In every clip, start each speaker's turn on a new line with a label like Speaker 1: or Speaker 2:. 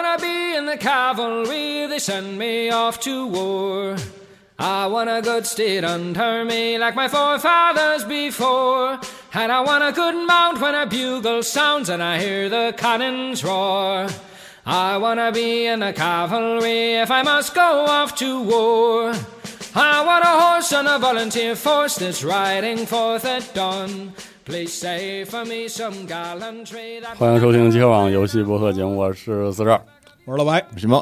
Speaker 1: in the cavalry, they send me off to war. I want a good steed under me, like my forefathers before. And I want a good mount when a bugle sounds and I hear the cannons roar. I wanna be in the cavalry if I must go off to war. I want a horse and a volunteer force that's riding forth at dawn. Please save for me some gallantry. that-
Speaker 2: 欢迎收听机客网游戏播客节目，我是四十二
Speaker 3: 我是老白，
Speaker 4: 什么？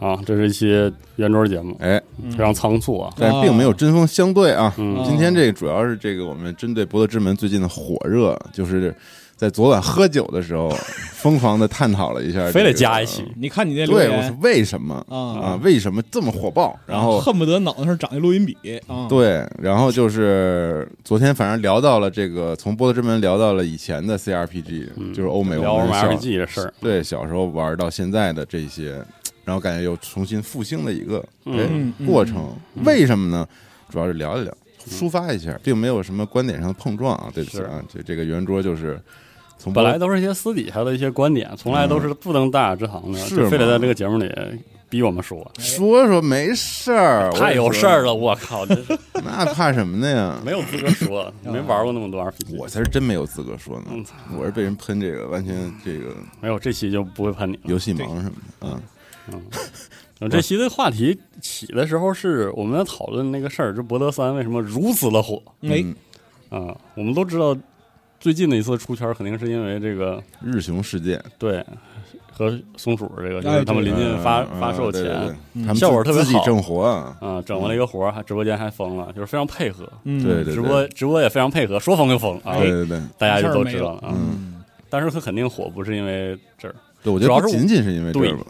Speaker 2: 啊，这是一期圆桌节目，
Speaker 4: 哎，
Speaker 2: 非常仓促啊，
Speaker 4: 但
Speaker 3: 啊
Speaker 4: 并没有针锋相对啊。
Speaker 2: 嗯
Speaker 4: 今天这个主要是这个我们针对《博德之门》最近的火热，就是在昨晚喝酒的时候疯狂的探讨了一 下，
Speaker 2: 非得加一期。。
Speaker 3: 你看你那留
Speaker 4: 对，我是
Speaker 3: 言
Speaker 4: 为什么
Speaker 3: 啊
Speaker 4: 啊？为什么这么火爆？然后嗯
Speaker 3: 恨不得脑袋上长一录音笔啊，
Speaker 4: 对，然后就是昨天反正聊到了这个，从《波德之门》聊到了以前的 CRPG，就是欧美
Speaker 2: 嗯聊
Speaker 4: 我
Speaker 2: 哎我
Speaker 4: 们
Speaker 2: 们
Speaker 4: 小
Speaker 2: RPG 这事儿，
Speaker 4: 对小时候玩到现在的这些，然后感觉又重新复兴的一个哎
Speaker 3: 嗯嗯
Speaker 4: 过程。为什么呢？主要是聊一聊，
Speaker 2: 嗯
Speaker 4: 抒发一下，并没有什么观点上的碰撞啊。对不起啊，这这个圆桌就是从
Speaker 2: 本来都是一些私底下的一些观点，从来都是不登大雅之堂的，
Speaker 4: 是
Speaker 2: 就非得
Speaker 4: 吗
Speaker 2: 在这个节目里逼我们说，
Speaker 4: 说说没事儿，
Speaker 2: 太有事儿了，我靠，真是
Speaker 4: 我也说，那怕什么呢呀？
Speaker 2: 没有资格 说，没玩过那么多 RPG，
Speaker 4: 我才是真没有资格说呢
Speaker 2: 嗯，
Speaker 4: 我是被人喷这个，完全这个
Speaker 2: 没有这期就不会喷你了。
Speaker 4: 游戏盲什么的啊。
Speaker 2: 嗯这期的话题起的时候是我们在讨论那个事儿，就博德三为什么如此的火
Speaker 3: 哎，
Speaker 4: 嗯
Speaker 2: 啊？我们都知道，最近的一次出圈肯定是因为这个
Speaker 4: 日熊事件，
Speaker 2: 对和松鼠这个，就
Speaker 3: 哎
Speaker 2: 是他们临近发
Speaker 4: 嗯
Speaker 2: 发售
Speaker 4: 对对
Speaker 2: 前
Speaker 4: 对他们
Speaker 2: 效果特别
Speaker 4: 自己
Speaker 2: 好
Speaker 4: 正活啊，
Speaker 2: 啊，整完了一个活儿，还直播间还封了，就是非常配合，
Speaker 3: 嗯，
Speaker 4: 对对对，
Speaker 2: 直播直播也非常配合，说封就封啊，
Speaker 4: 对对对
Speaker 2: 大家就都知道了啊。
Speaker 4: 嗯
Speaker 2: 但是它肯定火不是因为这儿，
Speaker 4: 对，我觉
Speaker 2: 主要
Speaker 4: 得
Speaker 2: 是
Speaker 4: 不
Speaker 2: 我
Speaker 4: 仅仅是因为这
Speaker 2: 对
Speaker 4: 个吧，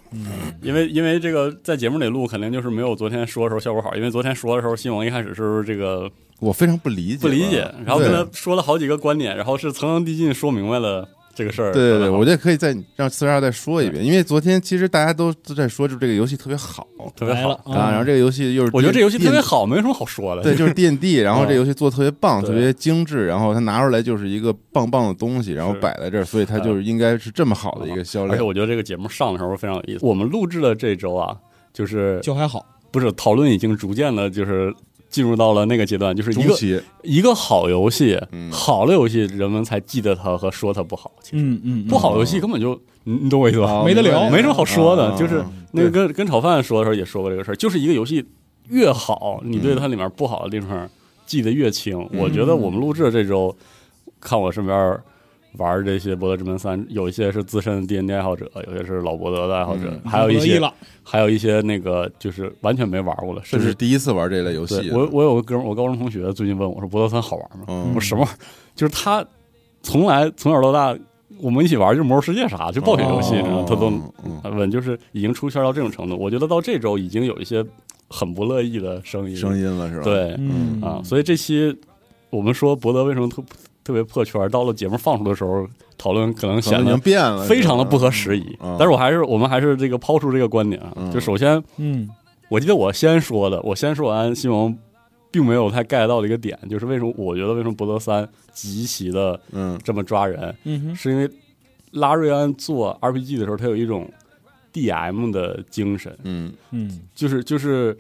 Speaker 2: 因为因为这个在节目里录，肯定就是没有昨天说的时候效果好，因为昨天说的时候，新王一开始是这个
Speaker 4: 我非常不理解吧，
Speaker 2: 不理解，然后跟他
Speaker 4: 对。
Speaker 2: 说了好几个观点，然后是层层递进说明白了这个事儿。
Speaker 4: 对对对，
Speaker 2: 特别好
Speaker 4: 我觉得可以再让四十二再说一遍，因为昨天其实大家都都在说，就这个游戏特别好
Speaker 2: 特别
Speaker 3: 来了
Speaker 2: 好。
Speaker 4: 啊，然后这个游戏又是
Speaker 2: 我觉得这游戏特别
Speaker 4: 好。
Speaker 2: 好，没什么好说的。
Speaker 4: 对，就是 D N D，然后这游戏做得特别棒，
Speaker 2: 对
Speaker 4: 特别精致，然后它拿出来就是一个棒棒的东西，然后
Speaker 2: 是啊哎
Speaker 4: 摆在这儿，所以它就是应该是这么好的一个销
Speaker 2: 而且
Speaker 4: 量。
Speaker 2: 我觉得这个节目上的时候非常有意思。我们录制的这周啊，就是
Speaker 3: 就还好，
Speaker 2: 不是讨论已经逐渐的，就是进入到了那个阶段，就是一
Speaker 4: 中
Speaker 2: 个
Speaker 4: 期
Speaker 2: 一个好游戏，
Speaker 4: 嗯
Speaker 2: 好的游戏人们才记得它和说它不好。其实
Speaker 3: 嗯嗯，
Speaker 2: 不好游戏根本就你你懂我意思吧？
Speaker 4: 哦
Speaker 3: 没得聊
Speaker 2: 没什么好说的。
Speaker 4: 哦
Speaker 2: 就是那个跟跟炒饭说的时候也说过这个事儿，就是一个游戏越好，你对它里面不好的地方记得越清。我觉得我们录制的这周，看我身边玩这些《博德之门三》，有一些是资深的 D N D 爱好者，有些是老博德的爱好者，还有一
Speaker 3: 不得意
Speaker 2: 些
Speaker 3: 了，
Speaker 2: 还有一些那个就是完全没玩过了，
Speaker 4: 这
Speaker 2: 甚
Speaker 4: 是
Speaker 2: 至
Speaker 4: 第一次玩这类游
Speaker 2: 对
Speaker 4: 戏，
Speaker 2: 我我有个哥们儿，我高中同学最近问我说《博德三》好玩吗？
Speaker 4: 嗯
Speaker 2: 我说什么玩意儿？就是他从来从小到大，我们一起玩儿就是《魔兽世界》啥，就暴雪游戏，
Speaker 3: 哦
Speaker 2: 然后他都啊
Speaker 4: 嗯
Speaker 2: 问，就是已经出圈到这种程度。我觉得到这周已经有一些很不乐意的声音，
Speaker 4: 声音了是吧？，
Speaker 2: 对
Speaker 3: 嗯
Speaker 2: 啊，所以这期我们说博德为什么特特别破圈，到了节目放出的时候，讨论可能
Speaker 4: 可能
Speaker 2: 显
Speaker 4: 已经
Speaker 2: 得
Speaker 4: 变了，
Speaker 2: 非常的不
Speaker 4: 合。
Speaker 2: 合时宜
Speaker 4: 嗯。
Speaker 2: 但是我还是我们还是这个抛出这个观点啊，
Speaker 4: 嗯
Speaker 2: 就首先
Speaker 3: 嗯
Speaker 2: 我记得我先说的，我先说完，西蒙并没有太 get 到的一个点，就是为什么我觉得为什么博德三极其的
Speaker 4: 嗯
Speaker 2: 这么抓人，
Speaker 3: 嗯哼，
Speaker 2: 是因为拉瑞安做 RPG 的时候，他有一种 DM 的精神，
Speaker 4: 嗯，
Speaker 3: 嗯
Speaker 2: 就是就是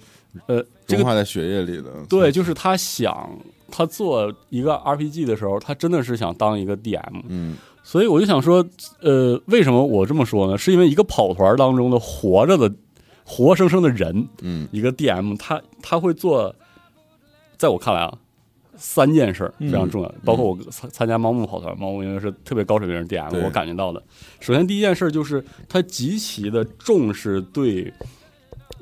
Speaker 2: 呃，这
Speaker 4: 融
Speaker 2: 个
Speaker 4: 化在血液里的，
Speaker 2: 对，就是他想他做一个 RPG 的时候，他真的是想当一个 DM，
Speaker 4: 嗯
Speaker 2: 所以我就想说，呃，为什么我这么说呢？是因为一个跑团当中的活着的活生生的人，
Speaker 4: 嗯
Speaker 2: 一个 DM，他他会做，在我看来啊，三件事儿非常重要，包括我参参加猫木跑团，猫木因为是特别高水平的 DM，
Speaker 4: 嗯对
Speaker 2: 我感觉到的。首先第一件事就是他极其的重视对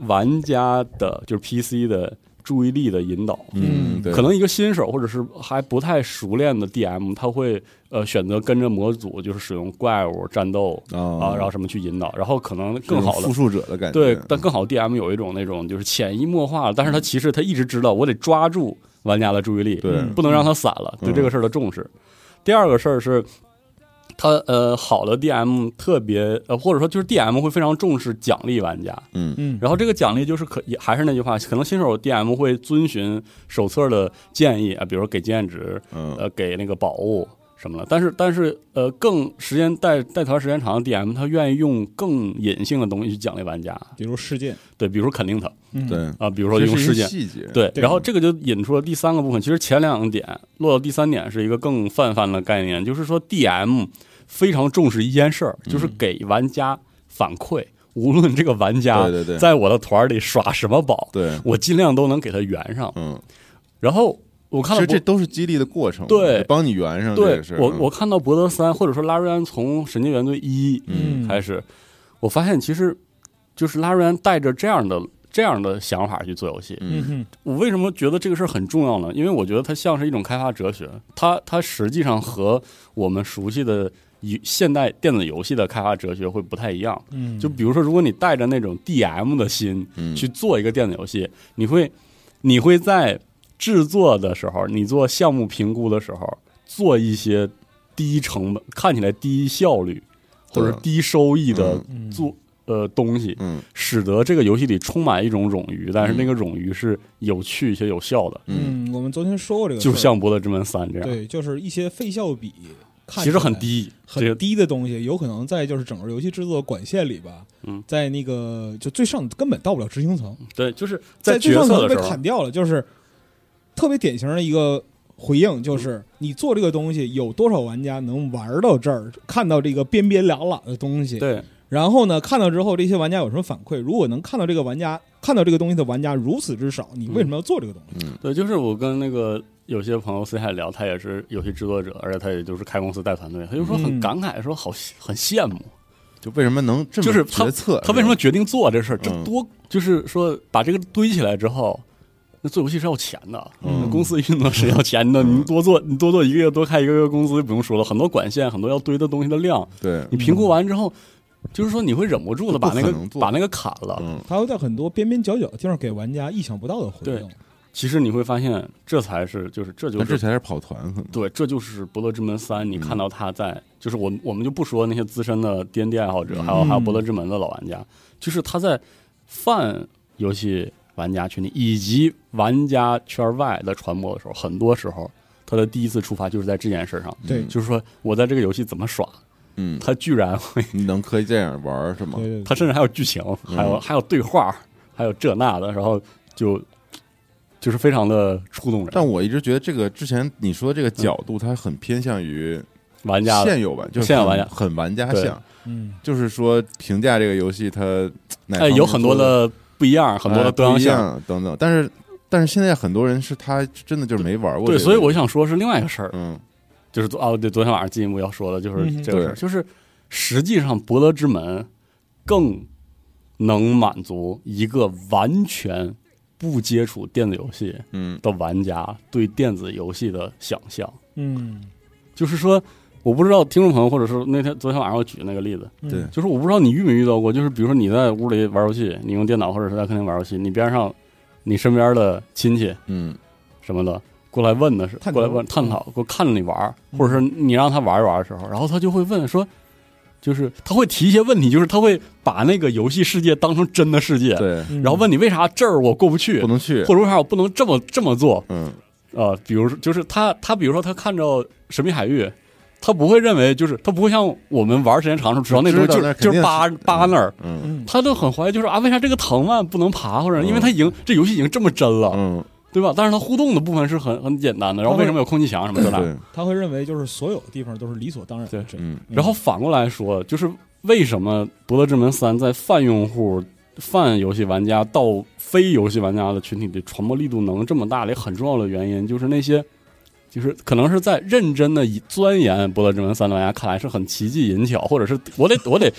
Speaker 2: 玩家的，就是 PC 的注意力的引导。
Speaker 4: 嗯，对，
Speaker 2: 可能一个新手或者是还不太熟练的 DM，他会呃选择跟着模组，就是使用怪物战斗
Speaker 4: 哦
Speaker 2: 啊，然后什么去引导，然后可能更好
Speaker 4: 这
Speaker 2: 的
Speaker 4: 种复述者的感觉，
Speaker 2: 对，但更好的 DM 有一种那种就是潜移默化，但是他其实他一直知道，我得抓住玩家的注意力，
Speaker 4: 嗯对
Speaker 2: 不能让他散了，
Speaker 4: 嗯
Speaker 2: 对这个事儿的重视。第二个事儿是，他呃好的 DM 特别呃或者说就是 DM 会非常重视奖励玩家，
Speaker 4: 嗯
Speaker 3: 嗯，
Speaker 2: 然后这个奖励就是可也还是那句话，可能新手 DM 会遵循手册的建议啊，比如说给经验值，
Speaker 4: 嗯
Speaker 2: 呃给那个宝物。什么了。但是但是呃，更时间带带团时间长的 DM，他愿意用更隐性的东西去奖励玩家，
Speaker 3: 比如事件，
Speaker 2: 对，比如说肯定他
Speaker 3: 嗯，
Speaker 4: 对，
Speaker 2: 啊，比如说用
Speaker 4: 这
Speaker 2: 事
Speaker 4: 是一
Speaker 2: 件
Speaker 4: 个。细节，
Speaker 2: 对，
Speaker 3: 对
Speaker 2: 然后这个就引出了第三个部分。其实前两点落到第三点是一个更泛泛的概念，就是说 DM 非常重视一件事
Speaker 4: 嗯
Speaker 2: 儿，就是给玩家反馈，无论这个玩家
Speaker 4: 对对对
Speaker 2: 在我的团儿里耍什么宝，
Speaker 4: 对，
Speaker 2: 我尽量都能给他圆上。
Speaker 4: 嗯，
Speaker 2: 然后我
Speaker 4: 其
Speaker 2: 看了
Speaker 4: 实这
Speaker 2: 博，
Speaker 4: 都是激励的过程，
Speaker 2: 对
Speaker 4: 帮你圆上这
Speaker 2: 对
Speaker 4: 个事儿。
Speaker 2: 我
Speaker 4: 嗯
Speaker 2: 我看到博德三，或者说拉瑞安从《神经元队一》
Speaker 3: 嗯
Speaker 2: 开始，我发现其实就是拉瑞安带着这样的这样的想法去做游戏。
Speaker 3: 嗯
Speaker 4: 嗯
Speaker 3: 哼，
Speaker 2: 我为什么觉得这个事儿很重要呢？因为我觉得它像是一种开发哲学，它它实际上和我们熟悉的以现代电子游戏的开发哲学会不太一样。
Speaker 3: 嗯，
Speaker 2: 就比如说，如果你带着那种 DM 的心
Speaker 4: 嗯
Speaker 2: 去做一个电子游戏，你会你会在制作的时候，你做项目评估的时候，做一些低成本、看起来低效率或者
Speaker 4: 对
Speaker 2: 低收益的
Speaker 3: 嗯
Speaker 2: 做、呃东西，
Speaker 4: 嗯
Speaker 2: 使得这个游戏里充满一种冗余，但是那个冗余是有趣且有效的，
Speaker 4: 嗯
Speaker 3: 嗯，我们昨天说过这个事儿，
Speaker 2: 就像《博德之门三》这样，
Speaker 3: 对，就是一些费效比，看
Speaker 2: 其实
Speaker 3: 起来
Speaker 2: 很低，这
Speaker 3: 很低的东西，有可能在就是整个游戏制作管线里吧，
Speaker 2: 嗯
Speaker 3: 在那个就最上根本到不了执行层，
Speaker 2: 对，就是
Speaker 3: 在最
Speaker 2: 角
Speaker 3: 上层
Speaker 2: 色的
Speaker 3: 就被
Speaker 2: 时候
Speaker 3: 砍，掉了，就是特别典型的一个回应，
Speaker 2: 嗯
Speaker 3: 就是你做这个东西有多少玩家能玩到这儿，看到这个边边两览的东西，
Speaker 2: 对
Speaker 3: 然后呢，看到之后这些玩家有什么反馈？如果能看到这个玩家看到这个东西的玩家如此之少，你为什么要做这个东西？
Speaker 2: 对，就是我跟那个有些朋友私下聊，他也是游戏制作者，而且他也就是开公司带团队，他就说很
Speaker 3: 嗯
Speaker 2: 感慨，说好很羡慕，
Speaker 4: 就为什么能这么
Speaker 2: 就是他
Speaker 4: 决策？
Speaker 2: 他为什么决定做这事儿，这
Speaker 4: 嗯
Speaker 2: 多就是说把这个堆起来之后。那做游戏是要钱的，
Speaker 4: 嗯
Speaker 2: 那公司运作是要钱的。你多做，你多做一个月，多开一个月工资，不用说了，很多管线，很多要堆的东西的量，
Speaker 4: 对，
Speaker 2: 你评估完之后，就是说你会忍不住的把那
Speaker 4: 不
Speaker 2: 个
Speaker 4: 可能做
Speaker 2: 把那个砍了。
Speaker 4: 嗯
Speaker 3: 它会在很多边边角角的地方给玩家意想不到的回
Speaker 2: 对
Speaker 3: 应。
Speaker 2: 其实你会发现，这才是就是这就
Speaker 4: 但这
Speaker 2: 是
Speaker 4: 才是跑团，可能
Speaker 2: 对，这就是《伯乐之门三》。你
Speaker 4: 嗯
Speaker 2: 看到他在，就是我们我们就不说那些资深的 D N D 爱好者，还有
Speaker 3: 嗯
Speaker 2: 还有《伯乐之门》的老玩家，就是他在泛游戏玩家群里以及玩家圈外的传播的时候，很多时候他的第一次出发就是在这件事上，
Speaker 3: 对
Speaker 2: 就是说我在这个游戏怎么耍，
Speaker 4: 嗯，
Speaker 2: 他居然会
Speaker 4: 你能可以这样玩儿是吗
Speaker 3: 对？对
Speaker 2: 它
Speaker 3: 对，
Speaker 2: 甚至还有剧情，还有、
Speaker 4: 嗯
Speaker 2: 还有对话，还有这那的，然后就就是非常的触动人。
Speaker 4: 但我一直觉得这个之前你说这个角度，它很偏向于
Speaker 2: 嗯玩家
Speaker 4: 现有玩，就是
Speaker 2: 现有
Speaker 4: 很
Speaker 2: 玩家
Speaker 4: 很玩家
Speaker 2: 对
Speaker 4: 向，
Speaker 3: 嗯，
Speaker 4: 就是说评价这个游戏它哪
Speaker 2: 哎
Speaker 4: 方面
Speaker 2: 有很多
Speaker 4: 做得
Speaker 2: 的不一样，很多的
Speaker 4: 哎
Speaker 2: 多样
Speaker 4: 不一
Speaker 2: 性。
Speaker 4: 样等等，但是但是现在很多人是他真的就是没玩过
Speaker 2: 对，
Speaker 4: 这个，
Speaker 2: 所以我想说是另外一个事儿，
Speaker 4: 嗯
Speaker 2: 就是昨哦对，昨天晚上进一步要说的就是
Speaker 3: 嗯
Speaker 2: 这个事儿，
Speaker 4: 对
Speaker 2: 就是实际上《伯乐之门》更能满足一个完全不接触电子游戏
Speaker 4: 嗯
Speaker 2: 的玩家对电子游戏的想象。
Speaker 3: 嗯，
Speaker 2: 就是说，我不知道听众朋友，或者是那天昨天晚上我举那个例子，
Speaker 3: 嗯
Speaker 4: 对
Speaker 2: 就是我不知道你遇没遇到过，就是比如说你在屋里玩游戏，你用电脑或者是在客厅玩游戏，你边上你身边的亲戚
Speaker 4: 嗯
Speaker 2: 什么的过来问的是
Speaker 3: 探讨
Speaker 2: 过来问探讨，过看着你玩，
Speaker 4: 嗯
Speaker 2: 或者是你让他玩一玩的时候，然后他就会问说。就是他会提一些问题，就是他会把那个游戏世界当成真的世界，
Speaker 4: 对，
Speaker 3: 嗯
Speaker 2: 然后问你为啥这儿我过不去，
Speaker 4: 不能去
Speaker 2: 或，者为啥我不能这么这么做，
Speaker 4: 嗯
Speaker 2: 呃，比如说就是他他比如说他看着神秘海域，他不会认为就是他不会像我们玩时间长的时候，知道那东西
Speaker 4: 知道
Speaker 2: 就
Speaker 4: 那
Speaker 2: 是
Speaker 4: 肯
Speaker 2: 就
Speaker 4: 定
Speaker 2: 是是扒扒那儿，
Speaker 4: 嗯
Speaker 3: 嗯，
Speaker 2: 他都很怀疑，就是啊为啥这个藤蔓不能爬，或者
Speaker 4: 嗯
Speaker 2: 因为他已经这游戏已经这么真了，
Speaker 4: 嗯，
Speaker 2: 对吧？但是他互动的部分是很很简单的，然后为什么有空气墙什么的呢？
Speaker 4: 对，
Speaker 3: 他会认为就是所有地方都是理所当然的
Speaker 2: 对
Speaker 3: 这样。
Speaker 4: 嗯
Speaker 2: 然后反过来说，就是为什么《伯乐之门三》在泛用户。泛游戏玩家到非游戏玩家的群体里传播力度能这么大，也很重要的原因就是那些就是可能是在认真的钻研《伯乐之门三》的玩家看来是很奇技淫巧，或者是我得我得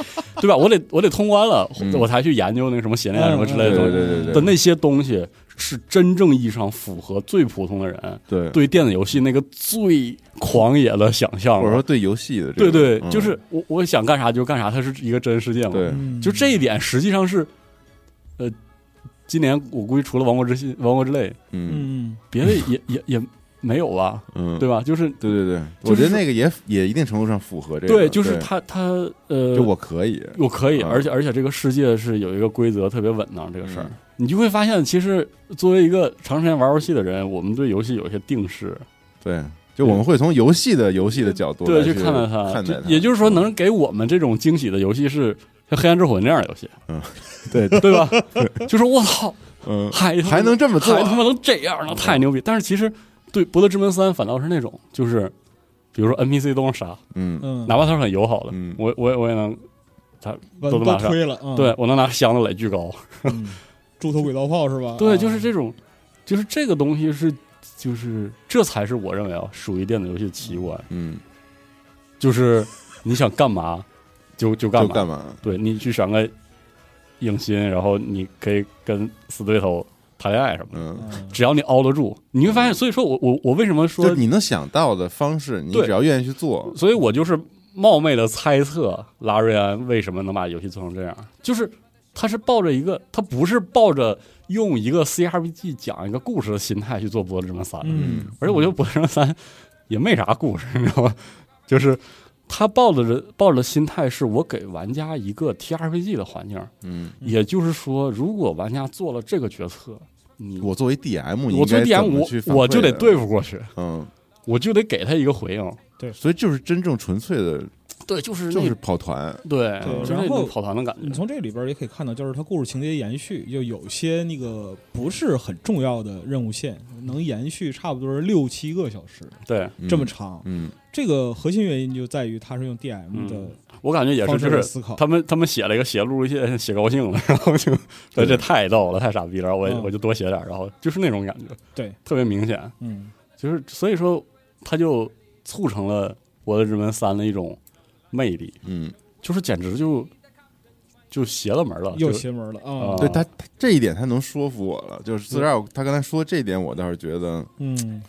Speaker 2: 对吧？我得我得通关了，
Speaker 4: 嗯
Speaker 2: 我才去研究那个什么邪念啊什么之类
Speaker 3: 嗯
Speaker 4: 对
Speaker 2: 的东
Speaker 4: 对
Speaker 2: 西
Speaker 4: 对对
Speaker 2: 的
Speaker 4: 对
Speaker 2: 那些东西，是真正意义上符合最普通的人
Speaker 4: 对
Speaker 2: 对电子游戏那个最狂野的想象
Speaker 4: 或者
Speaker 2: 了
Speaker 4: 说。对游戏的
Speaker 2: 对
Speaker 4: 这个，
Speaker 2: 对，
Speaker 4: 嗯
Speaker 2: 就是我我想干啥就干啥，它是一个真世界嘛。
Speaker 4: 对，
Speaker 3: 嗯
Speaker 2: 就这一点，实际上是，呃，今年我估计除了《王国之心》《王国之泪》，
Speaker 4: 嗯
Speaker 3: 嗯，
Speaker 2: 别的 也也也没有吧，
Speaker 4: 嗯，
Speaker 2: 对吧？就是
Speaker 4: 对对对，
Speaker 2: 就是
Speaker 4: 我觉得那个也也一定程度上符合这个，
Speaker 2: 对，就是他他呃，
Speaker 4: 就我可以，
Speaker 2: 我可以，
Speaker 4: 嗯
Speaker 2: 而且而且这个世界是有一个规则特别稳当这个事儿
Speaker 4: 嗯，
Speaker 2: 你就会发现，其实作为一个长时间玩游戏的人，我们对游戏有一些定式，
Speaker 4: 对，就我们会从游戏的游戏的角度
Speaker 2: 对，
Speaker 4: 来
Speaker 2: 去
Speaker 4: 去
Speaker 2: 看待它，
Speaker 4: 看待
Speaker 2: 就也就是说，能给我们这种惊喜的游戏是像《黑暗之魂》这样的游戏，
Speaker 4: 对，
Speaker 2: 对吧？就是我操，
Speaker 4: 嗯，
Speaker 2: 还
Speaker 4: 还能这么做
Speaker 2: 还他妈能这样，那太牛逼！但是其实对《博德之门三》反倒是那种，就是比如说 NPC 都能杀，
Speaker 4: 嗯
Speaker 3: 嗯，
Speaker 2: 哪怕他是很友好的
Speaker 4: 嗯，
Speaker 2: 我我也我也能，
Speaker 3: 把
Speaker 2: 都
Speaker 3: 都
Speaker 2: 拿上
Speaker 3: 推了，嗯、
Speaker 2: 对我能拿箱子垒巨
Speaker 4: 哦
Speaker 2: 高，
Speaker 3: 嗯，猪头鬼刀炮是吧？
Speaker 2: 对，
Speaker 3: 啊
Speaker 2: 就是这种，就是这个东西是，就是这才是我认为啊，属于电子游戏的奇观，
Speaker 4: 嗯，
Speaker 2: 就是你想干嘛就就干
Speaker 4: 嗯就
Speaker 2: 嘛，
Speaker 4: 干嘛？
Speaker 2: 对你去选个影星，然后你可以跟死对头谈恋爱什么的，
Speaker 4: 嗯，
Speaker 3: 嗯
Speaker 2: 只要你熬得住，你会发现。所以说我我我为什么
Speaker 4: 就
Speaker 2: 说，
Speaker 4: 你能想到的方式，你
Speaker 2: 对
Speaker 4: 只要愿意去做，
Speaker 2: 所以我就是冒昧的猜测，拉瑞安为什么能把游戏做成这样，就是他是抱着一个，他不是抱着用一个 CRPG 讲一个故事的心态去做《博德之门三》，
Speaker 3: 嗯，
Speaker 2: 而且我觉得《博德之门三》也没啥故事，你知道吗？就是。他抱着的抱着的心态是我给玩家一个 T R P G 的环境，
Speaker 4: 嗯，
Speaker 2: 也就是说，如果玩家做了这个决策，你
Speaker 4: 我作为 DM，
Speaker 2: 我这点
Speaker 4: 你应该怎么
Speaker 2: 我
Speaker 4: 去反馈啊
Speaker 2: 我就得
Speaker 4: 的
Speaker 2: 对，付过去，
Speaker 4: 嗯，
Speaker 2: 我就得给他一个回应。
Speaker 4: 所以就是真正纯粹的，
Speaker 2: 对，就是那
Speaker 4: 就是跑团，
Speaker 2: 对，
Speaker 3: 对
Speaker 2: 就是那
Speaker 3: 然
Speaker 2: 种
Speaker 3: 后
Speaker 2: 跑团的感
Speaker 3: 你
Speaker 2: 觉。
Speaker 3: 从这里边也可以看到，就是它故事情节延续，就有些那个不是很重要的任务线能延续差不多是六七个小时，
Speaker 2: 对
Speaker 4: 嗯
Speaker 3: 这么，长。
Speaker 4: 嗯
Speaker 3: 这个核心原因就在于它是用 DM 的
Speaker 2: 我感觉嗯也是，
Speaker 3: 方式来
Speaker 2: 就是
Speaker 3: 思考。
Speaker 2: 他们他们写了一个写路线，写高兴了，然后就
Speaker 4: 对
Speaker 2: 这太逗了，太傻逼了，然后我也
Speaker 3: 嗯
Speaker 2: 我就多写点，然后就是那种感觉，
Speaker 3: 对，
Speaker 2: 特别明显。
Speaker 3: 嗯
Speaker 2: 就是所以说，他就促成了《我的之门三》的一种魅力，
Speaker 4: 嗯，
Speaker 2: 就是简直就就邪了门了，
Speaker 3: 又
Speaker 2: 就是
Speaker 3: 邪门了啊
Speaker 2: 啊！
Speaker 4: 对他他这一点他能说服我了，就是自然我他刚才说这一点，我倒是觉得
Speaker 3: 嗯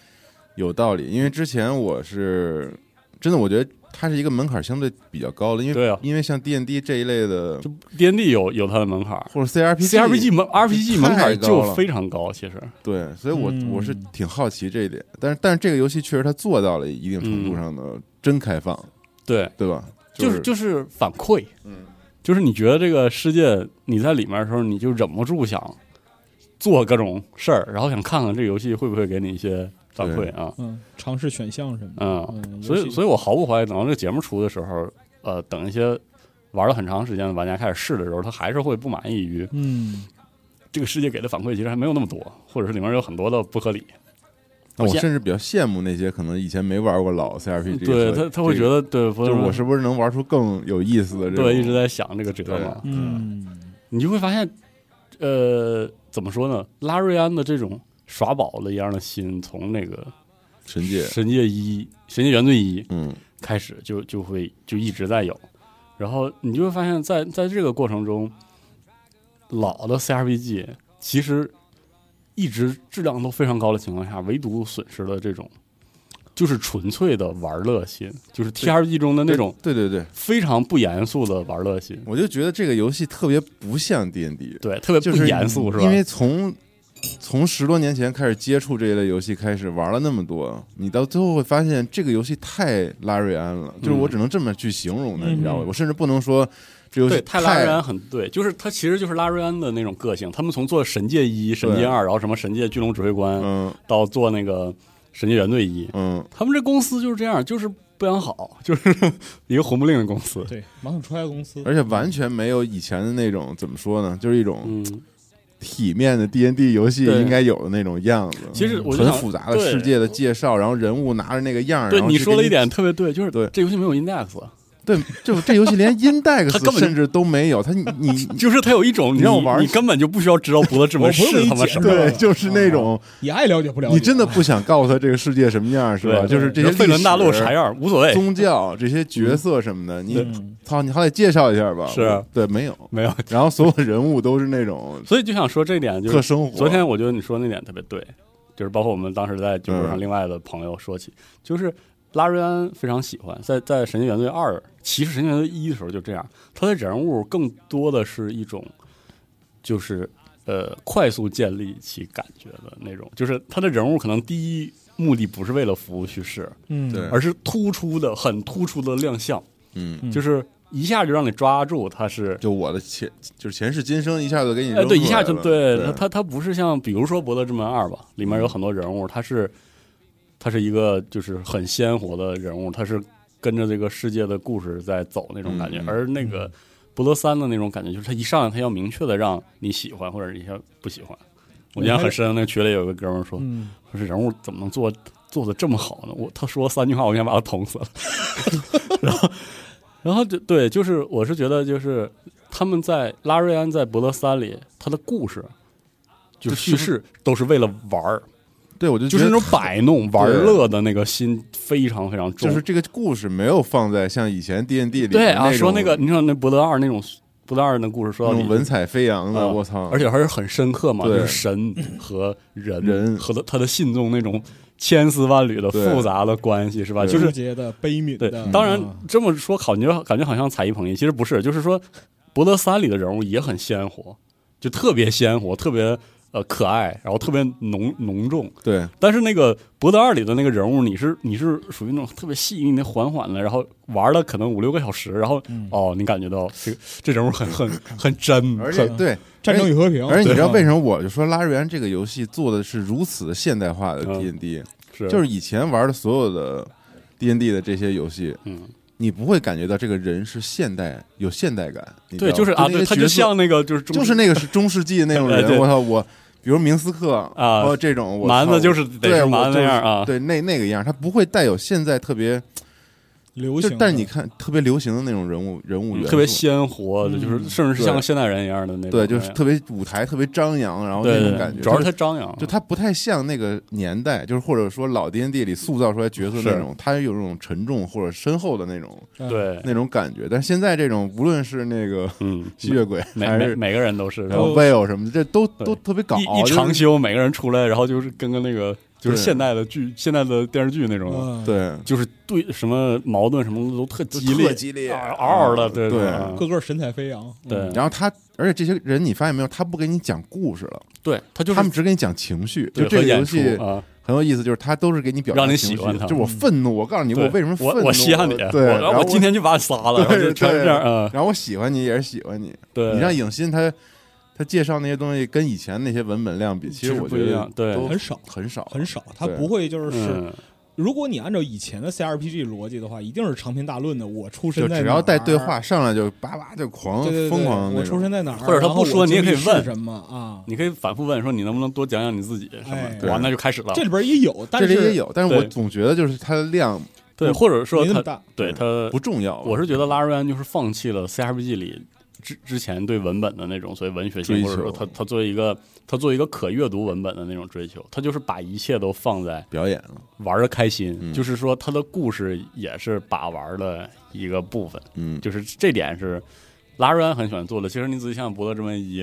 Speaker 4: 有道理，因为之前我是真的，我觉得它是一个门槛相对比较高的，因为
Speaker 2: 对啊
Speaker 4: 因为像 D N D 这一类的
Speaker 2: 就 D N D 有有它的门槛儿，
Speaker 4: 或者 C R P
Speaker 2: CRPG 门 RPG 门槛就
Speaker 4: 太高了
Speaker 2: 非常高，其实
Speaker 4: 对，所以我、
Speaker 3: 嗯
Speaker 4: 我是挺好奇这一点，但是但是这个游戏确实它做到了一定程度上的真开放，
Speaker 2: 对，
Speaker 4: 对吧？
Speaker 2: 嗯就是是就是反馈，嗯，就是你觉得这个世界你在里面的时候，你就忍不住想做各种事儿，然后想看看这个游戏会不会给你一些反馈啊，
Speaker 3: 嗯，尝试选项什么的。
Speaker 2: 嗯，
Speaker 3: 嗯，
Speaker 2: 所以所
Speaker 3: 以
Speaker 2: 以我毫不怀疑，等到这个节目出的时候，呃，等一些玩了很长时间的玩家开始试的时候，他还是会不满意于
Speaker 3: 嗯
Speaker 2: 这个世界给的反馈，其实还没有那么多，或者是里面有很多的不合理，
Speaker 4: 那
Speaker 2: 我
Speaker 4: 我
Speaker 2: 现嗯
Speaker 4: 甚至比较羡慕那些可能以前没玩过老 C R P G，
Speaker 2: 对他他会觉得对，就
Speaker 4: 就
Speaker 2: 是
Speaker 4: 我是不是能玩出更有意思的这种？
Speaker 2: 对一直在想这个折嘛，
Speaker 3: 嗯
Speaker 2: 你就会发现，呃，怎么说呢？拉瑞安的这种耍宝的一样的心，从那个
Speaker 4: 神界，
Speaker 2: 神界一、神界原罪一
Speaker 4: 嗯
Speaker 2: 开始就就会就一直在有，然后你就会发现在在这个过程中，老的 CRPG 其实一直质量都非常高的情况下，唯独损失了这种就是纯粹的玩乐心， 就是 TRPG 中的那种
Speaker 4: 对对对，
Speaker 2: 非常不严肃的玩乐心，
Speaker 4: 我就觉得这个游戏特别不像 D N D，
Speaker 2: 对，特别
Speaker 4: 就
Speaker 2: 呃不
Speaker 4: 是
Speaker 2: 严肃，是吧？
Speaker 4: 因为从从十多年前开始接触这一类游戏，开始玩了那么多，你到最后会发现这个游戏太拉瑞安了，就是
Speaker 2: 嗯
Speaker 4: 我只能这么去形容它，
Speaker 3: 嗯
Speaker 4: 你知道吗？我甚至不能说这游戏
Speaker 2: 对，泰拉瑞安很对，就是他其实就是拉瑞安的那种个性。他们从做《神界一》《神界二》，然后什么《神界巨龙指挥官》，
Speaker 4: 嗯
Speaker 2: 到做那个《神界原队一》，
Speaker 4: 嗯，
Speaker 2: 他们这公司就是这样，就是不养好， 就是一个红不吝的公司。
Speaker 3: 对，马桶出来公司，
Speaker 4: 而且完全没有以前的那种怎么说呢，就是一种
Speaker 2: 嗯，
Speaker 4: 体面的 D N D 游戏
Speaker 2: 对
Speaker 4: 应该有的那种样子。嗯
Speaker 2: 其实我就
Speaker 4: 很
Speaker 2: 想
Speaker 4: 复杂的世。界的介绍，然后人物拿着那个样儿，
Speaker 2: 对对，
Speaker 4: 然后
Speaker 2: 你
Speaker 4: 去
Speaker 2: 说
Speaker 4: 给
Speaker 2: 了一点特别对，就是
Speaker 4: 对
Speaker 2: 这游戏没有 index，
Speaker 4: 对，就这游戏 连
Speaker 2: 它根
Speaker 4: index
Speaker 2: 本
Speaker 4: 甚至都没有，它你 你
Speaker 2: 就是它有一种
Speaker 4: 你
Speaker 2: 你
Speaker 4: 让我玩儿
Speaker 2: 你根本就不需要知道博德之
Speaker 3: 我
Speaker 2: 门
Speaker 3: 不用
Speaker 2: 是
Speaker 3: 理
Speaker 2: 他妈
Speaker 3: 解
Speaker 2: 什么。
Speaker 4: 对，就是那种
Speaker 3: 也爱了解哦不了解。啊
Speaker 4: 你真的不想告诉他这个世界什么样是吧？
Speaker 2: 对
Speaker 4: 就是这些
Speaker 2: 费伦大陆
Speaker 4: 历史
Speaker 2: 啥、样无所谓，
Speaker 4: 宗教这些角色什么的，你
Speaker 3: 嗯
Speaker 4: 操，你好歹介绍一下吧？
Speaker 2: 是啊
Speaker 4: 我对，没有。
Speaker 2: 没有。
Speaker 4: 然后所有人物都是那种
Speaker 2: 所以就想说这一点，就是
Speaker 4: 特生活。
Speaker 2: 昨天我觉得你说那点特别对，就是包括我们当时在酒桌上另外的朋友说起，就是拉瑞安非常喜欢在在《神经元罪二》，其实《神经元罪一》的时候就这样，他的人物更多的是一种就是呃快速建立起感觉的那种，就是他的人物可能第一目的不是为了服务叙事，
Speaker 3: 嗯
Speaker 4: 对
Speaker 2: 而是突出的很突出的亮相，
Speaker 4: 嗯，
Speaker 3: 嗯
Speaker 2: 就是一下就让你抓住他是
Speaker 4: 就我的前就是前世今生一下子给你
Speaker 2: 哎，
Speaker 4: 扔
Speaker 2: 对，
Speaker 4: 出
Speaker 2: 一下
Speaker 4: 来
Speaker 2: 就
Speaker 4: 了
Speaker 2: 对
Speaker 4: 对
Speaker 2: 他，他他不是像比如说《博德之门二》吧，里面有很多人物，他是他是一个就是很鲜活的人物，他是跟着这个世界的故事在走那种感觉。
Speaker 4: 嗯嗯
Speaker 2: 而那个博德三的那种感觉，就是他一上来他要明确的让你喜欢或者一下不喜欢。我印象很深，那个群里有个哥们儿说，
Speaker 3: 嗯，
Speaker 2: 说这人物怎么能做做的这么好呢？我他说三句话，我想把他捅死了。 然后，然后就对，就是我是觉得就是他们在拉瑞安在《伯乐三》里，他的故事就是叙事都是为了玩儿，
Speaker 4: 对我就
Speaker 2: 就
Speaker 4: 觉
Speaker 2: 是
Speaker 4: 得
Speaker 2: 那种摆弄玩乐的那个心非常非常重。
Speaker 4: 就是这个故事没有放在像以前 D N D 里
Speaker 2: 对
Speaker 4: 面
Speaker 2: 啊，说那
Speaker 4: 那
Speaker 2: 个
Speaker 4: 种
Speaker 2: 你看那《伯乐二》那种《伯乐二》那故事说
Speaker 4: 那
Speaker 2: 到底
Speaker 4: 种文采飞扬的，
Speaker 2: 啊
Speaker 4: 我操！
Speaker 2: 而且还是很深刻嘛，就
Speaker 4: 对
Speaker 2: 是神和人
Speaker 4: 人
Speaker 2: 和他他的信众那种千丝万缕的
Speaker 4: 对
Speaker 2: 复杂的关系是吧？
Speaker 4: 对
Speaker 2: 就是
Speaker 3: 纠结的、悲悯
Speaker 2: 对
Speaker 3: 的，，
Speaker 2: 当然
Speaker 3: 嗯
Speaker 2: 这么说，感觉感觉好像才艺捧艺，其实不是，就是说《伯乐三》里的人物也很鲜活，就特别鲜活，特别呃可爱，然后特别浓浓重。
Speaker 4: 对，
Speaker 2: 但是那个《伯乐二》里的那个人物，你是你是属于那种特别细腻的、缓缓的，然后玩了可能五六个小时，然后、
Speaker 4: 嗯
Speaker 2: 哦，你感觉到这个这人物很很很真，
Speaker 4: 而且
Speaker 2: 很
Speaker 4: 对
Speaker 3: 战争与和平。
Speaker 4: 而且你知道为
Speaker 3: 么？
Speaker 4: 什么我就说《拉瑞安》这个游戏做的是如此的现代化的 D N D，
Speaker 2: 嗯是
Speaker 4: 就是以前玩的所有的 D N D 的这些游戏，
Speaker 2: 嗯，
Speaker 4: 你不会感觉到这个人是现代有现代感，你知
Speaker 2: 对，
Speaker 4: 道吗
Speaker 2: 就是啊，
Speaker 4: 那个
Speaker 2: 对，他
Speaker 4: 角
Speaker 2: 就
Speaker 4: 色
Speaker 2: 像那个就是中
Speaker 4: 就是那个是中世纪那种
Speaker 2: 哎对
Speaker 4: 人，我操我。比如明斯克
Speaker 2: 啊
Speaker 4: 包括这种我
Speaker 2: 蛮
Speaker 4: 操
Speaker 2: 子就是得
Speaker 4: 对
Speaker 2: 是
Speaker 4: 我
Speaker 2: 蛮
Speaker 4: 就是
Speaker 2: 那样啊
Speaker 4: 对那那个样，他不会带有现在特别，
Speaker 3: 流
Speaker 4: 就
Speaker 3: 行的，
Speaker 4: 但是你看特别流行的那种人物人物元素，
Speaker 2: 嗯
Speaker 4: 嗯
Speaker 2: 特别鲜活，就是甚至是
Speaker 4: 对
Speaker 2: 像现代人一样的那种，哎
Speaker 4: 对，就是特别舞台特别张扬，然后
Speaker 2: 对
Speaker 4: 那
Speaker 2: 对
Speaker 4: 种
Speaker 2: 对
Speaker 4: 感觉，
Speaker 2: 主要是
Speaker 4: 就
Speaker 2: 他张扬，
Speaker 4: 就他不太像那个年代，就是或者说老 D N D 里塑造出来角色那种，他有那种沉重或者深厚的那种
Speaker 2: 对，
Speaker 4: 那种感觉，但是现在这种无论是那个
Speaker 2: 嗯，
Speaker 4: 吸血鬼
Speaker 2: 每
Speaker 4: 还
Speaker 2: 每
Speaker 4: 是
Speaker 2: 每个人都是，
Speaker 4: 然
Speaker 2: 然
Speaker 4: 后
Speaker 2: 后
Speaker 4: Will 什么的，这都都特别搞，
Speaker 2: 一一
Speaker 4: 就是
Speaker 2: 长休，每个人出来，然后就是跟个那个就是
Speaker 4: 对
Speaker 2: 现代的剧、现代的电视剧那种，
Speaker 3: 嗯，
Speaker 4: 对。
Speaker 2: 就是对什么矛盾什么的都特激
Speaker 4: 特
Speaker 2: 烈，
Speaker 4: 激烈
Speaker 2: 嗷嗷的，对
Speaker 4: 嗯对嗯
Speaker 2: 啊
Speaker 3: 个个神采飞扬。
Speaker 2: 对
Speaker 4: 然后他，而且这些人，你发现没有，他不给你讲故事了，
Speaker 2: 对，他就是
Speaker 4: 他们只给你讲情绪。
Speaker 2: 对
Speaker 4: 就这
Speaker 2: 和
Speaker 4: 个
Speaker 2: 演
Speaker 4: 游戏
Speaker 2: 出啊，
Speaker 4: 很有意思，就是他都是给你表达
Speaker 2: 让你
Speaker 4: 情
Speaker 2: 喜
Speaker 4: 绪
Speaker 2: 欢他嗯
Speaker 4: 就我愤怒，我告诉你
Speaker 2: 对
Speaker 4: 我为什么愤
Speaker 2: 我
Speaker 4: 怒，
Speaker 2: 我稀罕你，
Speaker 4: 对，
Speaker 2: 我
Speaker 4: 然后
Speaker 2: 我今天就把你杀了，然后就
Speaker 4: 对
Speaker 2: 全是
Speaker 4: 对
Speaker 2: 这样啊，
Speaker 4: 然后我喜欢你也是喜欢你，
Speaker 2: 对，
Speaker 4: 你让影欣他他介绍那些东西跟以前那些文本量比，其
Speaker 2: 其
Speaker 4: 实
Speaker 2: 实
Speaker 4: 我
Speaker 2: 不
Speaker 4: 觉
Speaker 2: 一
Speaker 4: 得
Speaker 2: 样对
Speaker 4: 都
Speaker 3: 嗯很少
Speaker 4: 很少
Speaker 3: 很少，他
Speaker 4: 对
Speaker 3: 不会就是是，
Speaker 2: 嗯
Speaker 3: 如果你按照以前的 CRPG 逻辑的话，一定是长篇大论的。我出
Speaker 4: 就
Speaker 3: 身在
Speaker 4: 只要带
Speaker 3: 哪儿
Speaker 4: 对话，上来就叭叭就狂
Speaker 3: 对对对
Speaker 4: 疯狂的
Speaker 3: 我
Speaker 4: 那
Speaker 3: 出
Speaker 4: 种。
Speaker 3: 身在哪儿，
Speaker 2: 或者他
Speaker 3: 然后
Speaker 2: 不说
Speaker 3: 我
Speaker 2: 你也可以
Speaker 3: 经历是
Speaker 2: 问
Speaker 3: 什么啊？
Speaker 2: 你可以反复问说你能不能多讲讲你自己什
Speaker 3: 哎
Speaker 2: 么，哇，那就开始了，
Speaker 3: 这里边也有，但
Speaker 4: 这
Speaker 3: 是
Speaker 4: 里也有，但是我
Speaker 2: 对
Speaker 4: 总觉得就是它的量
Speaker 2: 对，或者说
Speaker 3: 没那么
Speaker 2: 他
Speaker 3: 大。
Speaker 2: 对他
Speaker 4: 不重要。
Speaker 2: 呃我是觉得拉瑞安就是放弃了 CRPG 里之之前对文本的那种所谓文学性，
Speaker 4: 追求
Speaker 2: 或者说他他作为一个他作为一个可阅读文本的那种追求，他就是把一切都放在
Speaker 4: 表演了，
Speaker 2: 玩的开心，
Speaker 4: 嗯
Speaker 2: 就是说他的故事也是把玩的一个部分，
Speaker 4: 嗯，
Speaker 2: 就是这点是拉瑞安很喜欢做的。其实你仔细想，《伯乐之门一》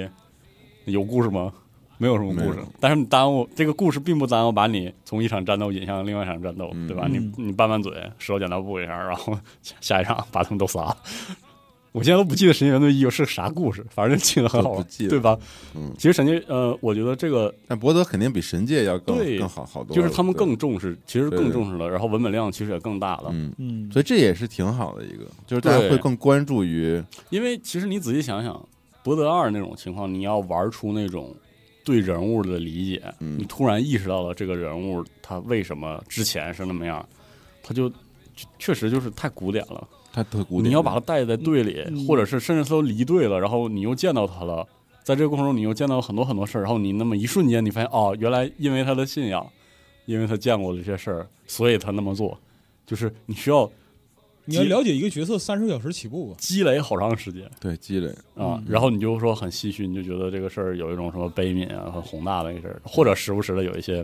Speaker 2: 有故事吗？没有什么故
Speaker 4: 没
Speaker 2: 事
Speaker 4: 有，
Speaker 2: 但是你耽误这个故事并不耽误把你从一场战斗引向另外一场战斗，
Speaker 4: 嗯
Speaker 2: 对吧？
Speaker 3: 嗯
Speaker 2: 你你拌拌嘴，石头剪刀布一下，然后下下一场把他们都杀了。我现在都不记得《神经元的一》是啥故事，反正就记得很好
Speaker 4: 我
Speaker 2: 玩
Speaker 4: 不记，得
Speaker 2: 对吧？
Speaker 4: 嗯
Speaker 2: 其实神经呃，我觉得这个
Speaker 4: 但博德肯定比神界要更
Speaker 2: 对
Speaker 4: 更好好多了，
Speaker 2: 就是他们
Speaker 4: 对
Speaker 2: 更重视，其实
Speaker 4: 对
Speaker 2: 更
Speaker 4: 对
Speaker 2: 重视了，然后文本量其实也更大了。
Speaker 4: 嗯，
Speaker 3: 嗯，
Speaker 4: 所以这也是挺好的一个，就是大家
Speaker 2: 对
Speaker 4: 会更关注于
Speaker 2: 因为其实你仔细想想，《博德二》那种情况，你要玩出那种对人物的理解，
Speaker 4: 嗯
Speaker 2: 你突然意识到了这个人物他为什么之前是那么样，他就就确实就是太古典了。
Speaker 4: 他特古典的，
Speaker 2: 你要把他带在队里，
Speaker 3: 嗯
Speaker 2: 或者是甚至他都离队了，然后你又见到他了，在这个过程中你又见到很多很多事儿，然后你那么一瞬间，你发现哦，原来因为他的信仰，因为他见过这些事儿，所以他那么做，就是你需要
Speaker 3: 你要了解一个角色三十个小时起步啊吧。
Speaker 2: 积累好长时间。
Speaker 4: 对积累，
Speaker 2: 啊，然后你就说很唏嘘，你就觉得这个事儿有一种什么悲悯啊，很宏大的一个事儿，或者时不时的有一些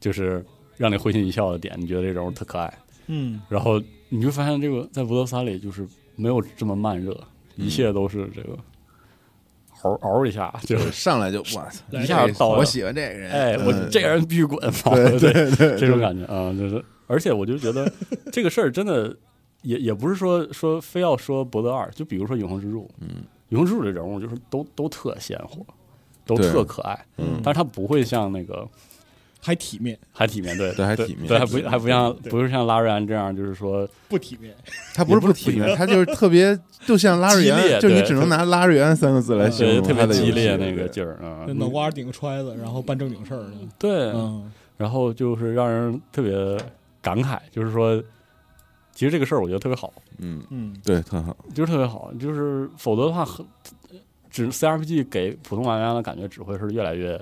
Speaker 2: 就是让你会心一笑的点，你觉得这人物特可爱，
Speaker 3: 嗯，
Speaker 2: 然后你就发现这个在《博德三》里就是没有这么慢热，一切都是这个嗷嗷一下，就
Speaker 4: 就是上来就哇操，
Speaker 2: 一下
Speaker 4: 这个
Speaker 2: 到了
Speaker 4: 我喜欢这个人，
Speaker 2: 哎，我
Speaker 4: 嗯
Speaker 2: 这个人必须滚，对对对，这种感觉啊，就是，而且我就觉得这个事儿真的也也不是说说非要说伯德二，就比如说永恒之柱，嗯，永恒之柱这人物就是都都特鲜活，都
Speaker 4: 对
Speaker 2: 特可爱，
Speaker 4: 嗯
Speaker 2: 但是他不会像那个
Speaker 3: 还体面
Speaker 2: 还体面对
Speaker 4: 对还体面
Speaker 2: 对还不
Speaker 4: 对
Speaker 2: 还不像
Speaker 3: 对
Speaker 2: 不是像拉瑞安这样，就是说
Speaker 3: 不体面？
Speaker 4: 他不是不体面，他就是特别，就像拉 瑞
Speaker 2: 激烈
Speaker 4: 安，就你
Speaker 2: 对
Speaker 4: 只能拿拉瑞安三个字来形
Speaker 2: 对
Speaker 4: 容
Speaker 2: 特
Speaker 4: 他
Speaker 2: 别
Speaker 4: 的游戏
Speaker 2: 激烈那个劲儿啊，
Speaker 3: 脑瓜顶个揣子，然后办正经事儿呢。
Speaker 2: 对，
Speaker 3: 嗯，
Speaker 2: 然后就是让人特别感慨，就是说，其实这个事儿我觉得特别好，
Speaker 4: 嗯，
Speaker 3: 嗯，
Speaker 4: 对，特好，
Speaker 2: 就是特别好，就是否则的话，很只 CRPG 给普通玩家的感觉只会是越来越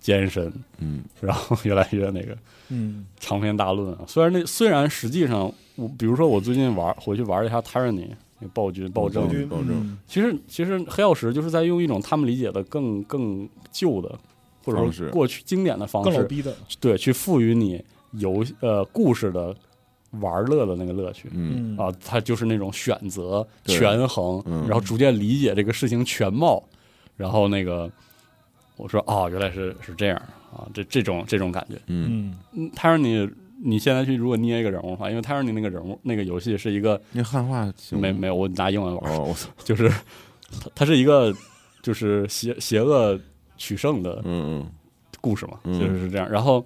Speaker 2: 艰深，
Speaker 4: 嗯，
Speaker 2: 然后 越来越那个
Speaker 3: 嗯，
Speaker 2: 长篇大论啊。虽然那虽然实际上，我比如说我最近玩回去玩了一下 Tyranny 那暴君暴政
Speaker 4: 暴，君保证
Speaker 3: 嗯
Speaker 2: 其实其实黑曜石就是在用一种他们理解的更更旧的或者说
Speaker 4: 方式
Speaker 2: 过去经典的方
Speaker 3: 更老
Speaker 2: 式，
Speaker 3: 逼的，
Speaker 2: 对，去赋予你游戏呃故事的玩乐的那个乐趣。
Speaker 4: 嗯
Speaker 3: 嗯
Speaker 2: 啊，它就是那种选择、
Speaker 4: 对
Speaker 2: 权衡，
Speaker 4: 嗯
Speaker 2: 然后逐渐理解这个事情全貌，然后那个我说哦，原来是是这样啊，这这种这种感觉。
Speaker 4: 嗯，
Speaker 3: 嗯
Speaker 2: 嗯，他让你你现在去如果捏一个人物的话，因为他让你那个人物那个游戏是一个
Speaker 4: 那汉化行吗
Speaker 2: 没没有我拿英文玩，
Speaker 4: 哦，我操，
Speaker 2: 就是 它它是一个就是邪邪恶取胜的
Speaker 4: 嗯嗯
Speaker 2: 故事嘛，
Speaker 4: 嗯
Speaker 2: 就是是这样。然后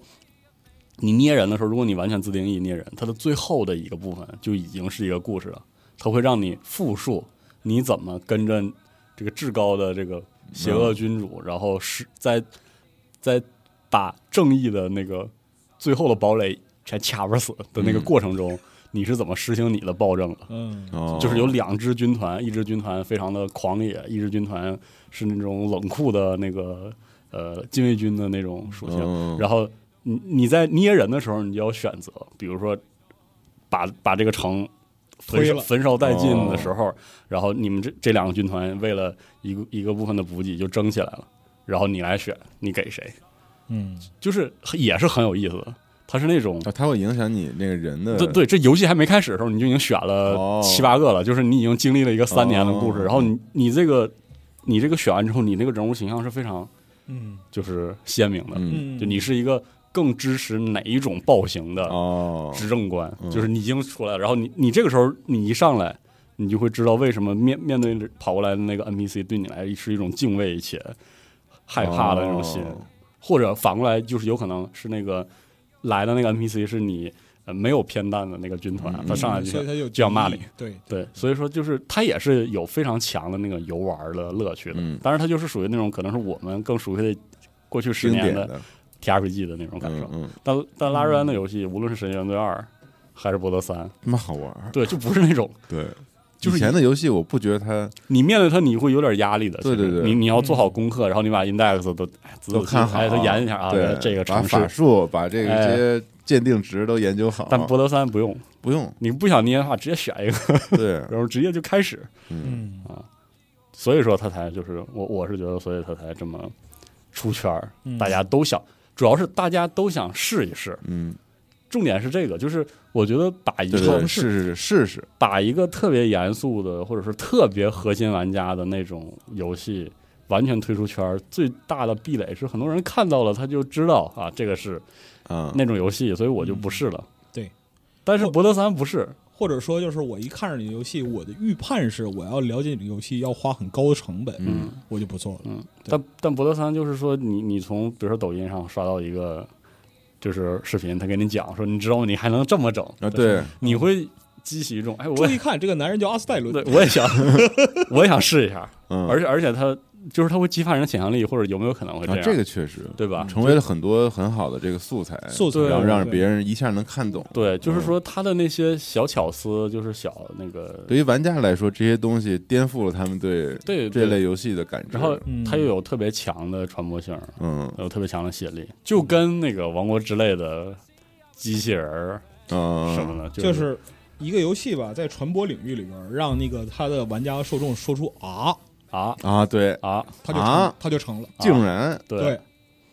Speaker 2: 你捏人的时候，如果你完全自定义捏人，它的最后的一个部分就已经是一个故事了，它会让你复述你怎么跟着这个至高的这个邪恶君主，然后是在在把正义的那个最后的堡垒全卡巴死的那个
Speaker 4: 嗯
Speaker 2: 过程中，你是怎么实行你的暴政的？
Speaker 3: 嗯，
Speaker 4: 哦，
Speaker 2: 就是有两支军团，一支军团非常的狂野，一支军团是那种冷酷的那个呃禁卫军的那种属性。
Speaker 4: 嗯
Speaker 2: 然后你你在捏人的时候，你就要选择，比如说把把这个城焚
Speaker 3: 推
Speaker 2: 烧
Speaker 3: 了
Speaker 2: 焚烧殆尽的时候，然后你们这这两个军团为了一个一个部分的补给就争起来了，然后你来选，你给谁，
Speaker 3: 嗯，
Speaker 2: 就是也是很有意思的。它是那种
Speaker 4: 啊，它会影响你那个人的
Speaker 2: 对对，这游戏还没开始的时候，你就已经选了
Speaker 4: 哦
Speaker 2: 七八个了，就是你已经经历了一个三年的故事，
Speaker 4: 哦
Speaker 2: 然后你你这个你这个选完之后，你那个人物形象是非常
Speaker 3: 嗯
Speaker 2: 就是鲜明的，
Speaker 4: 嗯
Speaker 3: 嗯，
Speaker 2: 就你是一个更支持哪一种暴行的
Speaker 4: 哦，
Speaker 2: 执政官，
Speaker 4: 嗯
Speaker 2: 就是你已经出来了，然后你你这个时候你一上来，你就会知道为什么面面对跑过来的那个 NPC 对你来是一种敬畏且害怕的那种心，
Speaker 4: 哦
Speaker 2: 或者反过来就是有可能是那个来的那个 NPC 是你呃没有偏袒的那个军团，
Speaker 4: 嗯
Speaker 2: 他上来就
Speaker 3: 所以
Speaker 2: 想
Speaker 3: 他有
Speaker 2: 就要骂你，
Speaker 3: 对，
Speaker 2: 对，所以说就是他也是有非常强的那个游玩的乐趣的，
Speaker 4: 嗯
Speaker 2: 当然他就是属于那种可能是我们更熟悉的过去十
Speaker 4: 经
Speaker 2: 年
Speaker 4: 典
Speaker 2: 的 TRPG 的那种感受。
Speaker 4: 嗯嗯，
Speaker 2: 但但拉瑞安的游戏，无论是《神经元罪二》还是《博德三》，
Speaker 4: 他妈好玩儿，
Speaker 2: 对，就不是那种
Speaker 4: 对，
Speaker 2: 就是
Speaker 4: 以前的游戏我不觉得它
Speaker 2: 你面对它你会有点压力的。
Speaker 4: 对
Speaker 2: 其实
Speaker 4: 对对
Speaker 2: 你你要做好功课，然后你把 index 都哎仔
Speaker 4: 都
Speaker 2: 仔细
Speaker 4: 看好，
Speaker 2: 哎，都研一下啊，
Speaker 4: 对，
Speaker 2: 这个
Speaker 4: 把
Speaker 2: 尝试
Speaker 4: 法。术把这个
Speaker 2: 哎
Speaker 4: 这些鉴定值都研究好，
Speaker 2: 但博德三不用，
Speaker 4: 不 用，
Speaker 2: 你不想捏的话，直接选一个，
Speaker 4: 对，
Speaker 2: 然后直接就开始。
Speaker 3: 嗯
Speaker 2: 啊所以说他才就是我我是觉得，所以他才这么出圈儿
Speaker 3: 嗯，
Speaker 2: 大家都想，主要是大家都想试一试。
Speaker 4: 嗯，
Speaker 2: 重点是这个，就是我觉得把一
Speaker 4: 对
Speaker 2: 个
Speaker 4: 对，试试试试，
Speaker 2: 把一个特别严肃的，或者是特别核心玩家的那种游戏完全推出圈儿，最大的壁垒是很多人看到了他就知道啊，这个是
Speaker 4: 啊，
Speaker 2: 那种游戏，所以我就不试了。
Speaker 3: 对，
Speaker 2: 但是博德三不是，
Speaker 3: 或者说就是我一看着你的游戏，我的预判是我要了解你的游戏要花很高的成本，
Speaker 4: 嗯，
Speaker 3: 我就不做了。
Speaker 2: 嗯，但但博德三就是说你你从比如说抖音上刷到一个就是视频，他给你讲说，你知道你还能这么整
Speaker 4: 啊，，对，
Speaker 2: 你会激起一种哎，我
Speaker 3: 注
Speaker 2: 也
Speaker 3: 意看，这个男人叫阿斯戴伦
Speaker 2: 对，我也想 我也想试一下，
Speaker 4: 嗯，
Speaker 2: 而且而且他就是他会激发人的想象力，或者有没有可能会这
Speaker 4: 啊
Speaker 2: 样？，
Speaker 4: 这个确实
Speaker 2: 对吧？
Speaker 4: 成为了很多很好的这个素材，
Speaker 3: 素材啊
Speaker 2: 对
Speaker 4: 然后让
Speaker 3: 对
Speaker 4: 别人一下能看懂。
Speaker 2: 对，就是说他的那些小巧思，就是小那个，
Speaker 4: 对于玩家来说，这些东西颠覆了他们对
Speaker 2: 对对
Speaker 4: 这类游戏的感知。
Speaker 2: 然后
Speaker 3: 嗯
Speaker 2: 他又有特别强的传播性，
Speaker 4: 嗯
Speaker 2: 有特别强的吸引力，就跟那个《王国之泪》的机器人儿
Speaker 4: 啊，
Speaker 2: 什么的，
Speaker 3: 就是是一个游戏吧，在传播领域里边，让那个他的玩家受众说出啊，
Speaker 2: 啊
Speaker 4: 啊？对，
Speaker 2: 啊，
Speaker 3: 他就成
Speaker 4: 啊
Speaker 3: 他就成了。
Speaker 4: 竟然
Speaker 2: 对，
Speaker 3: 对，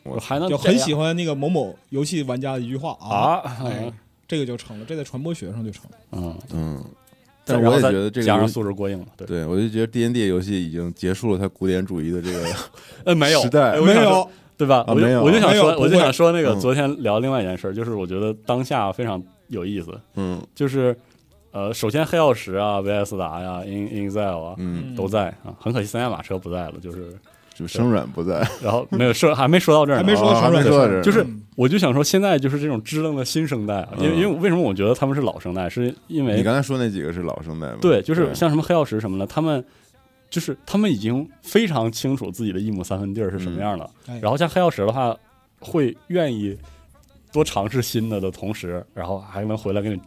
Speaker 2: 我还能
Speaker 3: 就很喜
Speaker 2: 欢
Speaker 3: 欢那个某某游戏玩家的一句话啊，
Speaker 2: 啊
Speaker 3: 哎，这个就成了，这在传播学上就成了。
Speaker 2: 嗯，
Speaker 4: 嗯，但
Speaker 2: 然
Speaker 4: 我
Speaker 2: 后
Speaker 4: 也
Speaker 2: 再
Speaker 4: 觉得这个
Speaker 2: 加
Speaker 4: 游
Speaker 2: 上
Speaker 4: 戏，
Speaker 2: 素质过硬了，对，
Speaker 4: 对我就觉得 D N D 游戏已经结束了它古典主义的这个
Speaker 2: 呃， 没有
Speaker 4: 时代
Speaker 2: 哎我
Speaker 3: 没
Speaker 2: 想说
Speaker 3: 有，
Speaker 2: 对吧？
Speaker 4: 啊
Speaker 2: 我就
Speaker 4: 没有
Speaker 2: 我就想
Speaker 3: 没有
Speaker 2: 说，
Speaker 3: 不
Speaker 2: 我就
Speaker 3: 会
Speaker 2: 想说那个
Speaker 4: 嗯
Speaker 2: 昨天聊另外一件事儿，就是我觉得当下非常有意思，
Speaker 4: 嗯
Speaker 2: 就是呃，首先黑曜石啊、维埃斯达呀、In Inzel 啊，
Speaker 4: 嗯，
Speaker 2: 都在啊，很可惜三驾马车不在了，就是，
Speaker 4: 就生软不在，
Speaker 2: 然后没有说还没说到这儿呢，
Speaker 3: 还没说
Speaker 4: 啊还没
Speaker 3: 生软
Speaker 4: 说到这儿呢，
Speaker 2: 就是
Speaker 3: 嗯
Speaker 2: 我就想说现在就是这种支棱的新生代啊，因为
Speaker 4: 嗯
Speaker 2: 因为为什么我觉得他们是老生代，是因
Speaker 4: 你
Speaker 2: 为
Speaker 4: 刚才说那几个是老生代吗？
Speaker 2: 对，就是像什么黑曜石什么的，他们就是他们已经非常清楚自己的一亩三分地儿是什么样的，
Speaker 3: 哎
Speaker 2: 然后像黑曜石的话，会愿意。多尝试新的的同时，然后还能回来给你折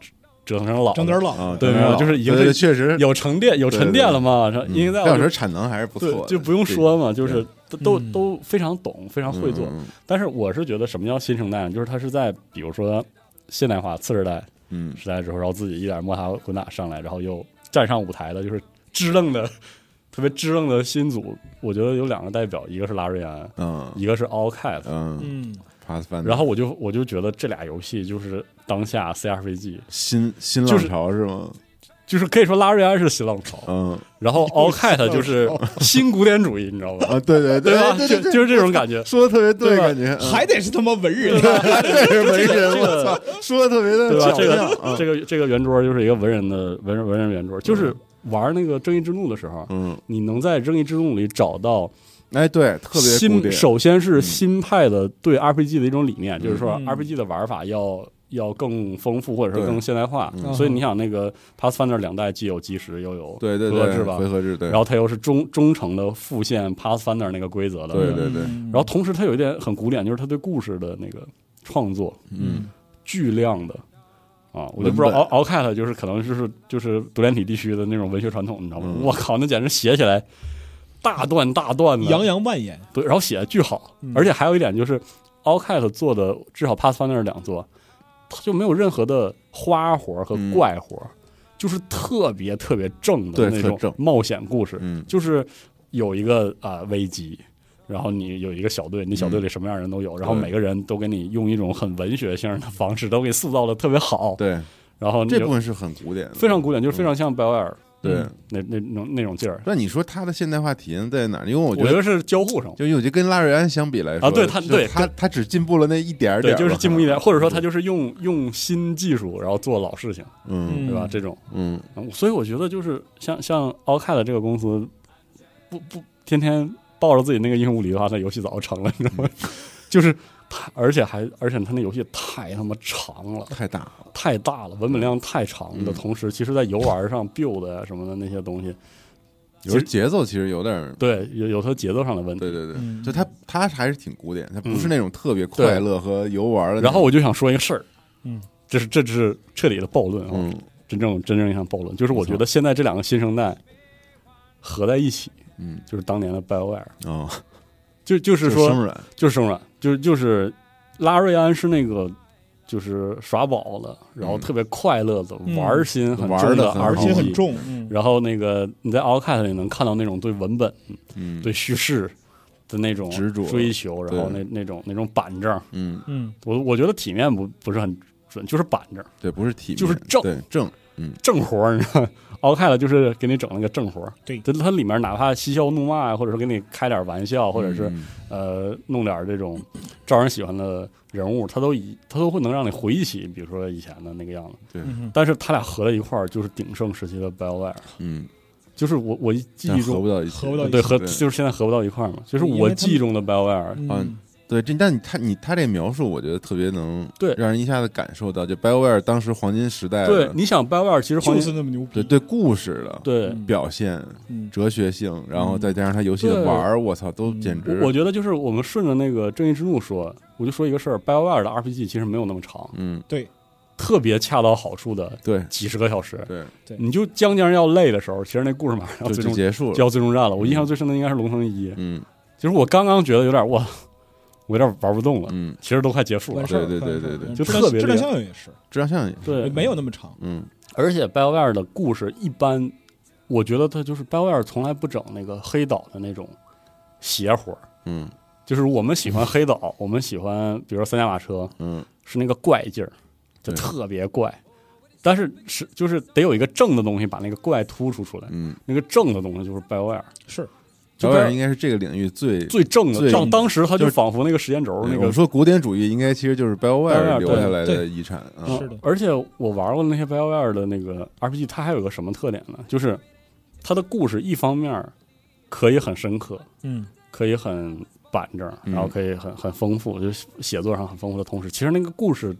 Speaker 2: 折腾成老的，
Speaker 3: 整点儿
Speaker 4: 啊
Speaker 3: 老，，
Speaker 2: 对没有就是已经
Speaker 4: 对
Speaker 2: 是
Speaker 4: 对确实
Speaker 2: 有沉淀有沉淀了嘛？然后
Speaker 4: 嗯
Speaker 2: 因为在
Speaker 4: 廖
Speaker 2: 我
Speaker 4: 老
Speaker 2: 就
Speaker 4: 师产能还是不错
Speaker 2: 对
Speaker 4: 的，
Speaker 2: 就不用说嘛，就是都都
Speaker 3: 嗯
Speaker 2: 都非常懂，非常
Speaker 4: 这个
Speaker 2: 会做。
Speaker 4: 嗯
Speaker 2: 但是我是觉得什么叫新生代呢？就是它是在比如说现代化次世代
Speaker 4: 嗯，
Speaker 2: 时代之后，然后自己一点摸爬滚打上来，然后又站上舞台的，就是支棱的特别支棱的新组。我觉得有两个代表，一个是拉瑞安，
Speaker 4: 嗯
Speaker 2: 一个是 All Cat。
Speaker 4: 嗯嗯
Speaker 3: 嗯，
Speaker 4: ，Pathfinder，
Speaker 2: 然后我就我就觉得这俩游戏就是当下 CRPG，
Speaker 4: 新新
Speaker 2: 就
Speaker 4: 浪
Speaker 2: 是
Speaker 4: 潮是吗？
Speaker 2: 就是可以说拉瑞安是新浪潮，
Speaker 4: 嗯
Speaker 2: 然后 All Cat 就是新古典主义，你知道吧？
Speaker 4: 啊，对对
Speaker 2: 对吧？
Speaker 4: 对
Speaker 2: 就
Speaker 4: 对，
Speaker 2: 就是这种感觉。
Speaker 4: 说的特别对，
Speaker 2: 对吧
Speaker 4: 感觉嗯
Speaker 3: 还得是他妈文人，
Speaker 4: 还 真是文人，
Speaker 2: 这
Speaker 4: 我
Speaker 2: 个
Speaker 4: 操，说的特别的
Speaker 2: 对吧？
Speaker 4: 巧
Speaker 2: 这
Speaker 4: 妙
Speaker 2: 个
Speaker 4: 啊，
Speaker 2: 这个这个圆桌就是一个文人的文人文人圆桌，就是玩那个《正义之怒》的时候，
Speaker 4: 嗯，
Speaker 2: 你能在《正义之怒》里找到
Speaker 4: 哎，对，特别古
Speaker 2: 新，
Speaker 4: 典，
Speaker 2: 首先是新派的对 RPG 的一种理念，就是说
Speaker 3: 嗯
Speaker 2: RPG 的玩法要。要更丰富，或者说
Speaker 4: 对
Speaker 2: 更现代化，
Speaker 4: 嗯
Speaker 2: 所以你想，那个 Pathfinder 两代既有即时，又有
Speaker 4: 对对
Speaker 2: 回合
Speaker 4: 对，
Speaker 2: 制吧
Speaker 4: 回合制，对，
Speaker 2: 然后它又是忠忠诚的复现 Pathfinder 那个规则的，
Speaker 4: 对对对
Speaker 3: 嗯
Speaker 2: 然后同时它有一点很古典，就是它对故事的那个创作，
Speaker 4: 嗯，
Speaker 2: 巨量的啊，我就
Speaker 4: 文
Speaker 2: 不知道
Speaker 4: 本
Speaker 2: 敖敖凯特就是可能就是就是独联体地区的那种文学传统，你知道吗？
Speaker 4: 嗯
Speaker 2: 我靠，那简直写起来大段大段的，
Speaker 3: 洋洋万言，
Speaker 2: 对，然后写的巨好，
Speaker 3: 嗯
Speaker 2: 而且还有一点就是敖凯特做的至少 Pathfinder 两座，它就没有任何的花活和
Speaker 4: 嗯
Speaker 2: 怪活，就是特别特别正的
Speaker 4: 对
Speaker 2: 那
Speaker 4: 特
Speaker 2: 种
Speaker 4: 正
Speaker 2: 冒险故事，
Speaker 4: 嗯
Speaker 2: 就是有一个啊、危机，然后你有一个小队，你小队里什么样的人都有，然后
Speaker 4: 嗯对
Speaker 2: 每个人都给你用一种很文学性的方式，都给塑造的特别好。
Speaker 4: 对，
Speaker 2: 然后你
Speaker 4: 这
Speaker 2: 就
Speaker 4: 部分是很古典的，
Speaker 2: 非常古典，就是非常像拜威尔
Speaker 4: 对。
Speaker 2: 那那那种那种劲儿。
Speaker 4: 但你说它的现代化体验在哪儿？因为我
Speaker 2: 我
Speaker 4: 觉
Speaker 2: 觉
Speaker 4: 得，
Speaker 2: 得是交互上，
Speaker 4: 就因为我觉得跟拉瑞安相比来说，
Speaker 2: 啊对它
Speaker 4: 就是
Speaker 2: 对
Speaker 4: 它它只进步了那一点儿
Speaker 2: 对
Speaker 4: 点，
Speaker 2: 就
Speaker 4: 儿吧，
Speaker 2: 是进步一点，或者说他
Speaker 4: 就
Speaker 2: 就是用用新技术，然后做老事情，
Speaker 4: 嗯
Speaker 2: 对吧？
Speaker 3: 嗯
Speaker 2: 这种，
Speaker 4: 嗯
Speaker 2: 嗯所以我觉得就是像像 a l c a d 这个公司，不不天天抱着自己那个英雄无敌的话，那游戏早就成了，你知道吗？
Speaker 4: 嗯
Speaker 2: 就是太，而且还而且他那游戏太他妈长了，
Speaker 4: 太大了，
Speaker 2: 太大了，文本量太长的
Speaker 4: 嗯
Speaker 2: 同时，其实在游玩上 build 啊什么的那些东西，
Speaker 4: 有时候节奏其实有点儿，
Speaker 2: 对有有它节奏上的问题。
Speaker 4: 对对对，
Speaker 3: 嗯
Speaker 4: 就它它还是挺古典，它不
Speaker 2: 嗯
Speaker 4: 是那种特别快乐和游玩的那种。
Speaker 2: 然后我就想说一个事儿，
Speaker 3: 嗯，
Speaker 2: 这是这是彻底的暴论啊，
Speaker 4: 嗯
Speaker 2: 真正真正意义上暴论，就是我觉
Speaker 4: 没
Speaker 2: 得现在这两个新生代合在一起，
Speaker 4: 嗯
Speaker 2: 就是当年的 BioWare，
Speaker 4: 哦，
Speaker 2: 就就是
Speaker 4: 就
Speaker 2: 说
Speaker 4: 生软，
Speaker 2: 就是生软，就是就是拉瑞安是那个就是耍宝了，然后
Speaker 4: 嗯
Speaker 2: 特别快乐的、
Speaker 3: 嗯
Speaker 2: 玩儿心很重
Speaker 4: 玩得
Speaker 2: 的
Speaker 4: 很好
Speaker 3: 而且
Speaker 2: RPG，
Speaker 3: 很重，嗯
Speaker 2: 然后那个你在 Allcat 里能看到那种对文本、
Speaker 4: 嗯
Speaker 2: 对叙事的那种
Speaker 4: 执着
Speaker 2: 追求，然后
Speaker 4: 对
Speaker 2: 那那种那种板正，
Speaker 4: 嗯
Speaker 3: 嗯，
Speaker 2: 我我觉得体面不不是很准，就是板正
Speaker 4: 对，不是体面
Speaker 2: 就是正
Speaker 4: 对正
Speaker 2: 正活儿，你知道吗，Allcat 就是给你整了个正活儿，
Speaker 3: 对
Speaker 2: 它它里面哪怕嬉笑怒骂呀，或者说给你开点玩笑，或者是。
Speaker 4: 嗯
Speaker 2: 呃，弄点儿这种招人喜欢的人物，他都以他都会能让你回忆起，比如说以前的那个样子。
Speaker 3: 嗯
Speaker 2: 但是他俩合在一块儿，就是鼎盛时期的 BioWare，
Speaker 4: 嗯，
Speaker 2: 就是我我一记
Speaker 4: 但
Speaker 2: 忆
Speaker 4: 合
Speaker 2: 中
Speaker 4: 不到一起，
Speaker 3: 合不到一起
Speaker 2: 对合
Speaker 4: 对
Speaker 2: 就是现在合不到一块儿嘛，就是
Speaker 3: 因为
Speaker 2: 我
Speaker 3: 他们
Speaker 2: 记忆中的 BioWare，
Speaker 3: 嗯
Speaker 4: 啊对，这但你他你他这描述，我觉得特别能
Speaker 2: 对
Speaker 4: 让人一下子感受到，就 BioWare 当时黄金时代的
Speaker 2: 对，你想 BioWare 其实黄
Speaker 3: 就是
Speaker 2: 金
Speaker 3: 那么牛逼，
Speaker 4: 对对故事的
Speaker 2: 对。
Speaker 3: 嗯
Speaker 4: 表现、
Speaker 3: 嗯，
Speaker 4: 哲学性，然后再加上他游戏的
Speaker 2: 对嗯
Speaker 4: 玩儿，我操，都简直
Speaker 2: 我我觉得就是我们顺着那个《正义之怒》说，我就说一个事儿，BioWare 的 RPG 其实没有那么长，
Speaker 4: 嗯，
Speaker 2: 特别恰到好处的
Speaker 4: 对
Speaker 2: 几十个小时，
Speaker 4: 对，
Speaker 3: 对
Speaker 2: 你就将将要累的时候，其实那故事马上要
Speaker 4: 就
Speaker 2: 最
Speaker 4: 就
Speaker 2: 终
Speaker 4: 结束
Speaker 2: 就
Speaker 4: 了，
Speaker 2: 要最终战了。我印象最深的应该是《龙腾一》，
Speaker 4: 嗯
Speaker 2: 就是我刚刚觉得有点哇，我有点玩不动了，
Speaker 4: 嗯，
Speaker 2: 其实都快结束了
Speaker 3: 完。事儿
Speaker 4: 对对
Speaker 3: 完
Speaker 4: 对
Speaker 3: 事儿
Speaker 4: 对对
Speaker 3: 嗯
Speaker 2: 就
Speaker 3: 质量
Speaker 2: 特别
Speaker 3: 质量
Speaker 2: 厉害
Speaker 3: 效应也是，
Speaker 4: 质量效应，
Speaker 2: 对，
Speaker 3: 没有那么长，
Speaker 4: 嗯
Speaker 2: 而且 BioWare 的故事一般，我觉得它就是 BioWare 从来不整那个黑岛的那种邪火，
Speaker 4: 嗯
Speaker 2: 就是我们喜欢黑岛，我们喜欢比如说三驾马车
Speaker 4: 嗯，
Speaker 2: 是那个怪劲儿，就
Speaker 4: 对
Speaker 2: 特别怪。但是是就是得有一个正的东西把那个怪突出出来，
Speaker 4: 嗯
Speaker 2: 那个正的东西就是 BioWare
Speaker 3: 是
Speaker 2: 就
Speaker 4: ，BioWare
Speaker 2: 是
Speaker 4: 应该是这个领域最。
Speaker 2: 最正的。
Speaker 4: 最
Speaker 2: 像当时它
Speaker 4: 就
Speaker 2: 就是仿佛那个时间轴
Speaker 4: 对
Speaker 2: 那
Speaker 4: 我
Speaker 2: 个
Speaker 4: 们说古典主义应该其实就是
Speaker 2: BioWare
Speaker 4: BioWare 留下
Speaker 2: 对
Speaker 4: 来的
Speaker 3: 对
Speaker 4: 遗产啊，
Speaker 2: 嗯
Speaker 3: 是的
Speaker 2: 而且我玩过那些 BioWare 的那个 RPG，它还有个什么特点呢？就是它的故事一方面儿可以很深刻，
Speaker 3: 嗯
Speaker 2: 可以很板正，
Speaker 4: 嗯
Speaker 2: 然后可以很很丰富，就是写作上很丰富的同时，其实那个故事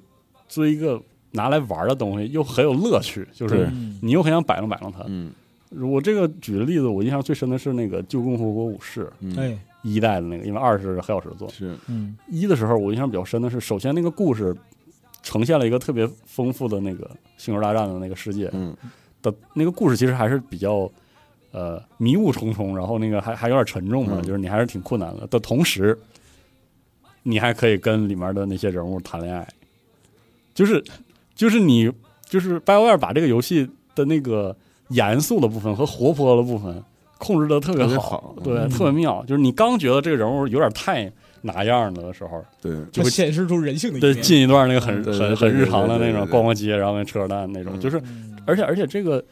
Speaker 2: 作为一个拿来玩的东西，又很有乐趣，就是
Speaker 4: 对
Speaker 3: 嗯
Speaker 2: 你又很想摆弄摆弄它。
Speaker 4: 嗯
Speaker 2: 我这个举的例子，我印象最深的是那个《旧共和国武士
Speaker 4: 嗯，
Speaker 3: 哎》
Speaker 2: 一代的那个，因为二是黑曜石做
Speaker 4: 是
Speaker 3: 嗯
Speaker 2: 一的时候，我印象比较深的是，首先那个故事呈现了一个特别丰富的那个《星球大战》的那个世界
Speaker 4: 嗯
Speaker 2: 的那个故事，其实还是比较呃迷雾重重，然后那个还还有点沉重嘛，
Speaker 4: 嗯
Speaker 2: 就是你还是挺困难的。的同时，你还可以跟里面的那些人物谈恋爱，就是就是你就是 BioWare 把这个游戏的那个严肃的部分和活泼的部分控制的特别
Speaker 4: 特别
Speaker 2: 好
Speaker 4: 好，嗯
Speaker 2: 对，特别妙。就是你刚觉得这个人物有点太拿样了的时候，
Speaker 4: 对，
Speaker 2: 就
Speaker 3: 它
Speaker 2: 会
Speaker 3: 显示出人性的一
Speaker 2: 对，
Speaker 3: 面。
Speaker 2: 进一段那个很
Speaker 4: 嗯对对
Speaker 2: 很很
Speaker 4: 对
Speaker 2: 日常的
Speaker 4: 对
Speaker 2: 那
Speaker 4: 对对
Speaker 2: 种
Speaker 4: 对
Speaker 2: 逛逛街，然后跟扯扯淡那种，
Speaker 4: 嗯
Speaker 2: 就是，而且而且这个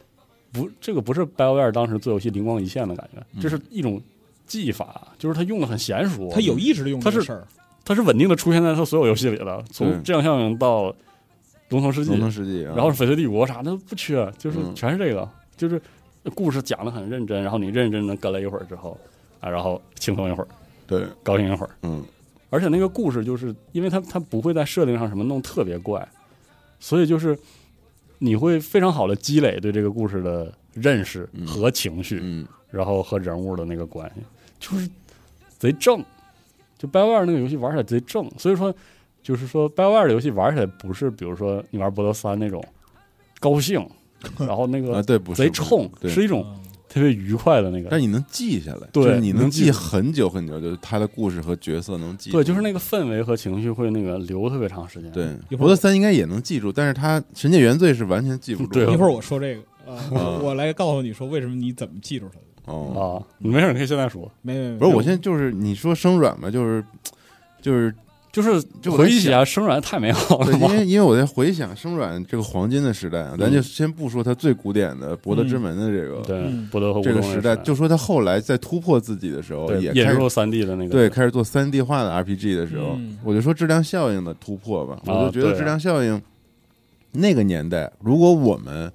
Speaker 2: 不，这个不是 BioWare 当时做游戏灵光一现的感觉，
Speaker 4: 嗯
Speaker 2: 这是一种技法，就是他用的很娴熟，
Speaker 3: 他有意识的用这
Speaker 2: 它
Speaker 3: 个
Speaker 2: 是
Speaker 3: 事儿，
Speaker 2: 它是稳定的出现在他所有游戏里的，从《
Speaker 4: 对
Speaker 2: 质量效应》到《龙头世纪
Speaker 4: 嗯龙》，腾世纪啊，
Speaker 2: 然后《翡翠帝国》啥的都不缺，就是
Speaker 4: 嗯
Speaker 2: 全是这个，就是故事讲的很认真，然后你认真的跟了一会儿之后啊，然后轻松一会儿，
Speaker 4: 对，
Speaker 2: 高兴一会儿。
Speaker 4: 嗯
Speaker 2: 而且那个故事就是因为它它不会在设定上什么弄特别怪，所以就是你会非常好的积累对这个故事的认识
Speaker 4: 嗯
Speaker 2: 和情绪，
Speaker 4: 嗯
Speaker 2: 然后和人物的那个关系，就是贼正。就 BioWare 那个游戏玩起来贼正，所以说就是说 BioWare 的游戏玩起来不是比如说你玩《博德三》那种高 兴，然后那
Speaker 4: 啊，
Speaker 2: 个
Speaker 4: 对，不是
Speaker 2: 贼
Speaker 4: 不是
Speaker 2: 冲，
Speaker 4: 对
Speaker 2: 是一种特别愉快的那个
Speaker 4: 但你能记下来，
Speaker 2: 对
Speaker 4: 就是你能
Speaker 2: 能记
Speaker 4: 记很久很久，就是他的故事和角色能记住，
Speaker 2: 对，就是那个氛围和情绪会那个留特别长时间。
Speaker 4: 对，
Speaker 3: 一会儿
Speaker 4: 博德三应该也能记住，但是他《神界原罪》是完全记不住
Speaker 2: 对
Speaker 4: 的，
Speaker 3: 一会儿我说这个，呃
Speaker 4: 啊
Speaker 3: 我来告诉你说为什么你怎么记住它的。
Speaker 4: 哦，
Speaker 2: 啊，你没事，你可以现在说。
Speaker 3: 没没没，
Speaker 4: 不是，我现在就是你说生软嘛，就是 就是
Speaker 2: 就是
Speaker 4: 就我在
Speaker 2: 回忆起来，生软太美好了
Speaker 4: 对，因
Speaker 2: 嘛。
Speaker 4: 为因为我在回想生软这个黄金的时代啊，咱就先不说它最古典的《博德之门》的这个、
Speaker 2: 嗯对
Speaker 3: 嗯，
Speaker 2: 博德和乌
Speaker 4: 这个
Speaker 2: 龙的
Speaker 4: 时代，就说它后来在突破自己的时候，
Speaker 2: 对
Speaker 4: 也
Speaker 2: 引
Speaker 4: 开始
Speaker 2: 入三 D 的那个
Speaker 4: 对开始做三 D 化的 RPG 的时候，
Speaker 3: 嗯
Speaker 4: 我就说质量效应的突破吧，
Speaker 2: 啊
Speaker 4: 我就觉得
Speaker 2: 对啊
Speaker 4: 质量效应那个年代，如果我们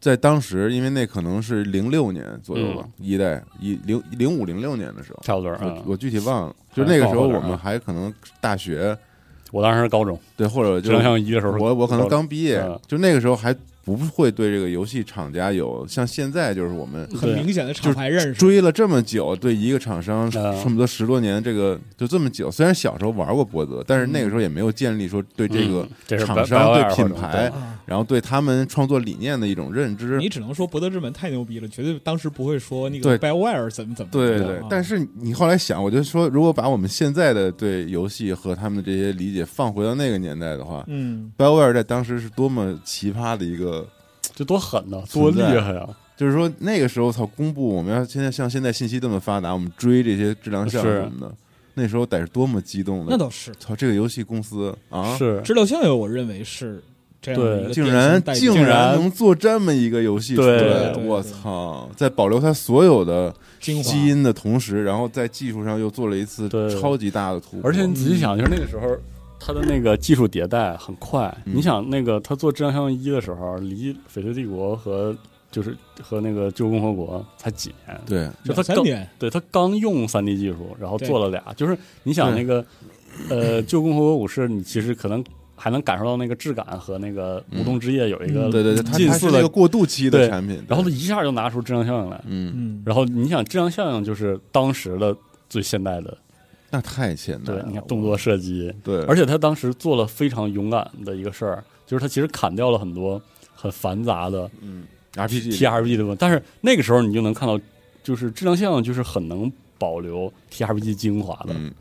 Speaker 4: 在当时，因为那可能是零六年左右吧，一代一零零五零六年的时候。
Speaker 2: 差不多
Speaker 4: 我
Speaker 2: 嗯啊。
Speaker 4: 我具体忘了，就那个时
Speaker 2: 还
Speaker 4: 候
Speaker 2: 是
Speaker 4: 我
Speaker 2: 高中
Speaker 4: 们
Speaker 2: 啊
Speaker 4: 还可能大学，
Speaker 2: 我当时是高中，
Speaker 4: 对，或者
Speaker 2: 质
Speaker 4: 就
Speaker 2: 量像一的时候，
Speaker 4: 我我可能刚毕业
Speaker 2: 嗯，
Speaker 4: 就那个时候还不会对这个游戏厂家有像现在就是我们
Speaker 3: 很明显的厂牌认识，
Speaker 4: 追了这么久，对一个厂商
Speaker 2: 嗯
Speaker 4: 这么多十多年，这个就这么久。虽然小时候玩过博德，但是那个时候也没有建立说对这个
Speaker 2: 嗯这是
Speaker 4: 厂
Speaker 2: BioWare
Speaker 4: 商、
Speaker 2: 或者
Speaker 4: 对品牌，
Speaker 3: 啊
Speaker 4: 然后对他们创作理念的一种认知。
Speaker 3: 你只能说博德之门太牛逼了，绝对当时不会说那
Speaker 4: 对
Speaker 3: 个 BioWare 怎么怎么怎么
Speaker 4: 对
Speaker 3: 样
Speaker 4: 对
Speaker 3: 啊，
Speaker 4: 但是你后来想，我就说，如果把我们现在的对游戏和他们的这些理解放回到那个年代的话
Speaker 3: 嗯，
Speaker 4: ，BioWare 在当时是多么奇葩的一个
Speaker 2: 这多狠呐，多
Speaker 4: 存
Speaker 2: 厉
Speaker 4: 在
Speaker 2: 害啊呀！
Speaker 4: 就是说那个时候，操，公布我们要现在像现在信息这么发达，我们追这些质量项
Speaker 2: 是
Speaker 4: 什么的，那时候得是多么激动的！
Speaker 3: 那倒是
Speaker 4: 操，这个游戏公司啊，
Speaker 2: 是
Speaker 3: 质量效应，我认为是这样的一个
Speaker 4: 竟
Speaker 3: 典型
Speaker 4: 然
Speaker 3: 代表
Speaker 4: 竟
Speaker 2: 竟然
Speaker 4: 能做这么一个游戏出
Speaker 2: 对
Speaker 4: 来
Speaker 2: 对，
Speaker 3: 对
Speaker 4: 我操！在保留它所有的
Speaker 3: 精华
Speaker 4: 基因的同时，然后在技术上又做了一次
Speaker 2: 对
Speaker 4: 超级大的突破，嗯
Speaker 2: 而且你仔细想，就是那个时候，它的那个技术迭代很快。
Speaker 4: 嗯
Speaker 2: 你想，那个他做《质量效应一》的时候，离《翡翠帝国》和就是和那个《旧共和国》才几年，
Speaker 4: 对
Speaker 2: 就他
Speaker 3: 两三
Speaker 2: 刚
Speaker 3: 年
Speaker 2: 对他刚用三 D 技术，然后做了俩，就是你想
Speaker 4: 对
Speaker 2: 那个呃《旧共和国武士》，你其实可能还能感受到那个质感和那个《无动之夜》有一个、
Speaker 3: 嗯
Speaker 4: 对对对，它
Speaker 2: 呃近
Speaker 4: 它
Speaker 2: 似
Speaker 4: 是
Speaker 2: 的
Speaker 4: 一个过渡期的
Speaker 2: 对
Speaker 4: 产品，
Speaker 2: 然后他一下就拿出质量效应来，
Speaker 4: 嗯，
Speaker 3: 嗯，
Speaker 2: 然后你想质量效应就是当时的最现代的，
Speaker 4: 那太现代
Speaker 2: 对
Speaker 4: 了，，
Speaker 2: 你看动作射击，
Speaker 4: 嗯对，
Speaker 2: 而且他当时做了非常勇敢的一个事儿，就是他其实砍掉了很多很繁杂的
Speaker 4: 嗯 RPG
Speaker 2: T R P 的问题，但是那个时候你就能看到，就是质量效应就是很能保留 T R P G 精华的，
Speaker 4: 嗯，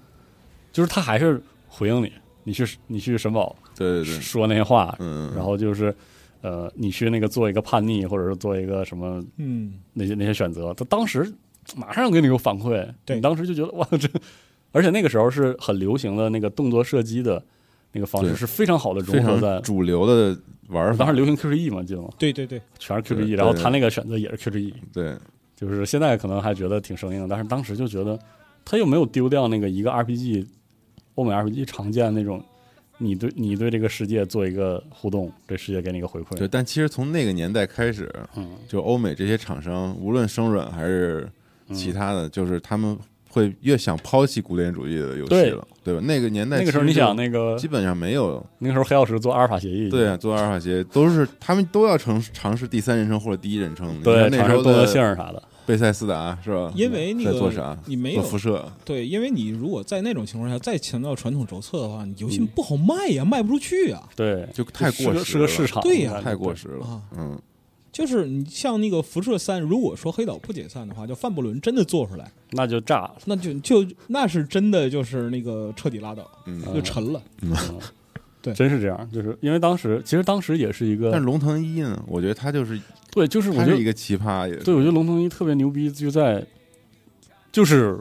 Speaker 2: 就是他还是回应你，你去你去神保
Speaker 4: 对对对，
Speaker 2: 说那些话，
Speaker 4: 嗯，
Speaker 2: 然后就是呃，你去那个做一个叛逆，或者是做一个什么
Speaker 3: 嗯，
Speaker 2: 那些那些选择，他当时马上给你个反馈，
Speaker 3: 对
Speaker 2: 你当时就觉得哇这，而且那个时候是很流行的那个动作射击的那个方式
Speaker 4: 对
Speaker 2: 是非常好的
Speaker 4: 非
Speaker 2: 融合在
Speaker 4: 常。主流的玩
Speaker 2: 当
Speaker 4: 法
Speaker 2: 时，流行 QGE 嘛，记得吗？
Speaker 3: 对对对，
Speaker 2: 全是
Speaker 4: 对
Speaker 2: QGE，然后
Speaker 4: 对
Speaker 2: 他那个选择也是 E QGE，
Speaker 4: 对，
Speaker 2: 就是现在可能还觉得挺生硬，但是当时就觉得他又没有丢掉那个一个 RPG，欧美 RPG 常见的那种，你对你对这个世界做一个互动，对世界给你一个回
Speaker 4: 对，
Speaker 2: 馈，
Speaker 4: 但其实从那个年代开始，
Speaker 2: 嗯，
Speaker 4: 就欧美这些厂商，无论生软还是
Speaker 2: 嗯
Speaker 4: 其他的，就是他们会越想抛弃古典主义的游戏了，对吧？那个年代
Speaker 2: 那个时候
Speaker 4: 其
Speaker 2: 你
Speaker 4: 实就
Speaker 2: 想那个
Speaker 4: 基本上没有，
Speaker 2: 那个时候黑曜石做阿尔法协议，
Speaker 4: 对啊，做阿尔法鞋都是他们都要尝尝试第三人称或者第一人称的。
Speaker 2: 对，
Speaker 4: 你看那
Speaker 2: 尝
Speaker 4: 时
Speaker 2: 试
Speaker 4: 候
Speaker 2: 动作性
Speaker 4: 的
Speaker 2: 儿啥的，
Speaker 4: 贝塞斯达是吧？
Speaker 3: 因为那
Speaker 4: 在做
Speaker 3: 个
Speaker 4: 啥？
Speaker 3: 你没
Speaker 4: 做
Speaker 3: 有
Speaker 4: 辐射，
Speaker 3: 对，因为你如果在那种情况下再强调传统轴测的话，你游
Speaker 4: 嗯
Speaker 3: 戏不好卖呀，卖不出去啊。
Speaker 2: 对，
Speaker 4: 就太
Speaker 2: 是
Speaker 4: 过
Speaker 2: 个
Speaker 4: 时
Speaker 2: 是个
Speaker 4: 了
Speaker 2: 市场，
Speaker 3: 对呀
Speaker 4: 太过时了
Speaker 3: 啊。
Speaker 4: 嗯，
Speaker 3: 就是你像那个《辐射三》，如果说黑岛不解散的话，就范布伦真的做出来，
Speaker 2: 那就炸 了。
Speaker 3: 那就就那是真的就是那个彻底拉倒，
Speaker 4: 嗯
Speaker 2: 呃
Speaker 3: 就沉了。对
Speaker 2: 真是这样，就是因为当时，其实当时也是一个
Speaker 4: 但龙腾一呢？我觉得他就是
Speaker 2: 对，就是我
Speaker 4: 他
Speaker 2: 觉
Speaker 4: 是一
Speaker 2: 得，
Speaker 4: 个奇葩，也
Speaker 2: 对我觉得龙腾一特别牛逼，就在就是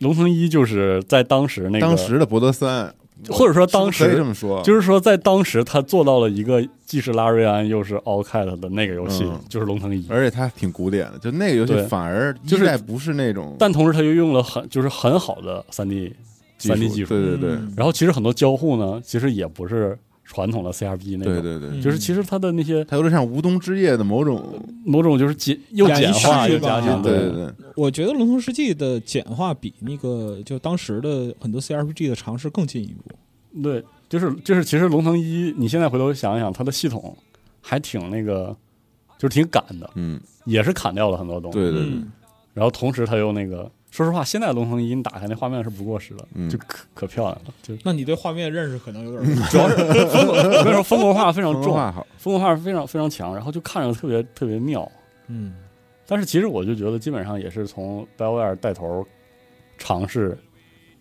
Speaker 2: 龙腾一就是在当时那个，
Speaker 4: 当时的博德三，
Speaker 2: 或者说当
Speaker 4: 是不是可以这
Speaker 2: 时
Speaker 4: 么说，
Speaker 2: 就是说在当时他做到了一个既是拉瑞安又是 All Cat 的那个游戏
Speaker 4: 嗯，
Speaker 2: 就是龙腾一，
Speaker 4: 而且它挺古典的，就那个游戏
Speaker 2: 对
Speaker 4: 反而一
Speaker 2: 就是
Speaker 4: 代不是那种
Speaker 2: 但同时他又用了很就是很好的三 D 三 D 技术，
Speaker 4: 对对对
Speaker 3: 嗯
Speaker 2: 然后其实很多交互呢，其实也不是传统的 CRP 那种，
Speaker 4: 对对对，
Speaker 3: 嗯
Speaker 2: 就是其实它的那些
Speaker 4: 它有点像无冬之夜的某种，
Speaker 2: 某种就是简又
Speaker 3: 演
Speaker 2: 简
Speaker 3: 示
Speaker 2: 化又
Speaker 3: 吧
Speaker 2: 加强，
Speaker 4: 对对对，
Speaker 3: 我觉得《龙腾世纪》的简化比那个就当时的很多 CRPG 的尝试更进一步。
Speaker 2: 对，就是就是，其实龙腾一，你现在回头想一想，它的系统还挺那个，就是挺赶的，
Speaker 4: 嗯，
Speaker 2: 也是砍掉了很多东西。
Speaker 4: 对对对，
Speaker 3: 嗯，
Speaker 2: 然后同时它又那个，说实话，现在龙腾一你打开那画面是不过时的，
Speaker 4: 嗯
Speaker 2: 就可可漂亮了。 就
Speaker 3: 那你对画面认识可能有点
Speaker 2: 主要是风格，我跟你说，风格化非常
Speaker 4: 风格
Speaker 2: 重，
Speaker 4: 化好，
Speaker 2: 风格化非常非常强，然后就看着特别特别妙。
Speaker 3: 嗯，
Speaker 2: 但是其实我就觉得，基本上也是从 BioWare 带头尝试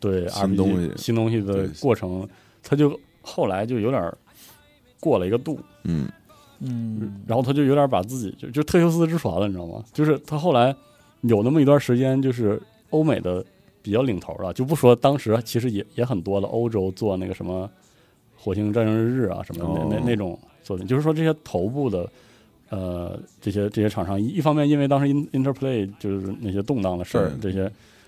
Speaker 2: 对
Speaker 4: 新东
Speaker 2: RPG
Speaker 4: 西
Speaker 2: 新东西的
Speaker 4: 对
Speaker 2: 过程，他就后来就有点儿过了一个度，
Speaker 4: 嗯，
Speaker 3: 嗯，
Speaker 2: 然后他就有点把自己就就特修斯之船了，你知道吗？就是他后来有那么一段时间，就是欧美的比较领头的，就不说当时其实也也很多了，欧洲做那个什么《火星战争日志》啊什么的、那
Speaker 4: 哦
Speaker 2: 那那种作品，就是说这些头部的呃这些这些厂商，一一方面因为当时 In- Interplay 就是那些动荡的事儿，这
Speaker 4: 对
Speaker 2: 些，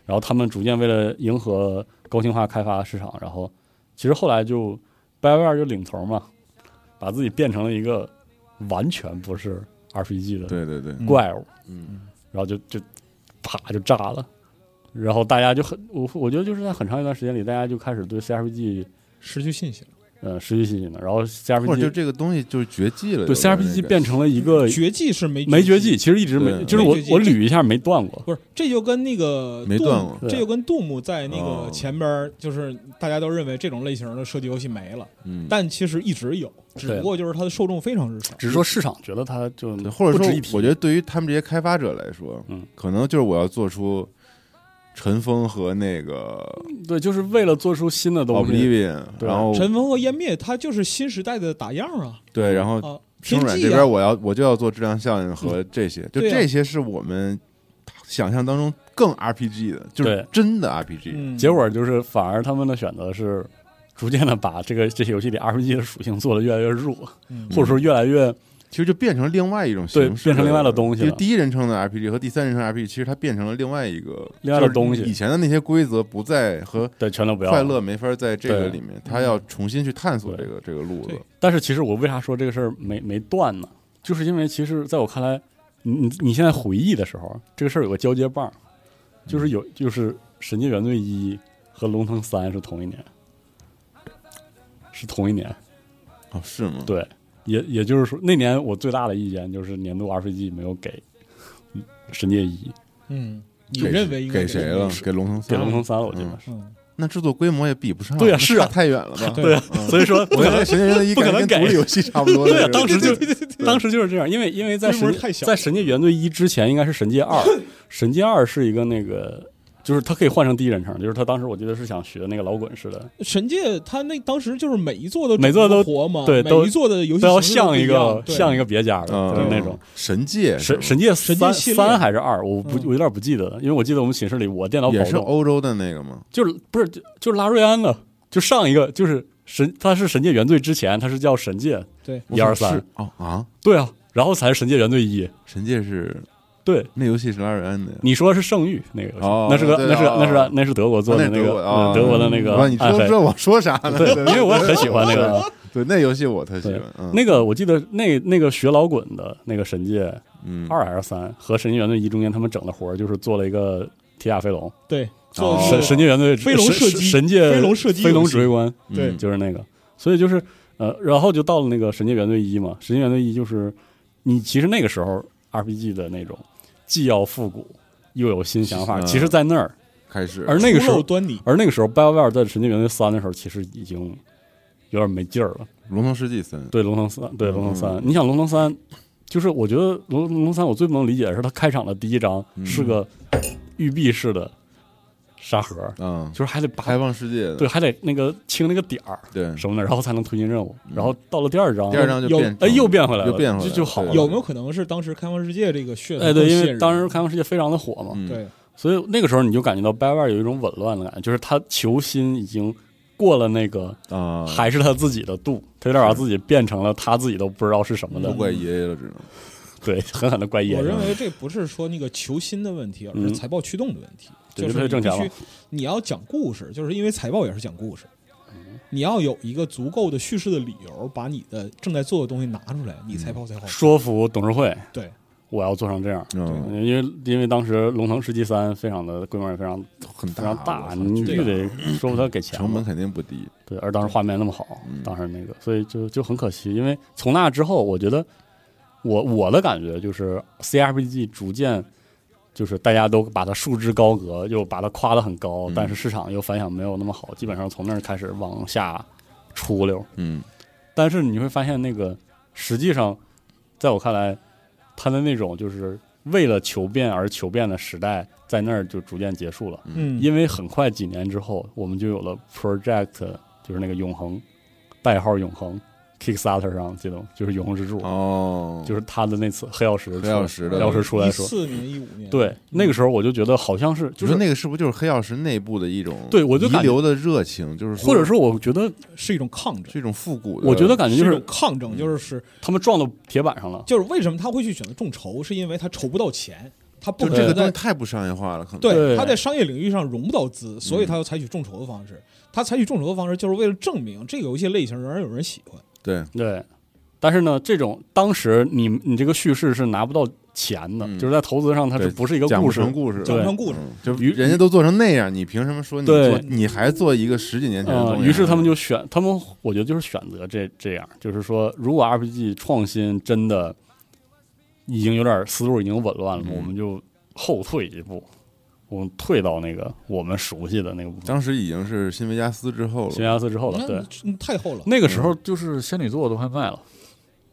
Speaker 2: 然后他们逐渐为了迎合高性化开发市场，然后其实后来就 BioWare 就领头嘛，把自己变成了一个完全不是 RPG 的
Speaker 4: 对对对，
Speaker 2: 怪物，
Speaker 4: 嗯，
Speaker 2: 然后就就啪就炸了，然后大家就很我我觉得就是在很长一段时间里，大家就开始对 CRPG
Speaker 3: 失去信心了。
Speaker 2: 呃失去信心了，然后
Speaker 4: 或者就
Speaker 2: CRPG
Speaker 4: 这个东西就是绝技了，
Speaker 2: 对 CRPG 变成了一个
Speaker 3: 绝技是没
Speaker 2: 没绝技，，其实一直没
Speaker 4: 对
Speaker 2: 就是我
Speaker 3: 没绝技
Speaker 2: 我捋一下没断过，
Speaker 3: 不是，这就跟那个
Speaker 4: 没
Speaker 3: Doom-
Speaker 4: 断过
Speaker 2: 对
Speaker 3: 这就跟杜牧在那
Speaker 4: 哦
Speaker 3: 个前边儿，就是大家都认为这种类型的射击游戏没了，
Speaker 4: 嗯，
Speaker 3: 但其实一直有，只
Speaker 2: 对
Speaker 3: 不过就是它的受众非常之少。
Speaker 2: 只是说市场觉得它就
Speaker 4: 对或者
Speaker 2: 不
Speaker 4: 说
Speaker 2: 值一，提
Speaker 4: 我觉得对于他们这些开发者来说，
Speaker 2: 嗯，
Speaker 4: 可能就是我要做出尘封和那个
Speaker 2: 对，就是为了做出新的
Speaker 4: 哦
Speaker 2: 东西，
Speaker 4: Oblivion，
Speaker 2: 对
Speaker 4: 然后
Speaker 3: 尘封和湮灭，它就是新时代的打样啊
Speaker 4: 对，然后
Speaker 2: 哦
Speaker 3: 啊！
Speaker 4: 生
Speaker 3: 天
Speaker 4: 软这
Speaker 3: 际
Speaker 4: 边
Speaker 3: 啊，
Speaker 4: 我要我就要做质量效应和这些，就
Speaker 3: 对啊
Speaker 4: 这些是我们想象当中更 RPG 的，就是
Speaker 2: 对
Speaker 4: 真的 RPG。
Speaker 3: 嗯
Speaker 2: 结果就是反而他们的选择是逐渐的把这个这些游戏里 RPG 的属性做的越来越弱，
Speaker 3: 嗯
Speaker 2: 或者说越来越
Speaker 4: 其实就变成另外一种形式
Speaker 2: 对
Speaker 4: 了，
Speaker 2: 变成另外的东西了
Speaker 4: 因为第一人称的 RPG 和第三人称 RPG，其实它变成了另外一个
Speaker 2: 另外的东西
Speaker 4: 就是以前的那些规则不在和
Speaker 2: 对全都不要
Speaker 4: 快
Speaker 2: 了
Speaker 4: 乐没法在这个
Speaker 2: 对
Speaker 4: 里面，他要重新去探索这
Speaker 2: 对
Speaker 4: 个这个路了
Speaker 3: 对。
Speaker 2: 但是其实我为啥说这个事儿没没断呢？就是因为其实在我看来，你你你现在回忆的时候，这个事儿有个交接棒，就是有就是《神界原罪一》和《龙腾三》是同一年，是同一年。
Speaker 4: 哦，是吗？
Speaker 2: 对，也也就是说，那年我最大的意见就是年度 RPG 没有给嗯《神界一》，
Speaker 3: 嗯，你
Speaker 4: 给
Speaker 3: 认为应该
Speaker 4: 给谁了？给龙腾
Speaker 2: 给
Speaker 4: 三
Speaker 2: 《
Speaker 4: 了
Speaker 2: 龙腾三》了，我记得是。
Speaker 3: 嗯，
Speaker 4: 那制作规模也比不上，
Speaker 2: 对啊
Speaker 4: 那
Speaker 2: 是啊
Speaker 4: 差太远了吧？
Speaker 2: 对啊，
Speaker 3: 嗯
Speaker 2: 所以 说
Speaker 4: 我感觉《神仙人的一
Speaker 2: 不可
Speaker 4: 感觉
Speaker 2: 能
Speaker 4: 跟独
Speaker 2: 改
Speaker 4: 立游戏差不多。
Speaker 2: 对啊
Speaker 4: 这个
Speaker 2: 当时就
Speaker 3: 对对对对
Speaker 2: 当时就是这样，因为因为在
Speaker 3: 规模
Speaker 2: 神
Speaker 3: 太小
Speaker 2: 在
Speaker 3: 了
Speaker 2: 神界原罪一之前应该是神界 二，神界二是一个那个，就是它可以换成第一人称，就是他当时我记得是想学那个老滚似的，
Speaker 3: 神界他那当时就是每一座都
Speaker 2: 每座都
Speaker 3: 活嘛，
Speaker 2: 对
Speaker 3: 每
Speaker 2: 都
Speaker 3: 一座的游戏
Speaker 2: 都要
Speaker 3: 形式都
Speaker 2: 像
Speaker 3: 不
Speaker 2: 一
Speaker 3: 样
Speaker 2: 个
Speaker 3: 对
Speaker 2: 像一个别家的、
Speaker 4: 嗯
Speaker 2: 就是呃那
Speaker 4: 嗯
Speaker 2: 种。
Speaker 4: 神界是
Speaker 2: 神
Speaker 4: 吧
Speaker 2: 神界
Speaker 3: 神界
Speaker 2: 三
Speaker 3: 系列
Speaker 2: 三还是二，我不
Speaker 3: 嗯
Speaker 2: 我有点不记得了，因为我记得我们寝室里我电脑保
Speaker 4: 也是
Speaker 2: 重，
Speaker 4: 欧洲的那个吗？
Speaker 2: 就是不是就就是拉瑞安的，就上一个就是神，他是神界原罪之前，他是叫神界
Speaker 3: 对
Speaker 2: 一二三
Speaker 4: 是，哦啊，
Speaker 2: 对啊，然后才是神界原罪一，
Speaker 4: 神界是
Speaker 2: 对，
Speaker 4: 那游戏是拉瑞安的呀。
Speaker 2: 你说的是圣域那个游戏，
Speaker 4: 哦
Speaker 2: 那是个
Speaker 4: 对
Speaker 2: 那是
Speaker 4: 哦
Speaker 2: 个那是个那是德国做
Speaker 4: 啊
Speaker 2: 的
Speaker 4: 那
Speaker 2: 那个
Speaker 4: 啊
Speaker 2: 嗯，德国的那个
Speaker 4: 哇你知
Speaker 2: 暗
Speaker 4: 道
Speaker 2: 黑
Speaker 4: 知，道我说啥呢？
Speaker 2: 对，因为我很喜欢那个
Speaker 4: 对，那游戏我特喜欢。嗯
Speaker 2: 那个，我记得那那个学老滚的那个神界
Speaker 4: 嗯，
Speaker 2: 二还是三和神界原罪一中间他们整的活儿就是做了一个铁甲飞龙，
Speaker 3: 对
Speaker 4: 哦
Speaker 3: 做
Speaker 2: 神神界原罪
Speaker 3: 飞龙
Speaker 2: 神
Speaker 3: 射击
Speaker 2: 神界
Speaker 3: 飞龙射击游
Speaker 2: 飞
Speaker 3: 戏
Speaker 2: 龙指挥官
Speaker 4: 嗯
Speaker 3: 对
Speaker 2: 就是那个，所以就是呃，然后就到了那个神界原罪一嘛，神界原罪一就是你其实那个时候 RPG 的那种既要复古又有新想法。
Speaker 4: 嗯
Speaker 2: 其实，在那儿，
Speaker 4: 开始，
Speaker 2: 而那个时
Speaker 3: 初露
Speaker 2: 候，
Speaker 3: 端倪，
Speaker 2: 而那个时候，BioWare 在《神经元三》的时候，其实已经有点没劲儿了。
Speaker 4: 龙腾世纪三，
Speaker 2: 对《龙腾三》，对《龙腾三》
Speaker 4: 嗯
Speaker 2: 你想《龙腾三》，就是我觉得《龙龙腾三》，我最不能理解的是它开场的第一章
Speaker 4: 嗯
Speaker 2: 是个玉璧式的沙盒，
Speaker 4: 嗯，
Speaker 2: 就是还得把
Speaker 4: 开放世界的，
Speaker 2: 对，还得那个清那个点儿
Speaker 4: 对，嗯
Speaker 2: 什么的，然后才能推进任务。然后到了第二章，
Speaker 4: 第二章就
Speaker 3: 有
Speaker 4: 变成，
Speaker 2: 哎又变回来了，
Speaker 4: 又变回来了
Speaker 2: 就就好了。
Speaker 4: 对
Speaker 3: 有没有可能是当时开放世界这个噱头？
Speaker 2: 哎，对，因为当时开放世界非常的火嘛，
Speaker 4: 嗯
Speaker 3: 对
Speaker 2: 所以那个时候你就感觉到 BioWare 有一种紊乱的感觉，就是他求新已经过了那个
Speaker 4: 啊，
Speaker 2: 还是他自己的度，他有点把自己变成了他自己都不知道是什么
Speaker 4: 都
Speaker 2: 的，
Speaker 4: 怪爷爷了，只能
Speaker 2: 对，狠狠的怪爷
Speaker 3: 我
Speaker 2: 爷。
Speaker 3: 认为这不是说那个求新的问题，而是
Speaker 2: 嗯
Speaker 3: 财报驱动的问题。
Speaker 2: 对
Speaker 3: 就是
Speaker 2: 这挣
Speaker 3: 你必
Speaker 2: 钱
Speaker 3: 须
Speaker 2: 了，
Speaker 3: 你要讲故事，就是因为财报也是讲故事。
Speaker 2: 嗯
Speaker 3: 你要有一个足够的叙事的理由，把你的正在做的东西拿出来，你财报才好。
Speaker 2: 说服董事会，
Speaker 3: 对，
Speaker 2: 我要做成这样。
Speaker 4: 嗯
Speaker 2: 因为因为当时《龙腾世纪三》非常的规模也非常
Speaker 4: 很
Speaker 2: 非常
Speaker 4: 大，我
Speaker 2: 大，
Speaker 4: 操
Speaker 2: 你必须
Speaker 4: 巨大
Speaker 2: 得说服他给钱嘛。
Speaker 4: 成本肯定不低，
Speaker 2: 对，而当时画面那么好，当时那个，所以就就很可惜。因为从那之后，我觉得我我的感觉就是 CRPG 逐渐就是大家都把它束之高阁，又把它夸得很高，但是市场又反响没有那么好，基本上从那儿开始往下出溜。
Speaker 4: 嗯，
Speaker 2: 但是你会发现，那个实际上，在我看来，它的那种就是为了求变而求变的时代，在那儿就逐渐结束了。
Speaker 3: 嗯，
Speaker 2: 因为很快几年之后，我们就有了 Project，就是那个永恒，代号永恒，Kickstarter 上记得吗？就是永恒之柱，
Speaker 4: 哦，
Speaker 2: 就是他的那次黑曜石出来，
Speaker 4: 黑曜石的
Speaker 2: 黑曜石出来
Speaker 3: 一
Speaker 2: 说，
Speaker 3: 四年、一五年，
Speaker 2: 对，那个时候我就觉得好像是
Speaker 4: 就
Speaker 2: 就是是，
Speaker 4: 那个是不是就是黑曜石内部的一种
Speaker 2: 对我就
Speaker 4: 遗
Speaker 2: 感觉
Speaker 4: 留的热情，就是说
Speaker 2: 或者说我觉得
Speaker 4: 呃
Speaker 3: 是一种抗争
Speaker 4: 是，一种复古的，
Speaker 2: 我觉得感觉就是嗯
Speaker 3: 一
Speaker 2: 是
Speaker 3: 种抗争，就是是
Speaker 2: 他们撞到铁板上了，
Speaker 3: 就是为什么他会去选择众筹，是因为他筹不到钱，他不
Speaker 4: 就
Speaker 3: 可
Speaker 4: 这个
Speaker 3: 能
Speaker 4: 东
Speaker 3: 在
Speaker 4: 西太不商业化了，可能
Speaker 2: 对嗯
Speaker 3: 他在商业领域上融不到资，所以他要采取众筹的方式。他采取众筹的方式，就是为了证明这个游戏类型仍然有人喜欢。
Speaker 4: 对，
Speaker 2: 对。但是呢，这种当时你你这个叙事是拿不到钱的，
Speaker 4: 嗯
Speaker 2: 就是在投资上它是
Speaker 4: 对
Speaker 2: 不是一个
Speaker 4: 讲
Speaker 2: 故
Speaker 4: 不
Speaker 2: 事？
Speaker 4: 成故事了，
Speaker 2: 对
Speaker 3: 讲不成故事，
Speaker 4: 嗯就
Speaker 2: 于
Speaker 4: 人家都做成那样，你凭什么说你
Speaker 2: 对
Speaker 4: 做？你还做一个十几年前的
Speaker 2: 啊、
Speaker 4: 东西？
Speaker 2: 于是他们就选，他们我觉得就是选择这这样，就是说，如果 RPG 创新真的已经有点思路已经紊乱了，
Speaker 4: 嗯
Speaker 2: 我们就后退一步，我们退到那个我们熟悉的那个部分，
Speaker 4: 啊当时已经是新维加斯之后
Speaker 2: 新
Speaker 4: 了，
Speaker 2: 亚斯之后了。对，
Speaker 3: 那嗯太厚了。
Speaker 2: 那个时候，
Speaker 5: 就是仙女座都快卖了，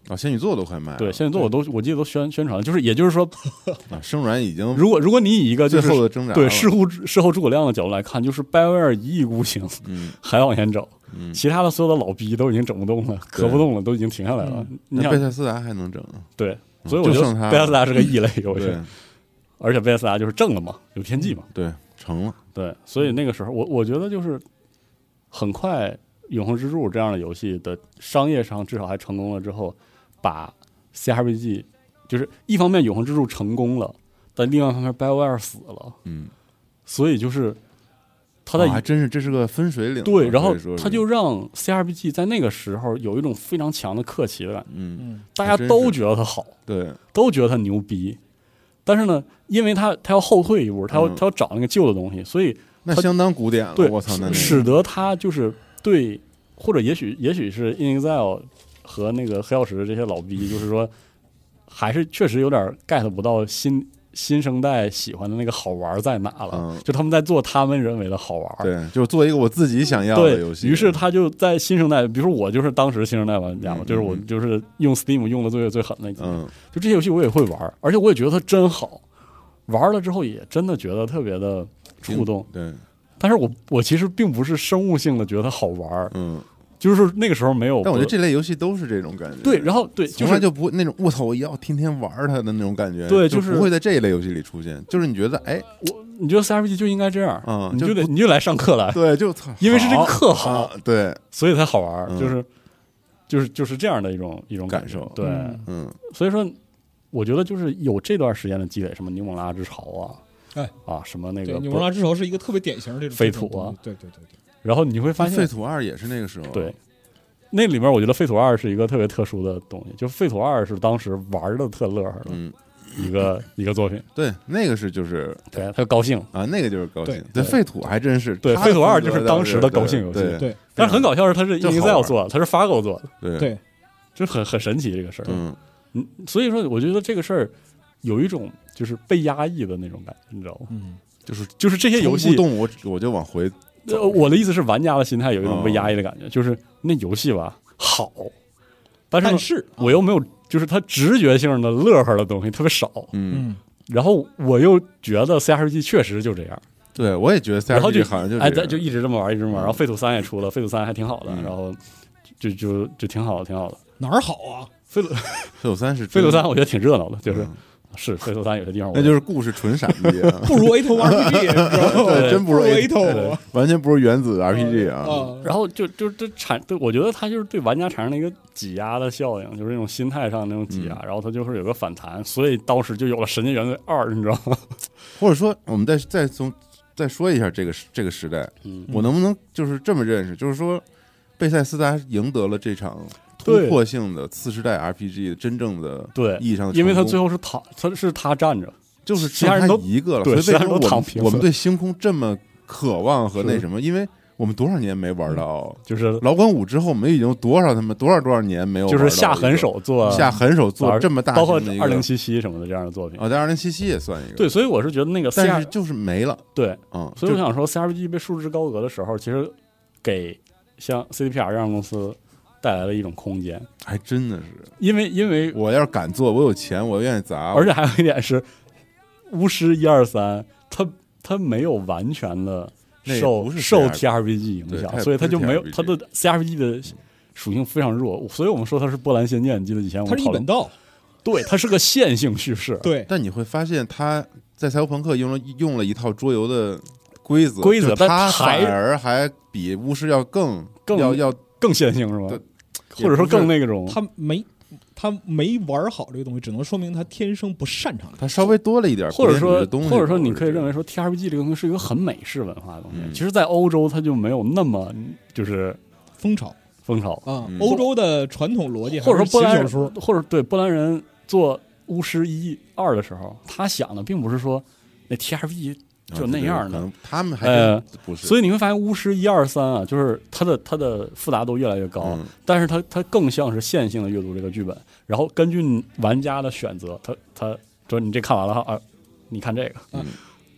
Speaker 4: 啊，仙女座都快卖了，
Speaker 2: 对，现在做我都我记得都宣宣传了，就是也就是说，
Speaker 4: 啊，生软已经
Speaker 2: 如果如果你以一个就
Speaker 4: 最
Speaker 2: 是
Speaker 4: 后的挣扎了，啊
Speaker 2: 对事后事后诸葛亮的角度来看，就是 BioWare 一意孤行，
Speaker 4: 嗯，
Speaker 2: 还往前整，
Speaker 4: 嗯
Speaker 2: 其他的所有的老逼都已经整不动了，
Speaker 4: 对嗯
Speaker 2: 咳不动了，都已经停下来了。你
Speaker 4: 那
Speaker 2: 想
Speaker 4: 贝塞斯达还能整，
Speaker 2: 对，所以我觉
Speaker 4: 就剩
Speaker 2: 得
Speaker 4: 他
Speaker 2: 贝塞斯达是个异类游戏
Speaker 4: 对，
Speaker 2: 而且贝塞斯达就是正了嘛，有天际嘛，
Speaker 4: 对，成了，
Speaker 2: 对，所
Speaker 4: 嗯
Speaker 2: 以那个时候我我觉得就是很快，《永恒之柱》这样的游戏的商业上至少还成功了之后，把 CRPG 就是一方面《永恒之柱》成功了，但另外一方面 BioWare 死了，
Speaker 4: 嗯，
Speaker 2: 所以就是他在
Speaker 4: 啊还真是这是个分水岭啊，
Speaker 2: 对，然后
Speaker 4: 可以说是
Speaker 2: 他就让 CRPG 在那个时候有一种非常强的客气的感觉，
Speaker 4: 嗯，
Speaker 3: 嗯，
Speaker 2: 大家
Speaker 4: 真
Speaker 2: 都
Speaker 4: 是
Speaker 2: 觉得它好，
Speaker 4: 对，
Speaker 2: 都觉得它牛逼，但是呢，因为它它要后退一步，它要
Speaker 4: 嗯
Speaker 2: 它要找那个旧的东西，所以
Speaker 4: 那
Speaker 2: 他
Speaker 4: 相当古典了，
Speaker 2: 对
Speaker 4: 我操，啊那那，
Speaker 2: 使得它就是对，或者也许也许是 In Exile 和那个黑曜石这些老逼，就是说还是确实有点 get 不到新新生代喜欢的那个好玩在哪了，
Speaker 4: 嗯
Speaker 2: 就他们在做他们认为的好玩，
Speaker 4: 对，就是做一个我自己想要的
Speaker 2: 对
Speaker 4: 游戏，
Speaker 2: 于是他就在新生代，比如说我就是当时新生代玩家嘛，
Speaker 4: 嗯
Speaker 2: 就是我
Speaker 4: 嗯
Speaker 2: 就是用 Steam 用的最最狠那几年，
Speaker 4: 嗯，
Speaker 2: 就这些游戏我也会玩儿，而且我也觉得它真好，玩了之后也真的觉得特别的触动。
Speaker 4: 对，
Speaker 2: 但是我我其实并不是生物性的觉得它好玩儿，
Speaker 4: 嗯，
Speaker 2: 就是那个时候没有。
Speaker 4: 但我觉得这类游戏都是这种感觉，
Speaker 2: 对，然后对，就
Speaker 4: 从来
Speaker 2: 是
Speaker 4: 就不会那种我操，我要天天玩儿它的那种感觉，
Speaker 2: 对
Speaker 4: 就
Speaker 2: 就是
Speaker 4: 不会在这一类游戏里出现。就是你觉得 哎，
Speaker 2: 我你觉得 CRPG 就应该这样，
Speaker 4: 嗯
Speaker 2: 你就
Speaker 4: 就
Speaker 2: 得你就来上课来，
Speaker 4: 对，就操，
Speaker 2: 因为是这个
Speaker 4: 好
Speaker 2: 课好，
Speaker 4: 啊，对，
Speaker 2: 所以才好玩儿，
Speaker 4: 嗯
Speaker 2: 就是就是就是这样的一种一种
Speaker 4: 感
Speaker 2: 觉
Speaker 4: 受
Speaker 2: 对。
Speaker 3: 嗯
Speaker 4: 嗯，
Speaker 2: 所以说，我觉得就是有这段时间的积累，什么《尼蒙拉之潮》啊，
Speaker 3: 哎
Speaker 2: 啊，什么那
Speaker 3: 对，
Speaker 2: 个
Speaker 3: 《女
Speaker 2: 不
Speaker 3: 王拉之仇》是一个特别典型的这种
Speaker 2: 废土啊，
Speaker 3: 这种东西对对对对，
Speaker 2: 然后你会发
Speaker 4: 废
Speaker 2: 现，
Speaker 4: 土二也是那个时候，
Speaker 2: 对，，那里面我觉得《废土二》是一个特别特殊的东西，就《废土二》是当时玩的特乐呵的
Speaker 4: 嗯，
Speaker 2: 一个一个作品，
Speaker 4: 对，那个是就是
Speaker 2: 对，他高兴。
Speaker 4: 啊，那个就是高兴，
Speaker 2: 对
Speaker 4: 对，废土还真是，
Speaker 2: 对
Speaker 4: 它
Speaker 2: 废土二
Speaker 4: 风格
Speaker 2: 就是当时的
Speaker 4: 倒
Speaker 2: 高兴游戏
Speaker 4: 对
Speaker 3: 对
Speaker 2: 但是很搞笑的是，他是
Speaker 4: 真好
Speaker 2: Inzel
Speaker 4: 玩
Speaker 2: 做的，他是 Fargo 做的，
Speaker 4: 对
Speaker 3: 对
Speaker 2: 就很很神奇这个事儿。
Speaker 4: 嗯
Speaker 2: 嗯，所以说我觉得这个事儿有一种就是被压抑的那种感觉，你知道吗？
Speaker 3: 嗯，
Speaker 2: 就是就是这些游
Speaker 4: 冲
Speaker 2: 戏
Speaker 4: 不，动我我就往回
Speaker 2: 呃，我的意思是玩家的心态有一种被压抑的感觉，
Speaker 4: 嗯
Speaker 2: 就是那游戏吧好，但是呢
Speaker 3: 但是
Speaker 2: 我又没有，就是它直觉性的乐呵的东西特别少，
Speaker 4: 嗯，
Speaker 3: 嗯，
Speaker 2: 然后我又觉得 CRPG 确实就这样，
Speaker 4: 对我也觉得
Speaker 2: 然后
Speaker 4: CRPG 好像就
Speaker 2: 哎，
Speaker 4: 这
Speaker 2: 咱
Speaker 4: 样
Speaker 2: 就一直这么玩，一直这么玩。然后《废土三》也出了，《废土三》还挺好的，
Speaker 4: 嗯
Speaker 2: 然后就就就挺好的，挺好的。《
Speaker 3: 哪儿好啊？
Speaker 2: 废土
Speaker 4: 飞有三是
Speaker 2: 废
Speaker 4: 真
Speaker 2: 土
Speaker 4: 的
Speaker 2: 三》我觉得挺热闹的，就是、啊
Speaker 4: 嗯
Speaker 2: 是《废土三》有些地方我
Speaker 4: 那就是故事纯闪避 啊，
Speaker 3: 不如 A 头 RPG，你知道吗？
Speaker 4: 对，真不
Speaker 3: 不如
Speaker 4: 如
Speaker 3: A 头
Speaker 4: 对完全不如原
Speaker 2: 哦
Speaker 4: 子 RPG 啊，
Speaker 3: 啊，
Speaker 2: 然后就就这产，对我觉得它就是对玩家产生了一个挤压的效应，就是那种心态上那种挤压，
Speaker 4: 嗯
Speaker 2: 然后它就是有个反弹，所以当时就有了《神经元罪二》，你知道吗？
Speaker 4: 或者说我们再再从再说一下这个时这个时代，
Speaker 2: 嗯
Speaker 4: 我能不能就是这么认识，就是说贝塞斯达赢得了这场突
Speaker 2: 对
Speaker 4: 破性的次世代 RPG 真正的
Speaker 2: 对
Speaker 4: 意义上的成功，
Speaker 2: 因为他最后是躺，他是他站着，
Speaker 4: 就是
Speaker 2: 其他人
Speaker 4: 剩
Speaker 2: 都
Speaker 4: 他一个了，所
Speaker 2: 对
Speaker 4: 以为什
Speaker 2: 其他
Speaker 4: 么
Speaker 2: 人都
Speaker 4: 我
Speaker 2: 躺
Speaker 4: 们
Speaker 2: 平了
Speaker 4: 我们对星空这么渴望和那
Speaker 2: 是
Speaker 4: 什么？因为我们多少年没玩到
Speaker 2: 就是
Speaker 4: 老管五之后，我们已经有多少他妈多少多少年没有
Speaker 2: 就是
Speaker 4: 玩到
Speaker 2: 下
Speaker 4: 一个
Speaker 2: 狠手做
Speaker 4: 下狠手做这么大
Speaker 2: 包括
Speaker 4: 型的一个
Speaker 2: 二零七七什么的这样的作品。
Speaker 4: 啊，但二零七七也算一个，
Speaker 2: 对，所以我是觉得那个 C
Speaker 4: 但是
Speaker 2: R
Speaker 4: 就是没了，
Speaker 2: 对，
Speaker 4: 嗯，
Speaker 2: 所以我
Speaker 4: 就
Speaker 2: 想说，CRPG 被束之高阁的时候，其实给像 CDPR 这样的公司带来了一种空间，
Speaker 4: 还真的是，
Speaker 2: 因为因 为
Speaker 4: 我要是敢做，我有钱，我愿意砸，
Speaker 2: 而且还有一点是，巫师一二三，它它没有完全的
Speaker 4: 那也
Speaker 2: 受
Speaker 4: 不是
Speaker 2: 受
Speaker 4: CRPG
Speaker 2: TRPG 影
Speaker 4: 对它
Speaker 2: 响，
Speaker 4: 也
Speaker 2: 所以
Speaker 4: 不
Speaker 2: 它
Speaker 4: 是
Speaker 2: 就没有
Speaker 4: TRPG
Speaker 2: 它的 CRPG 的属性非常弱，所以我们说它是波兰仙剑。你记得以前我
Speaker 3: 它
Speaker 2: 们
Speaker 3: 是一
Speaker 2: 讨
Speaker 3: 本
Speaker 2: 论，
Speaker 3: 道，
Speaker 4: 嗯
Speaker 2: 对，它是个线性叙事，
Speaker 3: 对，
Speaker 4: 但你会发现他在赛博朋克用了用了一套桌游的规则，
Speaker 2: 规则
Speaker 4: 就
Speaker 2: 但
Speaker 4: 他
Speaker 2: 还
Speaker 4: 反而还比巫师要更
Speaker 2: 更
Speaker 4: 要要
Speaker 2: 更线性是
Speaker 4: 对
Speaker 2: 吧？或者说更那种，
Speaker 3: 他没他没玩好这个东西，只能说明他天生不擅长。
Speaker 4: 他稍微多了一点儿
Speaker 2: 或
Speaker 4: 古
Speaker 2: 者
Speaker 4: 典主义
Speaker 2: 说
Speaker 4: 的东西，
Speaker 2: 或者说你可以认
Speaker 4: 为
Speaker 2: 为说 TRPG 这个东西是一个很美式文化的东西，
Speaker 4: 嗯
Speaker 2: 其实，在欧洲它就没有那么就是
Speaker 3: 风潮
Speaker 2: 风潮，
Speaker 3: 啊
Speaker 4: 嗯，
Speaker 3: 欧洲的传统逻辑嗯
Speaker 2: 或
Speaker 3: 还
Speaker 2: 者说
Speaker 3: 是
Speaker 2: 波
Speaker 3: 写
Speaker 2: 兰
Speaker 3: 小
Speaker 2: 人
Speaker 3: 说，
Speaker 2: 或者对波兰人做巫师一二的时候，他想的并不是说那 TRPG
Speaker 4: 啊
Speaker 2: 就那样的，
Speaker 4: 他们还
Speaker 2: 呃
Speaker 4: 真不是，
Speaker 2: 所
Speaker 4: 以
Speaker 2: 以你会发现巫师一二三啊，就是它的它的复杂度越来越高，
Speaker 4: 嗯
Speaker 2: 但是它它更像是线性的阅读这个剧本，然后根据你玩家的选择，他他说你这看完了啊，你看这个，
Speaker 3: 嗯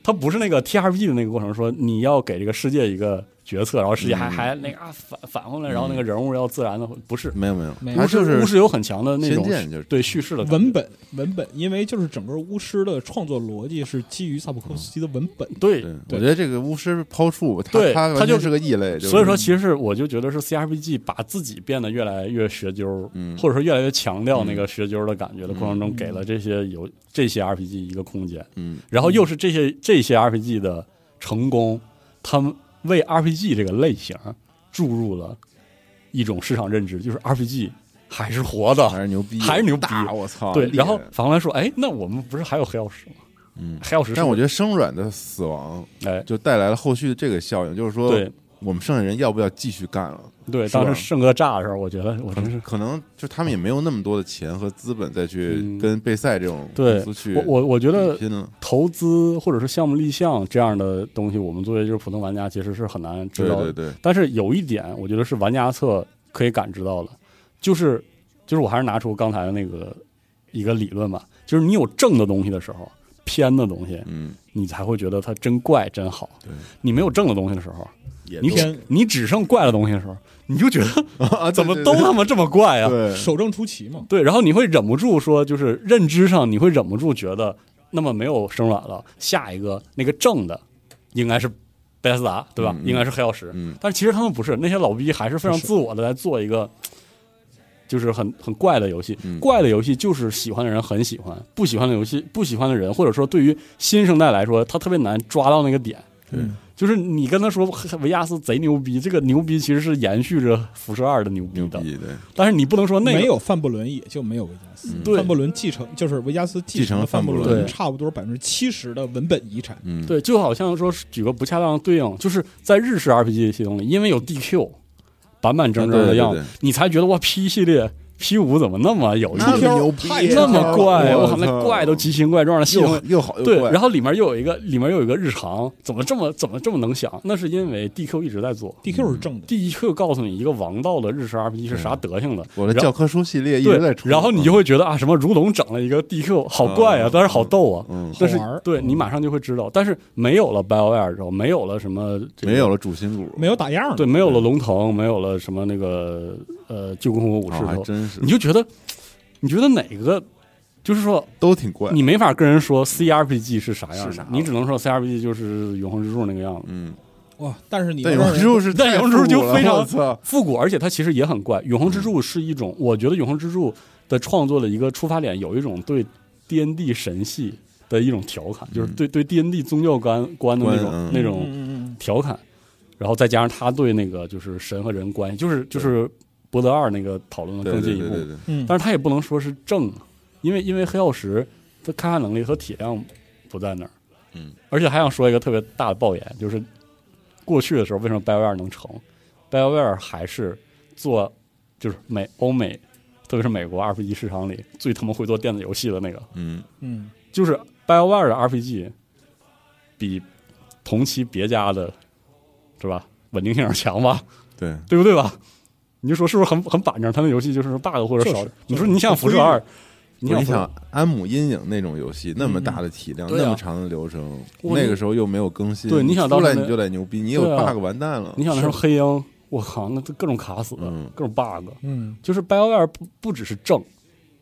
Speaker 2: 它不是那个 TRPG 的那个过程，说你要给这个世界一个决策，然后世界还、
Speaker 4: 嗯
Speaker 2: 还那个啊反反过来，然后那个人物要自然的，不是。
Speaker 4: 没有没有
Speaker 3: 没，有
Speaker 4: 他
Speaker 2: 巫
Speaker 4: 嗯就
Speaker 2: 师巫
Speaker 4: 是
Speaker 2: 师有很强的那种
Speaker 4: 仙剑就是
Speaker 2: 对叙事的感觉
Speaker 3: 文本文本，因为就是整个巫师的创作逻辑是基于萨普科夫斯基的文本。
Speaker 2: 对
Speaker 4: 对，
Speaker 3: 对
Speaker 4: 我觉得这个巫师抛出他
Speaker 2: 对
Speaker 4: 他
Speaker 2: 他
Speaker 4: 完全
Speaker 2: 就是
Speaker 4: 个异类，就是
Speaker 2: 所以说，其实是我就觉得是 CRPG 把自己变得越来越学究，
Speaker 4: 嗯
Speaker 2: 或者说越来越强调那个学究的感觉的过程中，给了这些有这些 RPG 一个空间。
Speaker 4: 嗯，
Speaker 2: 然后又是这些这些 RPG 的成功，他们为 RPG 这个类型注入了一种市场认知，就是 RPG 还是活的，
Speaker 4: 还是牛逼，
Speaker 2: 还是牛逼
Speaker 4: 大，我操！
Speaker 2: 对。
Speaker 4: 厉害
Speaker 2: 然后反过来说，哎，那我们不是还有黑曜石吗？
Speaker 4: 嗯，
Speaker 2: 黑曜石是，
Speaker 4: 但我觉得生软的死亡
Speaker 2: 得，哎，
Speaker 4: 就带来了后续的这个效应，就是说，
Speaker 2: 对
Speaker 4: 我们剩下人要不要继续干了？
Speaker 2: 对，
Speaker 4: 是吧
Speaker 2: 当时圣哥炸的时候，我觉得我真是。
Speaker 4: 可能就他们也没有那么多的钱和资本再去
Speaker 2: 嗯
Speaker 4: 跟备赛这种公
Speaker 2: 对
Speaker 4: 司去
Speaker 2: 我我我觉得
Speaker 4: 比拼了。
Speaker 2: 投资或者是项目立项这样的东西，我们作为就是普通玩家其实是很难知
Speaker 4: 对
Speaker 2: 道的。
Speaker 4: 对对，
Speaker 2: 但是有一点，我觉得是玩家侧可以感知到的，就是就是我还是拿出刚才的那个一个理论吧，就是你有正的东西的时候，偏的东西
Speaker 4: 嗯，
Speaker 2: 你才会觉得它真怪真好。
Speaker 4: 对，
Speaker 2: 你没有正的东西的时候，
Speaker 4: 也
Speaker 2: 你
Speaker 4: 都
Speaker 2: 只你只剩怪的东西的时候，你就觉得
Speaker 4: 啊，对
Speaker 2: 怎么
Speaker 4: 对
Speaker 2: 都
Speaker 4: 对
Speaker 2: 他妈这么怪啊呀、
Speaker 4: 对，
Speaker 3: 守正出奇嘛，
Speaker 2: 对，然后你会忍不住说，就是认知上你会忍不住觉得，那么没有生软了，下一个那个正的应该是贝塞斯达，对吧？
Speaker 4: 嗯嗯
Speaker 2: 应该是黑曜石。
Speaker 4: 嗯
Speaker 2: 但是其实他们不是，那些老逼还是非常自我的在做一个，就是很很怪的游戏。
Speaker 4: 嗯
Speaker 2: 怪的游戏就是喜欢的人很喜欢，不喜欢的游戏不喜欢的人，或者说对于新生代来说，他特别难抓到那个点。
Speaker 4: 对
Speaker 2: 就是你跟他说维亚斯贼牛逼，这个牛逼其实是延续着辐射二的牛逼
Speaker 4: 牛
Speaker 2: 的，
Speaker 4: 逼，对，
Speaker 2: 但是你不能说那个嗯
Speaker 3: 没有范布伦也就没有维加斯。
Speaker 2: 对
Speaker 3: 范布伦继承就是维加斯继
Speaker 4: 继承
Speaker 3: 了
Speaker 4: 了
Speaker 3: 范
Speaker 4: 范
Speaker 3: 布
Speaker 4: 布
Speaker 2: 伦
Speaker 3: 伦
Speaker 2: 对
Speaker 3: 差不多百分之七十的文本遗产。
Speaker 4: 嗯，
Speaker 2: 对，就好像说是举个不恰当的对应，就是在日式 RPG 系统里，因为有 DQ，板板正正
Speaker 4: 啊对
Speaker 2: 的
Speaker 4: 对
Speaker 2: 样子，
Speaker 4: 对
Speaker 2: 你才觉得哇 P 系列 P 五怎么那么有
Speaker 4: 那么
Speaker 2: 意思
Speaker 4: 牛逼啊
Speaker 3: 太
Speaker 2: 那么怪，
Speaker 4: 我
Speaker 2: 我靠，那
Speaker 4: 操
Speaker 2: 怪都奇形怪状的，系
Speaker 4: 又
Speaker 2: 统
Speaker 4: 又好又
Speaker 2: 对，
Speaker 4: 怪
Speaker 2: 然后里面又有一个，里面又有一个日常，怎么这么怎么这么能想？那是因为 DQ 一直在做
Speaker 3: DQ 是正的，
Speaker 2: ，DQ 告诉你一个王道的日式 RPG 是啥德行的，
Speaker 4: 我的
Speaker 2: 然
Speaker 4: 教科书系列一直在
Speaker 2: 对，
Speaker 4: 出，
Speaker 2: 然后你就会觉得啊，什么如龙整了一个 DQ，好怪啊，
Speaker 4: 嗯
Speaker 2: 但是好逗啊，
Speaker 4: 嗯
Speaker 2: 但是
Speaker 3: 好玩儿
Speaker 2: 对你马上就会知道，但是没有了 BioWare 之后，没有了什么这个
Speaker 4: 没有了主心骨，
Speaker 3: 没有打样儿的
Speaker 2: 对，没有了龙腾，没有了什么那个呃旧共和国武士
Speaker 4: 哦，
Speaker 2: 之
Speaker 4: 还
Speaker 2: 后，
Speaker 4: 真是
Speaker 2: 你就觉得你觉得哪个就是说
Speaker 4: 都挺怪，
Speaker 2: 你没法跟人说 CRPG 是啥样
Speaker 4: 是啥
Speaker 2: 的，你只能说 CRPG 就是永恒之柱那个样子。
Speaker 4: 嗯，
Speaker 3: 哇！但是你
Speaker 4: 但
Speaker 3: 要
Speaker 4: 永
Speaker 3: 让
Speaker 4: 恒
Speaker 3: 人
Speaker 4: 之柱是
Speaker 2: 但
Speaker 4: 太
Speaker 2: 永恒之柱就
Speaker 4: 复古了
Speaker 2: 非常
Speaker 4: 我操，
Speaker 2: 复古，而且它其实也很怪。永恒之柱是一种，我觉得永恒之柱的创作的一个出发点，有一种对 D N D 神系的一种调侃，就是对对 D N D 宗教观观的那种、
Speaker 4: 嗯观嗯
Speaker 2: 那
Speaker 3: 嗯
Speaker 2: 种
Speaker 3: 嗯嗯
Speaker 2: 调侃，然后再加上他对那个就是神和人关系，就是就是博德二那个讨论的
Speaker 4: 对
Speaker 2: 更
Speaker 4: 对
Speaker 2: 进一
Speaker 4: 对
Speaker 2: 步。
Speaker 4: 对对，
Speaker 3: 嗯，
Speaker 2: 但是他也不能说是正，啊因为因为黑曜石的开发能力和体量不在那儿。
Speaker 4: 嗯，
Speaker 2: 而且还想说一个特别大的爆点，就是过去的时候为什么 BioWare 能成？BioWare 还是做就是美欧美，特别是美国 RPG 市场里最他妈会做电子游戏的那个，
Speaker 4: 嗯，
Speaker 3: 嗯
Speaker 2: 就是 BioWare 的 RPG 比同期别家的，是吧？稳定性要强吧？
Speaker 4: 对，
Speaker 2: 对不对吧？你就说是不是很很板正？他们游戏就是 bug 或者
Speaker 3: 就是
Speaker 2: 少。
Speaker 3: 就是
Speaker 2: 你说你想辐射二，你
Speaker 4: 我
Speaker 2: 想
Speaker 4: 一
Speaker 2: 辐射
Speaker 4: 想安姆阴影那种游戏，那么大的体量，
Speaker 2: 对啊
Speaker 4: 那么长的流程，
Speaker 2: 我
Speaker 4: 那个时候又没有更新，
Speaker 2: 对你想到
Speaker 4: 出来
Speaker 2: 那
Speaker 4: 你就得牛逼，你有
Speaker 2: 对啊
Speaker 4: bug 完蛋了，
Speaker 2: 你想那时候黑鹰，我靠，那都各种卡死，
Speaker 4: 嗯
Speaker 2: 各种 bug，
Speaker 3: 嗯，
Speaker 2: 就是 BioWare 不不只是正，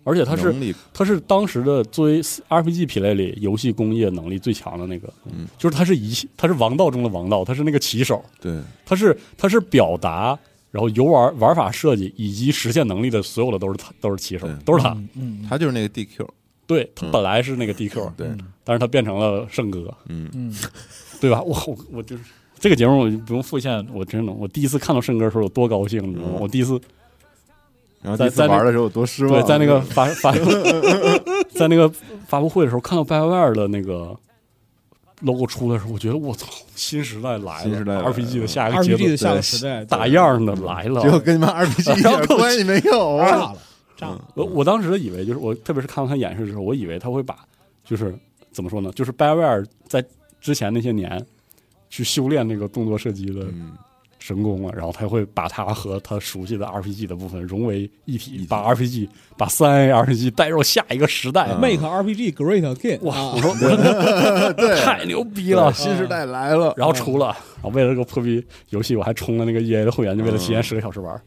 Speaker 2: 而且它是
Speaker 4: 能力
Speaker 2: 它是当时的作为 RPG 品类里游戏工业能力最强的那个，
Speaker 4: 嗯
Speaker 2: 就是它是一它是王道中的王道，它是那个旗手，
Speaker 4: 对，
Speaker 2: 它是它是表达。然后游玩玩法设计以及实现能力的所有的都是他，都是骑手
Speaker 4: 对，
Speaker 2: 都是他。
Speaker 3: 嗯嗯
Speaker 4: 他就是那个 DQ，
Speaker 2: 对他
Speaker 4: 嗯
Speaker 2: 本来是那个 DQ，
Speaker 4: 对，
Speaker 2: 但是他变成了圣哥，
Speaker 4: 嗯，
Speaker 3: 嗯，
Speaker 2: 对吧？我我我就是这个节目，我就不用复现。我真的，我第一次看到圣哥的时候，有多高兴，你知道吗？
Speaker 4: 嗯
Speaker 2: 我第一次
Speaker 4: 然后
Speaker 2: 在
Speaker 4: 第一次
Speaker 2: 在那
Speaker 4: 玩的时候有多失
Speaker 2: 对
Speaker 4: 望，
Speaker 2: 在那个发 发，在那个发布会的时候，看到 BioWare 的那个 logo 出来的时候，我觉得我操，新时代来了
Speaker 4: 新时代来了
Speaker 2: r p g 的下一个阶
Speaker 3: RPG 的
Speaker 2: 段，
Speaker 3: 下个时代
Speaker 2: 打样的来了
Speaker 4: 结。果跟你们 RPG 一
Speaker 2: 然后
Speaker 4: 点
Speaker 2: 跟我
Speaker 4: 关系没有
Speaker 3: 炸
Speaker 4: 啊，
Speaker 3: 了炸了，
Speaker 2: 我我当时以为就是我，特别是看到他演示的时候，我以为他会把就是怎么说呢，就是 BioWare 在之前那些年去修炼那个动作射击的
Speaker 4: 嗯，
Speaker 2: 神功了，然后他会把它和他熟悉的 RPG 的部分融为一体，
Speaker 4: 体
Speaker 2: 把 RPG 把三 A RPG 带入下一个时代。
Speaker 4: 嗯
Speaker 3: Make RPG Great Again！
Speaker 2: 哇！
Speaker 3: 啊
Speaker 2: 啊我说我说
Speaker 4: 对，嗯
Speaker 2: 太牛逼
Speaker 4: 对
Speaker 2: 了！
Speaker 4: 新时代来了，
Speaker 2: 啊
Speaker 4: 啊
Speaker 2: 然后出了，然后为了这个破逼游戏，我还充了那个 EA 的会员，就为了
Speaker 4: 嗯
Speaker 2: 提前十个小时玩。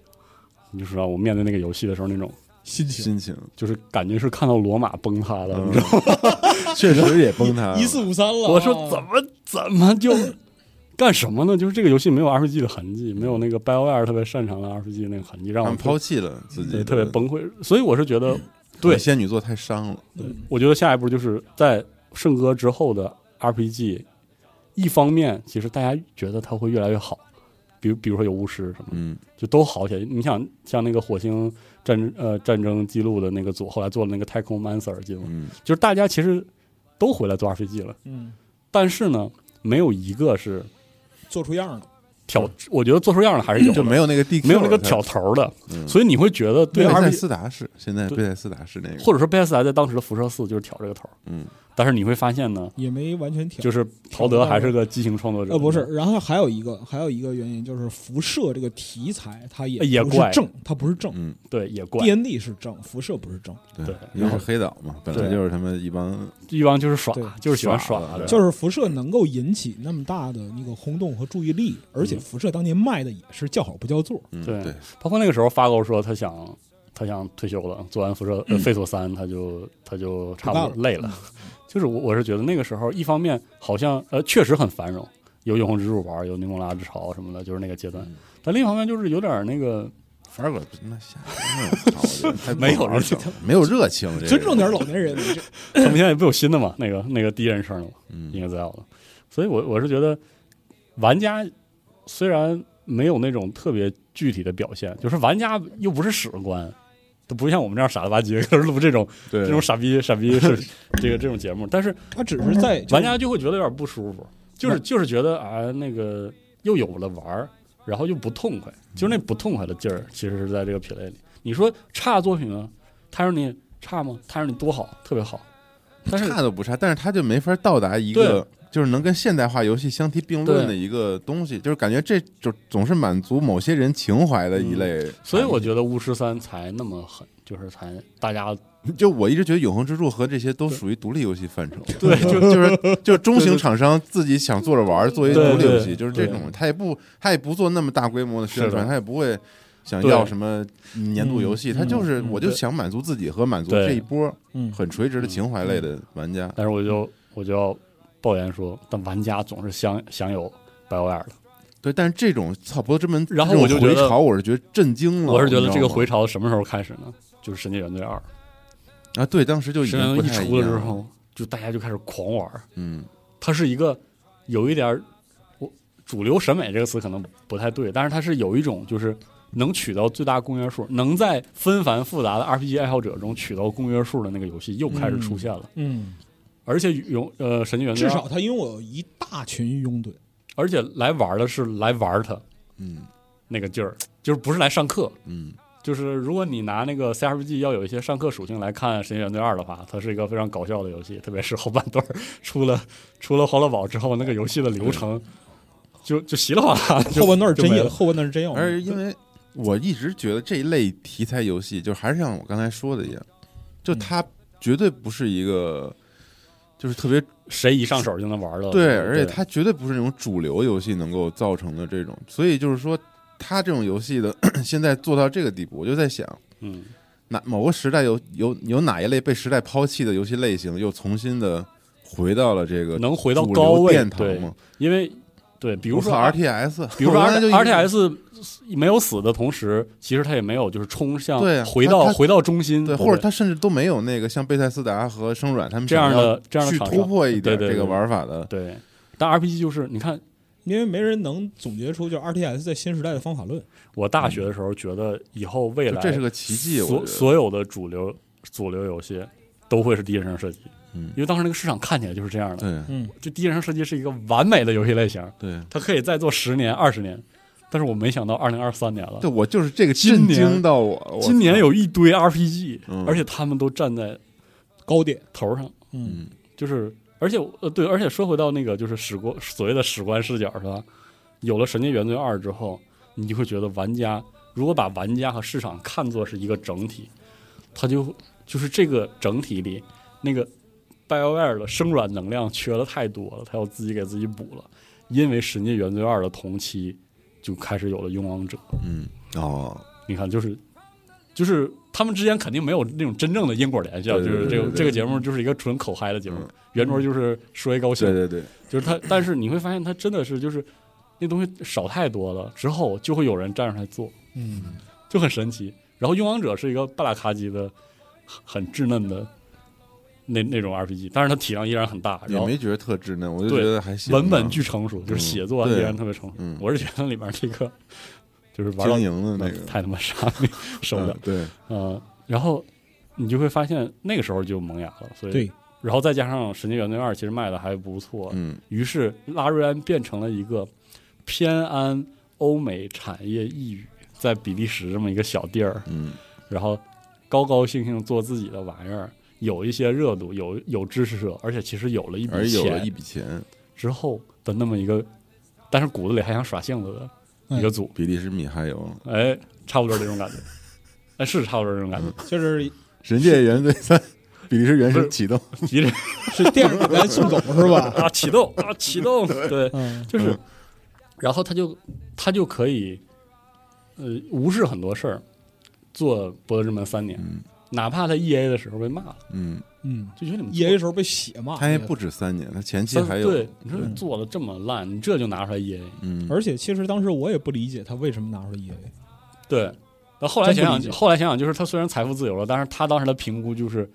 Speaker 2: 你就知道我面对那个游戏的时候，那种
Speaker 3: 心情
Speaker 4: 心情
Speaker 2: 就是感觉是看到罗马崩塌了，
Speaker 4: 嗯
Speaker 2: 你知道吗？
Speaker 4: 确实也崩塌了，
Speaker 3: 一四五三了 啊。
Speaker 2: 我说怎么怎么就干什么呢？就是这个游戏没有 RPG 的痕迹，没有那个 BioWare 特别擅长的 RPG 那个痕迹，让
Speaker 4: 他
Speaker 2: 我
Speaker 4: 们抛弃了自己
Speaker 2: 对
Speaker 4: 的，
Speaker 2: 特别崩溃。所以我是觉得，对
Speaker 4: 仙女座太伤了，
Speaker 2: 我觉得下一步就是在圣歌之后的 RPG，一方面其实大家觉得它会越来越好，比如比如说有巫师什么的，
Speaker 4: 嗯，
Speaker 2: 就都好起来。你想像那个火星战呃战争记录的那个组，后来做了那个太空 Mancer 记录，
Speaker 4: 嗯，
Speaker 2: 就是大家其实都回来做 RPG 了，
Speaker 3: 嗯
Speaker 2: 但是呢，没有一个是
Speaker 3: 做出样儿了？
Speaker 2: 挑，我觉得做出样儿的还是有的，
Speaker 4: 就没有那个 DQ，
Speaker 2: 没有那个
Speaker 4: 了
Speaker 2: 挑头儿的，
Speaker 4: 嗯
Speaker 2: 所以你会觉得对
Speaker 4: 贝塞
Speaker 2: RPG
Speaker 4: 斯达是现在
Speaker 2: 对
Speaker 4: 贝塞斯达是那个，
Speaker 2: 或者说贝斯达在当时的辐射四就是挑这个头儿，
Speaker 4: 嗯，
Speaker 2: 但是你会发现呢。
Speaker 3: 也没完全调。
Speaker 2: 就是陶德还是个激情创作者，嗯
Speaker 3: 呃，不是，然后还有一个，还有一个原因就是辐射这个题材，它也
Speaker 2: 也
Speaker 3: 不是
Speaker 2: 怪
Speaker 3: 正，它不是正
Speaker 4: 嗯，
Speaker 2: 对，也怪
Speaker 3: ，D N D 是正，辐射不是正，
Speaker 4: 对
Speaker 2: 对，
Speaker 4: 因为是黑岛嘛，本来
Speaker 2: 对
Speaker 4: 就是他们一帮
Speaker 2: 一帮就是耍
Speaker 3: 对，
Speaker 2: 就是喜欢
Speaker 4: 耍
Speaker 2: 耍
Speaker 4: 的
Speaker 2: 的，
Speaker 3: 就是辐射能够引起那么大的那个轰动和注意力，而且辐射当年卖的也是叫好不叫座，
Speaker 4: 嗯
Speaker 2: 对
Speaker 4: 对，
Speaker 2: 包括那个时候发哥说他想他想退休了，做完辐射
Speaker 4: 嗯
Speaker 2: 呃费索三，他就他就差不多
Speaker 3: 不干
Speaker 2: 累了。 就是我我是觉得那个时候，一方面好像呃确实很繁荣，有永恒之柱玩，有尼古拉之潮什么的，就是那个阶段
Speaker 4: 嗯。
Speaker 2: 但另一方面就是有点那个，
Speaker 4: 反正我那下那我操太 不
Speaker 2: 没有
Speaker 4: 玩儿
Speaker 2: 人
Speaker 4: 了没有热情，这个
Speaker 3: 尊重点老年人。这
Speaker 2: 他们现在不有新的嘛？那个那个第一人称的嘛，应
Speaker 4: 嗯
Speaker 2: 该在了。所以我我是觉得，玩家虽然没有那种特别具体的表现，就是玩家又不是史官，都不像我们这样傻了吧唧 搁这录这种
Speaker 4: 对
Speaker 2: 这种傻逼傻逼是这个这种节目，但是
Speaker 3: 他只是在
Speaker 2: 玩家就会觉得有点不舒服，就是就是觉得啊那个又有了玩儿，然后又不痛快，就是那不痛快的劲儿，其实是在这个品类里。你说差作品呢？他让你差吗？他让你多好，特别好。但是
Speaker 4: 差都不差，但是他就没法到达一个就是能跟现代化游戏相提并论的一个东西，就是感觉这就总是满足某些人情怀的
Speaker 2: 嗯
Speaker 4: 一类产品。
Speaker 2: 所以我觉得巫师三才那么狠，就是才大家
Speaker 4: 就我一直觉得永恒之柱和这些都属于独立游戏范畴，
Speaker 2: 对
Speaker 4: 就就是就是中型厂商自己想做着玩儿，做一独立游戏，
Speaker 2: 对对
Speaker 4: 就是这种，他也不他也不做那么大规模的宣
Speaker 2: 是的
Speaker 4: 传，他也不会想
Speaker 2: 对
Speaker 4: 要什么年度游戏，他就是
Speaker 3: 嗯
Speaker 4: 我就想满足自己和满足
Speaker 2: 对嗯
Speaker 4: 这一波
Speaker 3: 嗯
Speaker 4: 很垂直的情怀类的玩家。
Speaker 2: 但是我就我就要抱怨说，但玩家总是享享有白欧尔的。
Speaker 4: 对，但是这种《草博之门》
Speaker 2: 然后我就
Speaker 4: 这种
Speaker 2: 觉得
Speaker 4: 回潮，我是觉得震惊了。
Speaker 2: 我是觉
Speaker 4: 嗯你
Speaker 2: 得
Speaker 4: 知
Speaker 2: 这个
Speaker 4: 道吗
Speaker 2: 回潮什么时候开始呢？就是《神界原罪二》，
Speaker 4: 啊，对，当时就
Speaker 2: 《
Speaker 4: 已
Speaker 2: 神
Speaker 4: 经
Speaker 2: 界原
Speaker 4: 不
Speaker 2: 罪一
Speaker 4: 太
Speaker 2: 出了
Speaker 4: 样
Speaker 2: 之
Speaker 4: 了，
Speaker 2: 后，就大家就开始狂玩儿。
Speaker 4: 嗯，
Speaker 2: 它是一个有一点儿，我主流审美这个词可能不太对，但是它是有一种就是能取到最大公约数，能在纷繁复杂的 RPG 爱好者中取到公约数的那个游戏又开始出现了。
Speaker 3: 嗯，
Speaker 2: 而且有呃《神界原罪
Speaker 3: 至
Speaker 2: 二》，
Speaker 3: 少他拥有一大群拥趸，
Speaker 2: 而且来玩的是来玩它
Speaker 4: 嗯
Speaker 2: 那个劲儿，就是不是来上课。
Speaker 4: 嗯，
Speaker 2: 就是如果你拿那个 CRPG 要有一些上课属性来看《神界原罪二》的话，它是一个非常搞笑的游戏，特别是后半段儿出了出了欢乐堡之后，那个游戏的流程就就稀里哗啦。就
Speaker 3: 后半段儿
Speaker 2: 就
Speaker 3: 真
Speaker 2: 没
Speaker 3: 有，
Speaker 2: 了
Speaker 3: 后半段儿真
Speaker 2: 哦
Speaker 3: 有。
Speaker 4: 而因为我一直觉得这一类题材游戏，就还是像我刚才说的一样，就
Speaker 2: 嗯
Speaker 4: 它绝对不是一个，就是特别
Speaker 2: 谁一上手就能玩的。
Speaker 4: 对，而且它绝对不是那种主流游戏能够造成的这种，所以就是说，它这种游戏的 现在做到这个地步，我就在想，
Speaker 2: 嗯，
Speaker 4: 哪某个时代有有有哪一类被时代抛弃的游戏类型，又重新的回到了这个
Speaker 2: 能回到
Speaker 4: 主
Speaker 2: 高
Speaker 4: 流
Speaker 2: 位
Speaker 4: 殿，堂
Speaker 2: 对，
Speaker 4: 吗？
Speaker 2: 因为对，比
Speaker 4: 比
Speaker 2: 如说
Speaker 4: R T S，
Speaker 2: 比如说 R
Speaker 4: 就一直
Speaker 2: R T S 没有死的同时，其实它也没有就是冲向
Speaker 4: 对啊
Speaker 2: 回
Speaker 4: 它
Speaker 2: 到
Speaker 4: 它
Speaker 2: 回到中心，
Speaker 4: 对，或者他甚至都没有那个像贝塞斯达和生软他们
Speaker 2: 这样的这
Speaker 4: 想要
Speaker 2: 样的
Speaker 4: 去
Speaker 2: 厂
Speaker 4: 突
Speaker 2: 商，
Speaker 4: 破一
Speaker 2: 对
Speaker 4: 点
Speaker 2: 对
Speaker 4: 这个
Speaker 2: 对
Speaker 4: 玩法的，
Speaker 2: 对。但 RPG 就是你看，
Speaker 3: 因为没人能总结出就 R T S 在新时代的方法论。
Speaker 2: 我大学的时候觉得以后未
Speaker 4: 嗯就
Speaker 2: 来
Speaker 4: 这是个奇迹。我觉
Speaker 2: 所
Speaker 4: 得
Speaker 2: 所有的主流主流游戏都会是第一人称射击，
Speaker 4: 嗯
Speaker 2: 因为当时那个市场看起来就是这样的。
Speaker 4: 对
Speaker 3: 嗯，
Speaker 2: 就第一人称射击是一个完美的游戏类型，
Speaker 4: 对
Speaker 2: 它可以再做十年、二十年，但是我没想到二零二三年了，
Speaker 4: 对，我就是这个
Speaker 2: 今
Speaker 4: 震
Speaker 2: 年
Speaker 4: 惊到我。我
Speaker 2: 今年有一堆 RPG，、
Speaker 4: 嗯
Speaker 2: 而且他们都站在
Speaker 3: 高点，
Speaker 2: 头上，
Speaker 3: 嗯
Speaker 4: 嗯
Speaker 2: 就是而且呃对，而且说回到那个就是史观所谓的史观视角是吧？有了《神界原罪二》之后，你就会觉得玩家如果把玩家和市场看作是一个整体，他就就是这个整体里那个 BioWare 的生软能量缺了太多了，他要自己给自己补了，因为《神界原罪二》的同期就开始有了《勇王者》。
Speaker 4: 嗯哦，
Speaker 2: 你看，就是就是他们之间肯定没有那种真正的因果联系啊，
Speaker 4: 对对
Speaker 2: 就是这
Speaker 4: 对
Speaker 2: 个
Speaker 4: 对对
Speaker 2: 这个节目就是一个纯口嗨的节目
Speaker 4: 嗯，
Speaker 2: 圆桌就是说一高兴
Speaker 4: 对，对对，
Speaker 2: 就是他，但是你会发现他真的是就是那东西少太多了，之后就会有人站出来做，
Speaker 3: 嗯，
Speaker 2: 就很神奇。然后《勇王者》是一个半拉卡叽的、很很稚嫩的那那种 RPG，但是它体量依然很大，
Speaker 4: 也
Speaker 2: 然后
Speaker 4: 没觉得特稚嫩，我就
Speaker 2: 对
Speaker 4: 觉得还行啊，
Speaker 2: 文本巨成熟，就是写作
Speaker 4: 嗯对
Speaker 2: 依然特别成熟。
Speaker 4: 嗯
Speaker 2: 我是觉得里面这个就是玩嗯到
Speaker 4: 经营的那个
Speaker 2: 太他妈傻逼，受不了
Speaker 4: 嗯。对，
Speaker 2: 嗯，然后你就会发现那个时候就萌芽了，所以
Speaker 3: 对，
Speaker 2: 然后再加上《神界原罪二》其实卖的还不错，
Speaker 4: 嗯
Speaker 2: 于是拉瑞安变成了一个偏安欧美产业一隅，在比利时这么一个小地儿，
Speaker 4: 嗯，
Speaker 2: 然后高高兴兴做自己的玩意儿，有一些热度，有有支持者，而且其实有了一
Speaker 4: 而
Speaker 2: 笔
Speaker 4: 有了一
Speaker 2: 钱
Speaker 4: 笔钱，
Speaker 2: 之后的那么一个，但是骨子里还想耍性子
Speaker 4: 嗯
Speaker 2: 的一个组，
Speaker 4: 比利时米哈游，
Speaker 2: 哎，差不多这种 感觉，哎，是差不多这种感觉，
Speaker 3: 就是
Speaker 4: 神界原罪三，比利时原始启动，
Speaker 2: 比利
Speaker 3: 是电影里面送走是吧？
Speaker 2: 啊，启 动啊，启动，对，
Speaker 3: 嗯，
Speaker 2: 就是，然后他就他就可以，呃，无视很多事儿，做《博德之门》三年，
Speaker 4: 嗯
Speaker 2: 哪怕他 E A 的时候被骂了，
Speaker 4: 嗯，
Speaker 3: 嗯
Speaker 2: 就觉得你们
Speaker 3: ，E A 时候被血骂，
Speaker 4: 它也不止三年，它前期
Speaker 2: 啊三
Speaker 4: 还有，
Speaker 2: 对，你说你做的这么烂，你这就拿出来 E A，
Speaker 4: 嗯，
Speaker 3: 而且其实当时我也不理解他为什么拿出 E A，
Speaker 2: 对，然后后来
Speaker 3: 真不
Speaker 2: 想
Speaker 3: 理
Speaker 2: 想，
Speaker 3: 解
Speaker 2: 后来想想，就是他虽然财富自由了，但是他当时的评估就是。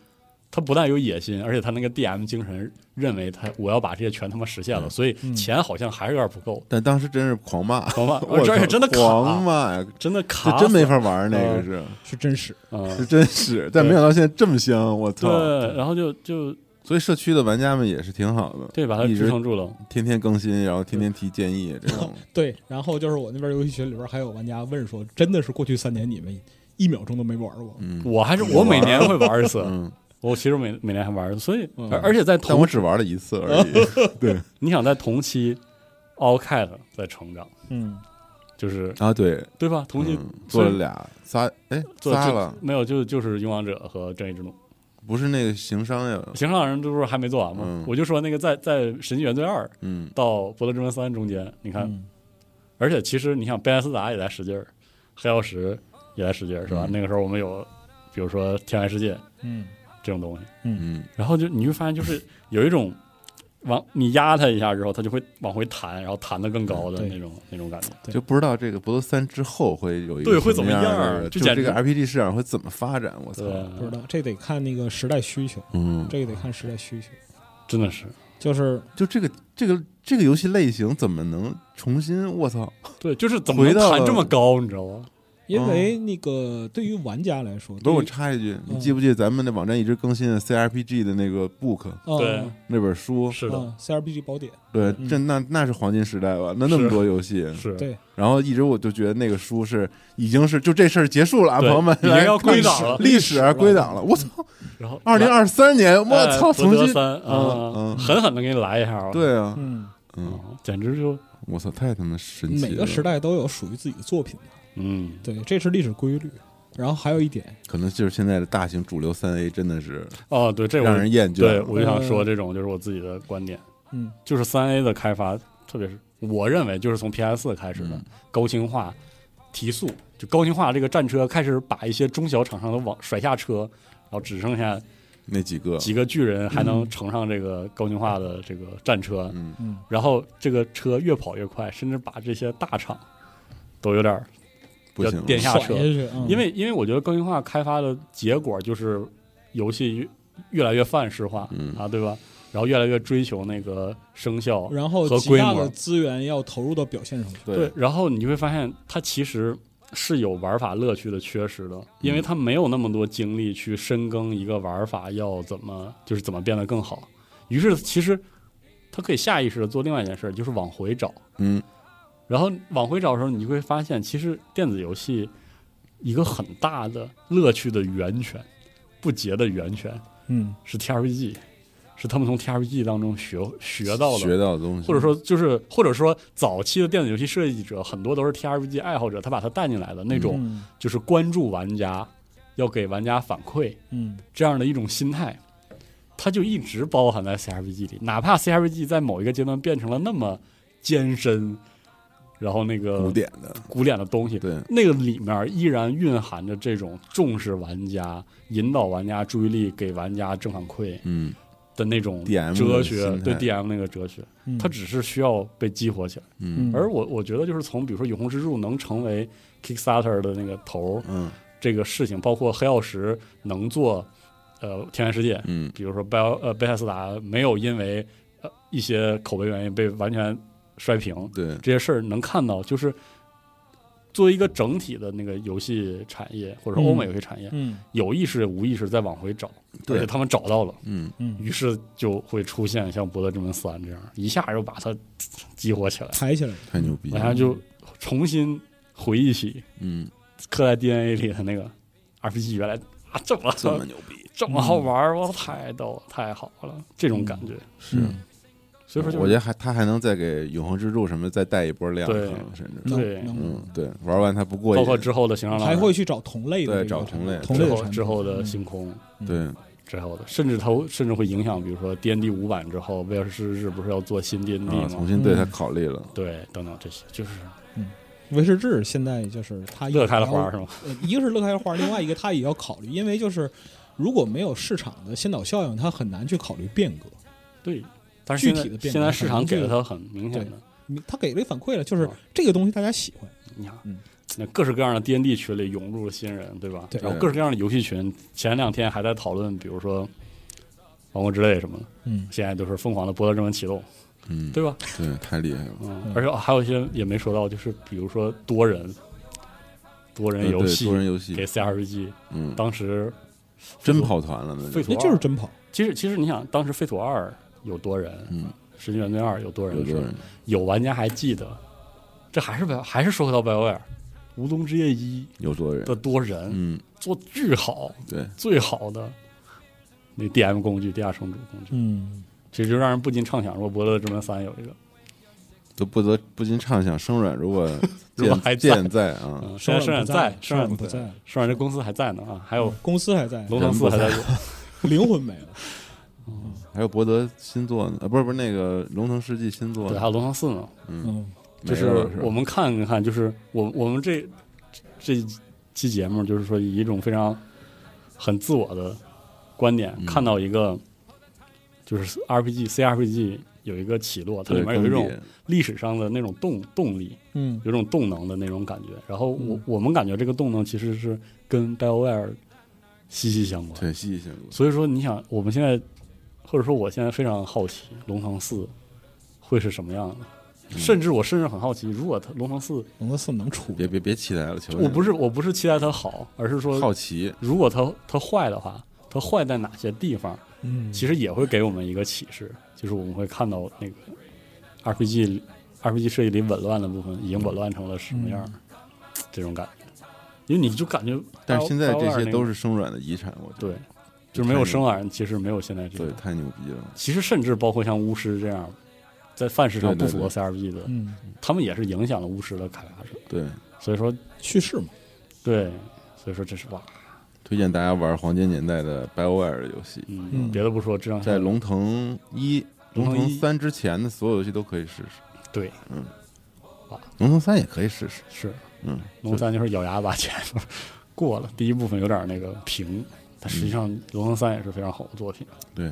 Speaker 2: 他不但有野心，而且他那个 D M 精神认为他我要把这些全他妈实现了，
Speaker 4: 嗯
Speaker 2: 所以
Speaker 3: 嗯
Speaker 2: 钱好像还是有点不够，
Speaker 4: 但当时真是狂骂，
Speaker 2: 懂吗？
Speaker 4: 我
Speaker 2: 这而且
Speaker 4: 操
Speaker 2: 真的
Speaker 4: 狂
Speaker 2: 卡，
Speaker 4: 骂呀，
Speaker 2: 真的
Speaker 4: 这
Speaker 2: 卡，
Speaker 4: 真没法玩儿，那个
Speaker 2: 嗯
Speaker 4: 是
Speaker 3: 是真实。
Speaker 2: 啊
Speaker 4: 是真是，但没想到现在这么香，我操！
Speaker 2: 对，然后就就
Speaker 4: 所以社区的玩家们也是挺好的，
Speaker 2: 对把它
Speaker 4: 一
Speaker 2: 支
Speaker 4: 直
Speaker 2: 撑住了。
Speaker 4: 天天更新，然后天天提建
Speaker 2: 嗯
Speaker 4: 议，这种
Speaker 3: 对，然后就是我那边游戏群里边还有玩家问说，真的是过去三年你们一秒钟都没玩过。
Speaker 2: 我还是我每年会玩一次，
Speaker 4: 嗯
Speaker 2: 我其实每每年还玩一次，所以
Speaker 3: 嗯
Speaker 2: 而而且在
Speaker 4: 但
Speaker 2: 同嗯
Speaker 4: 我只玩了一次而已。 对
Speaker 2: 你想在同期，All Cat 在成长，
Speaker 3: 嗯，
Speaker 2: 就是
Speaker 4: 啊，对，
Speaker 2: 对吧？同期
Speaker 4: 嗯
Speaker 2: 虽
Speaker 4: 做
Speaker 2: 然
Speaker 4: 了俩仨，哎，
Speaker 2: 做
Speaker 4: 仨
Speaker 2: 就
Speaker 4: 了，
Speaker 2: 没有就就是勇往者和正义之怒，
Speaker 4: 不是那个行商呀？
Speaker 2: 行上人这不是还没做完吗？
Speaker 4: 嗯
Speaker 2: 我就说那个在在《神奇原罪二》
Speaker 4: 嗯，
Speaker 2: 到《博德之门三》中间，你看，
Speaker 3: 嗯
Speaker 2: 而且其实你想，贝莱斯达也在使劲儿，黑曜石也在使劲儿，是吧？
Speaker 4: 嗯
Speaker 2: 那个时候我们有，比如说《天外世界》
Speaker 3: 嗯
Speaker 2: 这种东西，
Speaker 4: 嗯，
Speaker 2: 然后就你会发现， 就是有一种往你压它一下之后，它就会往回弹，然后弹得更高的
Speaker 3: 对
Speaker 2: 那种那种感觉。
Speaker 3: 对
Speaker 4: 就不知道这个《博德三》之后会有一个
Speaker 2: 对会
Speaker 4: 什
Speaker 2: 怎么样
Speaker 4: 样的，
Speaker 2: 这
Speaker 4: 就
Speaker 2: 简
Speaker 4: 这个
Speaker 2: 直
Speaker 4: RPG 市场会怎么发展？我操，
Speaker 2: 对，啊
Speaker 3: 不知道，这得看那个时代需求，
Speaker 4: 嗯，
Speaker 3: 这个得看时代需求。
Speaker 2: 真的是
Speaker 3: 就是
Speaker 4: 就这个这个这个游戏类型怎么能重新？我操，
Speaker 2: 对，就是怎么能
Speaker 4: 回到
Speaker 2: 弹这么高，你知道吗？
Speaker 3: 因为那个对于玩家来说，
Speaker 4: 不是我
Speaker 3: 对于
Speaker 4: 插一句，你
Speaker 3: 嗯
Speaker 4: 记不记得咱们的网站一直更新的 CRPG 的那个 book
Speaker 2: 对
Speaker 3: 呃，
Speaker 4: 那本书？
Speaker 2: 是的，
Speaker 3: 嗯，CRPG 宝典，
Speaker 4: 对，
Speaker 3: 嗯
Speaker 4: 这那那是黄金时代吧？那那么
Speaker 2: 是
Speaker 4: 多游戏，
Speaker 2: 是
Speaker 3: 对
Speaker 4: 然后一直我就觉得那个书是已经是就这事儿结束了啊，朋
Speaker 2: 对
Speaker 4: 友们，
Speaker 2: 已经
Speaker 4: 来
Speaker 2: 要
Speaker 4: 看
Speaker 2: 归档了
Speaker 4: 历史啊归档了。我操，
Speaker 2: 然后
Speaker 4: 二零二三年，我
Speaker 2: 哎
Speaker 4: 操，重
Speaker 2: 博德
Speaker 4: 新
Speaker 2: 三
Speaker 4: 嗯
Speaker 2: 啊，
Speaker 4: 嗯
Speaker 2: 狠狠的给你来一下，，
Speaker 4: 对啊，
Speaker 3: 嗯，
Speaker 4: 嗯，
Speaker 2: 简直就
Speaker 4: 我操，太他妈神奇了！
Speaker 3: 每个时代都有属于自己的作品的，
Speaker 2: 嗯，
Speaker 3: 对，这是历史规律。然后还有一点，
Speaker 4: 可能就是现在的大型主流三 A 真的是
Speaker 2: 哦，对，这我
Speaker 4: 让人厌倦
Speaker 2: 对
Speaker 4: 了。
Speaker 2: 我就想说这种就是我自己的观点，
Speaker 3: 嗯，
Speaker 2: 就是三 A 的开发，特别是我认为就是从 PS 四开始的
Speaker 4: 嗯
Speaker 2: 高清化、提速，就高清化这个战车开始把一些中小厂商都往甩下车，然后只剩下
Speaker 4: 那几个，
Speaker 2: 几个巨人还能乘上这个高清化的这个战车，
Speaker 4: 嗯，
Speaker 2: 然后这个车越跑越快，甚至把这些大厂都有点儿，
Speaker 4: 不行
Speaker 2: 要，电下
Speaker 3: 甩
Speaker 2: 车
Speaker 3: 下去，嗯
Speaker 2: 因为因为我觉得高清化开发的结果就是游戏越越来越范式化、
Speaker 4: 嗯
Speaker 2: 啊，对吧？然后越来越追求那个声效，
Speaker 3: 然后
Speaker 2: 和
Speaker 3: 极
Speaker 2: 规
Speaker 3: 大
Speaker 2: 模
Speaker 3: 的资源要投入到表现上去。
Speaker 2: 对，，然后你就会发现它其实是有玩法乐趣的缺失的，因为它没有那么多精力去深耕一个玩法要怎么就是怎么变得更好。于是其实它可以下意识的做另外一件事，就是往回找。
Speaker 4: 嗯，
Speaker 2: 然后往回找的时候，你就会发现，其实电子游戏一个很大的乐趣的源泉，不竭的源泉
Speaker 3: 嗯，
Speaker 2: 是 TRPG，是他们从 TRPG 当中学学到的
Speaker 4: 学到的东西，
Speaker 2: 或者说就是或者说早期的电子游戏设计者很多都是 TRPG 爱好者，他把它带进来的那种，
Speaker 3: 嗯
Speaker 2: 就是关注玩家，要给玩家反馈
Speaker 3: 嗯
Speaker 2: 这样的一种心态，它就一直包含在 CRPG 里，哪怕 CRPG 在某一个阶段变成了那么艰深，然后那个
Speaker 4: 古典的，
Speaker 2: 古典的东西，
Speaker 4: 对，
Speaker 2: 那个里面依然蕴含着这种重视玩家、引导玩家注意力、给玩家正反馈
Speaker 4: 嗯，
Speaker 2: 的那种
Speaker 4: DM
Speaker 2: 哲
Speaker 4: 的
Speaker 2: 学，
Speaker 4: 心态
Speaker 2: 对 DM 那个哲学。
Speaker 3: 嗯，
Speaker 2: 它只是需要被激活起来。
Speaker 4: 嗯
Speaker 3: 嗯
Speaker 2: 而我我觉得就是从比如说《永恒之柱》能成为 Kickstarter 的那个头儿
Speaker 4: 嗯
Speaker 2: 这个事情，包括黑曜石能做呃《天外世界》，
Speaker 4: 嗯
Speaker 2: 比如说贝呃贝塞斯达没有因为呃一些口碑原因被完全摔平，
Speaker 4: 对，
Speaker 2: 这些事儿能看到，就是作为一个整体的那个游戏产业或者说欧美游戏产业，
Speaker 3: 嗯
Speaker 2: 有意识无意识在往回找，
Speaker 4: 对
Speaker 2: 而且他们找到了。
Speaker 4: 嗯，
Speaker 3: 嗯
Speaker 2: 于是就会出现像《博德之门三》这样，一下又把它激活起来，
Speaker 3: 抬起来，
Speaker 4: 太牛逼
Speaker 2: 然后
Speaker 4: 了，
Speaker 2: 就重新回忆起
Speaker 4: 嗯，
Speaker 2: 刻在 DNA 里的那个 RPG 原来啊这么
Speaker 4: 这么牛逼，
Speaker 2: 这么好玩儿，我太逗了太好了，这种感觉。
Speaker 4: 是。
Speaker 3: 嗯
Speaker 2: 所以说就
Speaker 4: 我觉得还他还能再给《永恒之柱》什么再带一波量，
Speaker 2: 对
Speaker 4: 可能甚至
Speaker 3: 能
Speaker 2: 对
Speaker 3: 能
Speaker 4: 嗯，对，玩完他不过
Speaker 2: 包括
Speaker 4: 瘾，
Speaker 2: 之后的《行上
Speaker 3: 还会去找同类的这个
Speaker 4: 对找
Speaker 3: 产
Speaker 4: 同
Speaker 3: 品
Speaker 4: 类
Speaker 3: 同类
Speaker 2: 之
Speaker 3: 的
Speaker 2: 后
Speaker 3: 产
Speaker 2: 之
Speaker 3: 品嗯
Speaker 2: 后
Speaker 4: 嗯
Speaker 2: 的星空。
Speaker 4: 对，
Speaker 2: 之后的，甚至它会甚至会影响，比如说 D N D 五版之后，威尔士日不是要做新 D N D
Speaker 4: 啊，重
Speaker 2: 吗？
Speaker 4: 新对哎他考虑了，
Speaker 2: 对，等等这些，就是
Speaker 3: 威士忌现在就是它
Speaker 2: 乐开了
Speaker 3: 也要
Speaker 2: 花是吗？
Speaker 3: 呃，一个是乐开花，另外一个它也要考虑，因为就是如果没有市场的先导效应，它很难去考虑变革。
Speaker 2: 对，但是现在
Speaker 3: 具体的变
Speaker 2: 现在
Speaker 3: 革
Speaker 2: 市
Speaker 3: 很
Speaker 2: 场
Speaker 3: 难
Speaker 2: 给
Speaker 3: 去
Speaker 2: 了它很明显的，
Speaker 3: 你它给了一反馈了，就是
Speaker 2: 啊
Speaker 3: 这个东西大家喜欢，
Speaker 2: 你看
Speaker 3: 嗯，
Speaker 2: 那各式各样的 D N D 群里涌入了新人，对吧？
Speaker 3: 对
Speaker 2: 然后各式各样的游戏群，前两天还在讨论，比如说《王国之泪》什么的，
Speaker 3: 嗯，
Speaker 2: 现在就是疯狂的波德之门启动，
Speaker 4: 嗯，
Speaker 2: 对吧？
Speaker 4: 对，太厉害了，呃
Speaker 2: 嗯，而且还有一些也没说到，就是比如说多人多人
Speaker 4: 嗯
Speaker 2: 游
Speaker 4: 对
Speaker 2: 戏
Speaker 4: 多人游戏
Speaker 2: 给 C R P G，
Speaker 4: 嗯，
Speaker 2: 当时
Speaker 4: 真跑团了那
Speaker 2: 废
Speaker 4: 就，
Speaker 2: 土
Speaker 3: 那就是
Speaker 2: 二
Speaker 3: 真跑，
Speaker 2: 其实其实你想，当时废土二有多人，
Speaker 4: 嗯，
Speaker 2: 神经元罪二有多人
Speaker 4: 有
Speaker 2: 的时
Speaker 4: 多
Speaker 2: 候，
Speaker 4: 人，
Speaker 2: 有玩家还记得，这还是 Bio- 还是说回到 BioWare，无龙之夜一》
Speaker 4: 有多人，
Speaker 2: 的多人
Speaker 4: 嗯，
Speaker 2: 做巨好，
Speaker 4: 对，
Speaker 2: 最好的那 DM 工具、地下城主工具，
Speaker 3: 嗯，
Speaker 2: 这就让人不禁畅想说《伯乐之门三》有一个，
Speaker 4: 都不得不禁畅想生 软，如果
Speaker 2: 如果还
Speaker 4: 健
Speaker 2: 在
Speaker 4: 健在啊，
Speaker 2: 嗯，虽
Speaker 3: 生
Speaker 2: 然生染
Speaker 3: 软不
Speaker 2: 在，生
Speaker 3: 生
Speaker 2: 染
Speaker 3: 不在，嗯
Speaker 2: 生染这公司还在呢啊，还有
Speaker 3: 公司还在，
Speaker 2: 龙腾寺还在做，
Speaker 3: 灵魂没了，
Speaker 4: 还有博德新作呢，啊，不是不是那个龙腾世纪新作
Speaker 2: 对，还，有龙腾寺呢，
Speaker 3: 嗯
Speaker 2: 就
Speaker 4: 没了
Speaker 2: 是
Speaker 4: 是吧
Speaker 2: 我们看一看，就是我我们这这期节目，就是说以一种非常很自我的观点，
Speaker 4: 嗯
Speaker 2: 看到一个就是 RPG、CRPG 有一个起落，它
Speaker 4: 对，
Speaker 2: 里面有一
Speaker 4: 更
Speaker 2: 种
Speaker 4: 迭
Speaker 2: 历史上的那种动动力，
Speaker 3: 嗯
Speaker 2: 有一种动能的那种感觉。然后我、
Speaker 3: 嗯
Speaker 2: 我们感觉这个动能其实是跟 BioWare 息息相关。
Speaker 4: 对息息相关，
Speaker 2: 所以说，你想我们现在或者说我现在非常好奇龙腾寺会是什么样的。
Speaker 4: 嗯
Speaker 2: 甚至我甚至很好奇，如果它龙腾寺
Speaker 3: 龙腾寺能出
Speaker 4: 别别别期待了，求你
Speaker 2: 我
Speaker 4: 了
Speaker 2: 不是我不是期待它好，而是说
Speaker 4: 好奇，
Speaker 2: 如果它它坏的话，它坏在哪些地方，
Speaker 3: 嗯，
Speaker 2: 其实也会给我们一个启示，就是我们会看到那个 RPG 里 RPG 设计里紊乱的部分已经紊乱成了什么样儿，这种感觉，因为你就感觉，
Speaker 4: 嗯但是现在这些都
Speaker 2: 是
Speaker 4: 是生软的遗产，我觉
Speaker 2: 对
Speaker 4: 得，
Speaker 2: 就是没有生而其实没有现在这
Speaker 4: 对，
Speaker 2: 个，
Speaker 4: 太牛逼了，
Speaker 2: 其实甚至包括像巫师这样，在范式上
Speaker 4: 对对
Speaker 2: 不符合
Speaker 4: 对
Speaker 2: CRPG 的，
Speaker 3: 嗯
Speaker 2: 他们也是影响了巫师的开发者，
Speaker 4: 对，
Speaker 2: 所以说
Speaker 3: 去世嘛，
Speaker 2: 对，所以说这是哇，
Speaker 4: 推荐大家玩黄金年代的 BioWare 的游戏，
Speaker 2: 嗯，
Speaker 3: 嗯
Speaker 2: 别的不说，质量
Speaker 4: 在龙腾一、
Speaker 2: 龙
Speaker 4: 龙
Speaker 2: 腾一
Speaker 4: 腾三之前的所有游戏都可以试试，
Speaker 2: 对
Speaker 4: 龙腾三也可以试试，
Speaker 2: 是
Speaker 4: 嗯，
Speaker 2: 龙三就是咬牙把前面 过了，第一部分有点那个平，但
Speaker 4: 嗯
Speaker 2: 实际上龙腾三也是非常好的作品。
Speaker 4: 对，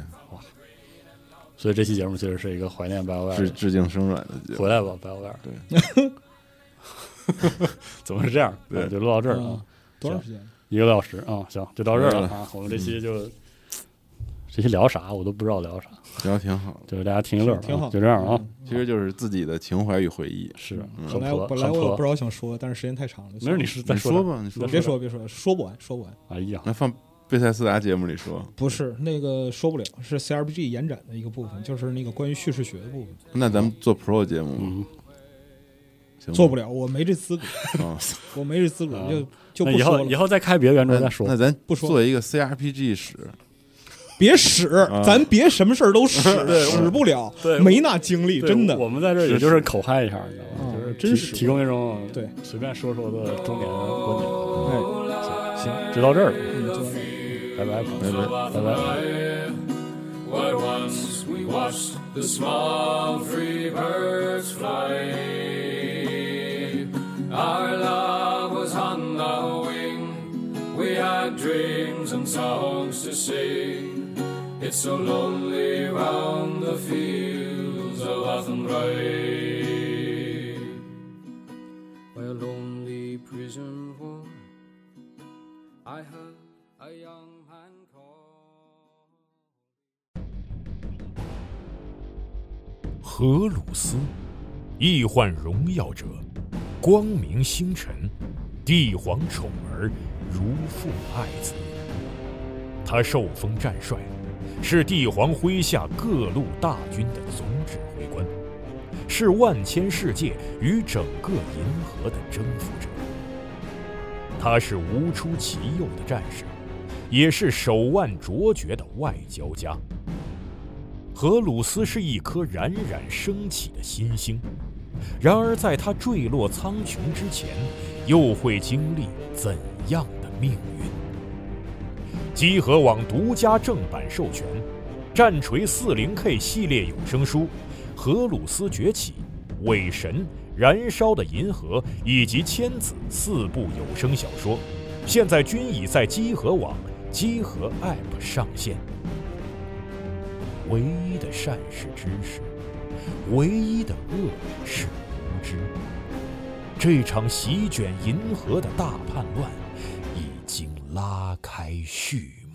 Speaker 2: 所以这期节目其实是一个怀念 BioWare，
Speaker 4: 致
Speaker 2: 的
Speaker 4: 致敬生软的节目
Speaker 2: 回，来吧 BioWare，
Speaker 4: 对，
Speaker 2: 怎么是这样？
Speaker 4: 对
Speaker 2: 啊就录到这儿啊
Speaker 3: 嗯，多长时间？
Speaker 2: 一个多小时啊，行，就到这儿了
Speaker 4: 到这
Speaker 2: 啊。我们这期就这期聊啥我都不知道聊啥，
Speaker 4: 聊挺好的，
Speaker 2: 就是大家听一乐啊，
Speaker 3: 挺好嗯
Speaker 2: 就这样啊。
Speaker 4: 其实就是自己的情怀与回忆，
Speaker 2: 是很
Speaker 3: 本来
Speaker 2: 婆
Speaker 3: 我本来
Speaker 2: 很
Speaker 3: 我有不
Speaker 2: 婆
Speaker 3: 知，道想说，但是时间太长了，
Speaker 2: 没事，你
Speaker 3: 说
Speaker 2: 是 再
Speaker 4: 你说
Speaker 2: 吧。
Speaker 4: 吧，你说
Speaker 2: 说
Speaker 4: 吧，
Speaker 3: 别说别说，说不完说不完，
Speaker 2: 哎呀，
Speaker 4: 那放贝塞斯达节目里说，
Speaker 3: 不是那个说不了，是 CRPG 延展的一个部分，就是那个关于叙事学的部分，
Speaker 4: 那咱们做 Pro 节目吗
Speaker 2: 嗯，
Speaker 4: 行吗
Speaker 3: 做不了，我没这资格，
Speaker 4: 啊，
Speaker 3: 我没这资格，
Speaker 2: 啊
Speaker 3: 就就
Speaker 2: 那以
Speaker 3: 不说
Speaker 2: 后以
Speaker 3: 了，
Speaker 2: 后再开别的圆桌
Speaker 4: 那
Speaker 2: 再说
Speaker 4: 那。咱
Speaker 3: 不说
Speaker 4: 做一个 CRPG 史，
Speaker 3: 别使，咱别什么事儿 都使，使不了
Speaker 2: 啊对，
Speaker 3: 没那精力，
Speaker 2: 对
Speaker 3: 真的
Speaker 2: 我。们在这儿也就是口嗨一下，你知道吗？
Speaker 3: 嗯
Speaker 2: 就是提
Speaker 3: 真是
Speaker 2: 提供一种
Speaker 3: 对
Speaker 2: 随便说说的中年观点，
Speaker 3: 哎，
Speaker 2: 就到这儿了，
Speaker 3: 嗯，就到这儿
Speaker 2: 拜拜，拜拜，拜拜。
Speaker 1: Bye-bye. Where once we watched the small free birds fly. Our love was on the wing. We had dreams and songs to sing. It's so lonely round the fields of Athenry. Where lonely prison was. I heard a young man call.
Speaker 5: 荷鲁斯，易患荣耀者，光明星辰，帝皇宠儿，如父爱子。他受封战帅，是帝皇麾下各路大军的总指挥官，是万千世界与整个银河的征服者。他是无出其右的战士，也是手腕卓绝的外交家。荷鲁斯是一颗冉冉升起的新星，然而在他坠落苍穹之前，又会经历怎样的命运？集合网独家正版授权，《战锤 40K 系列有声书》《荷鲁斯崛起》《伪神》《燃烧的银河》以及《千子》四部有声小说，现在均已在集合网、集合 App 上线。唯一的善是知识，唯一的恶是无知。这场席卷银河的大叛乱已经拉开序幕。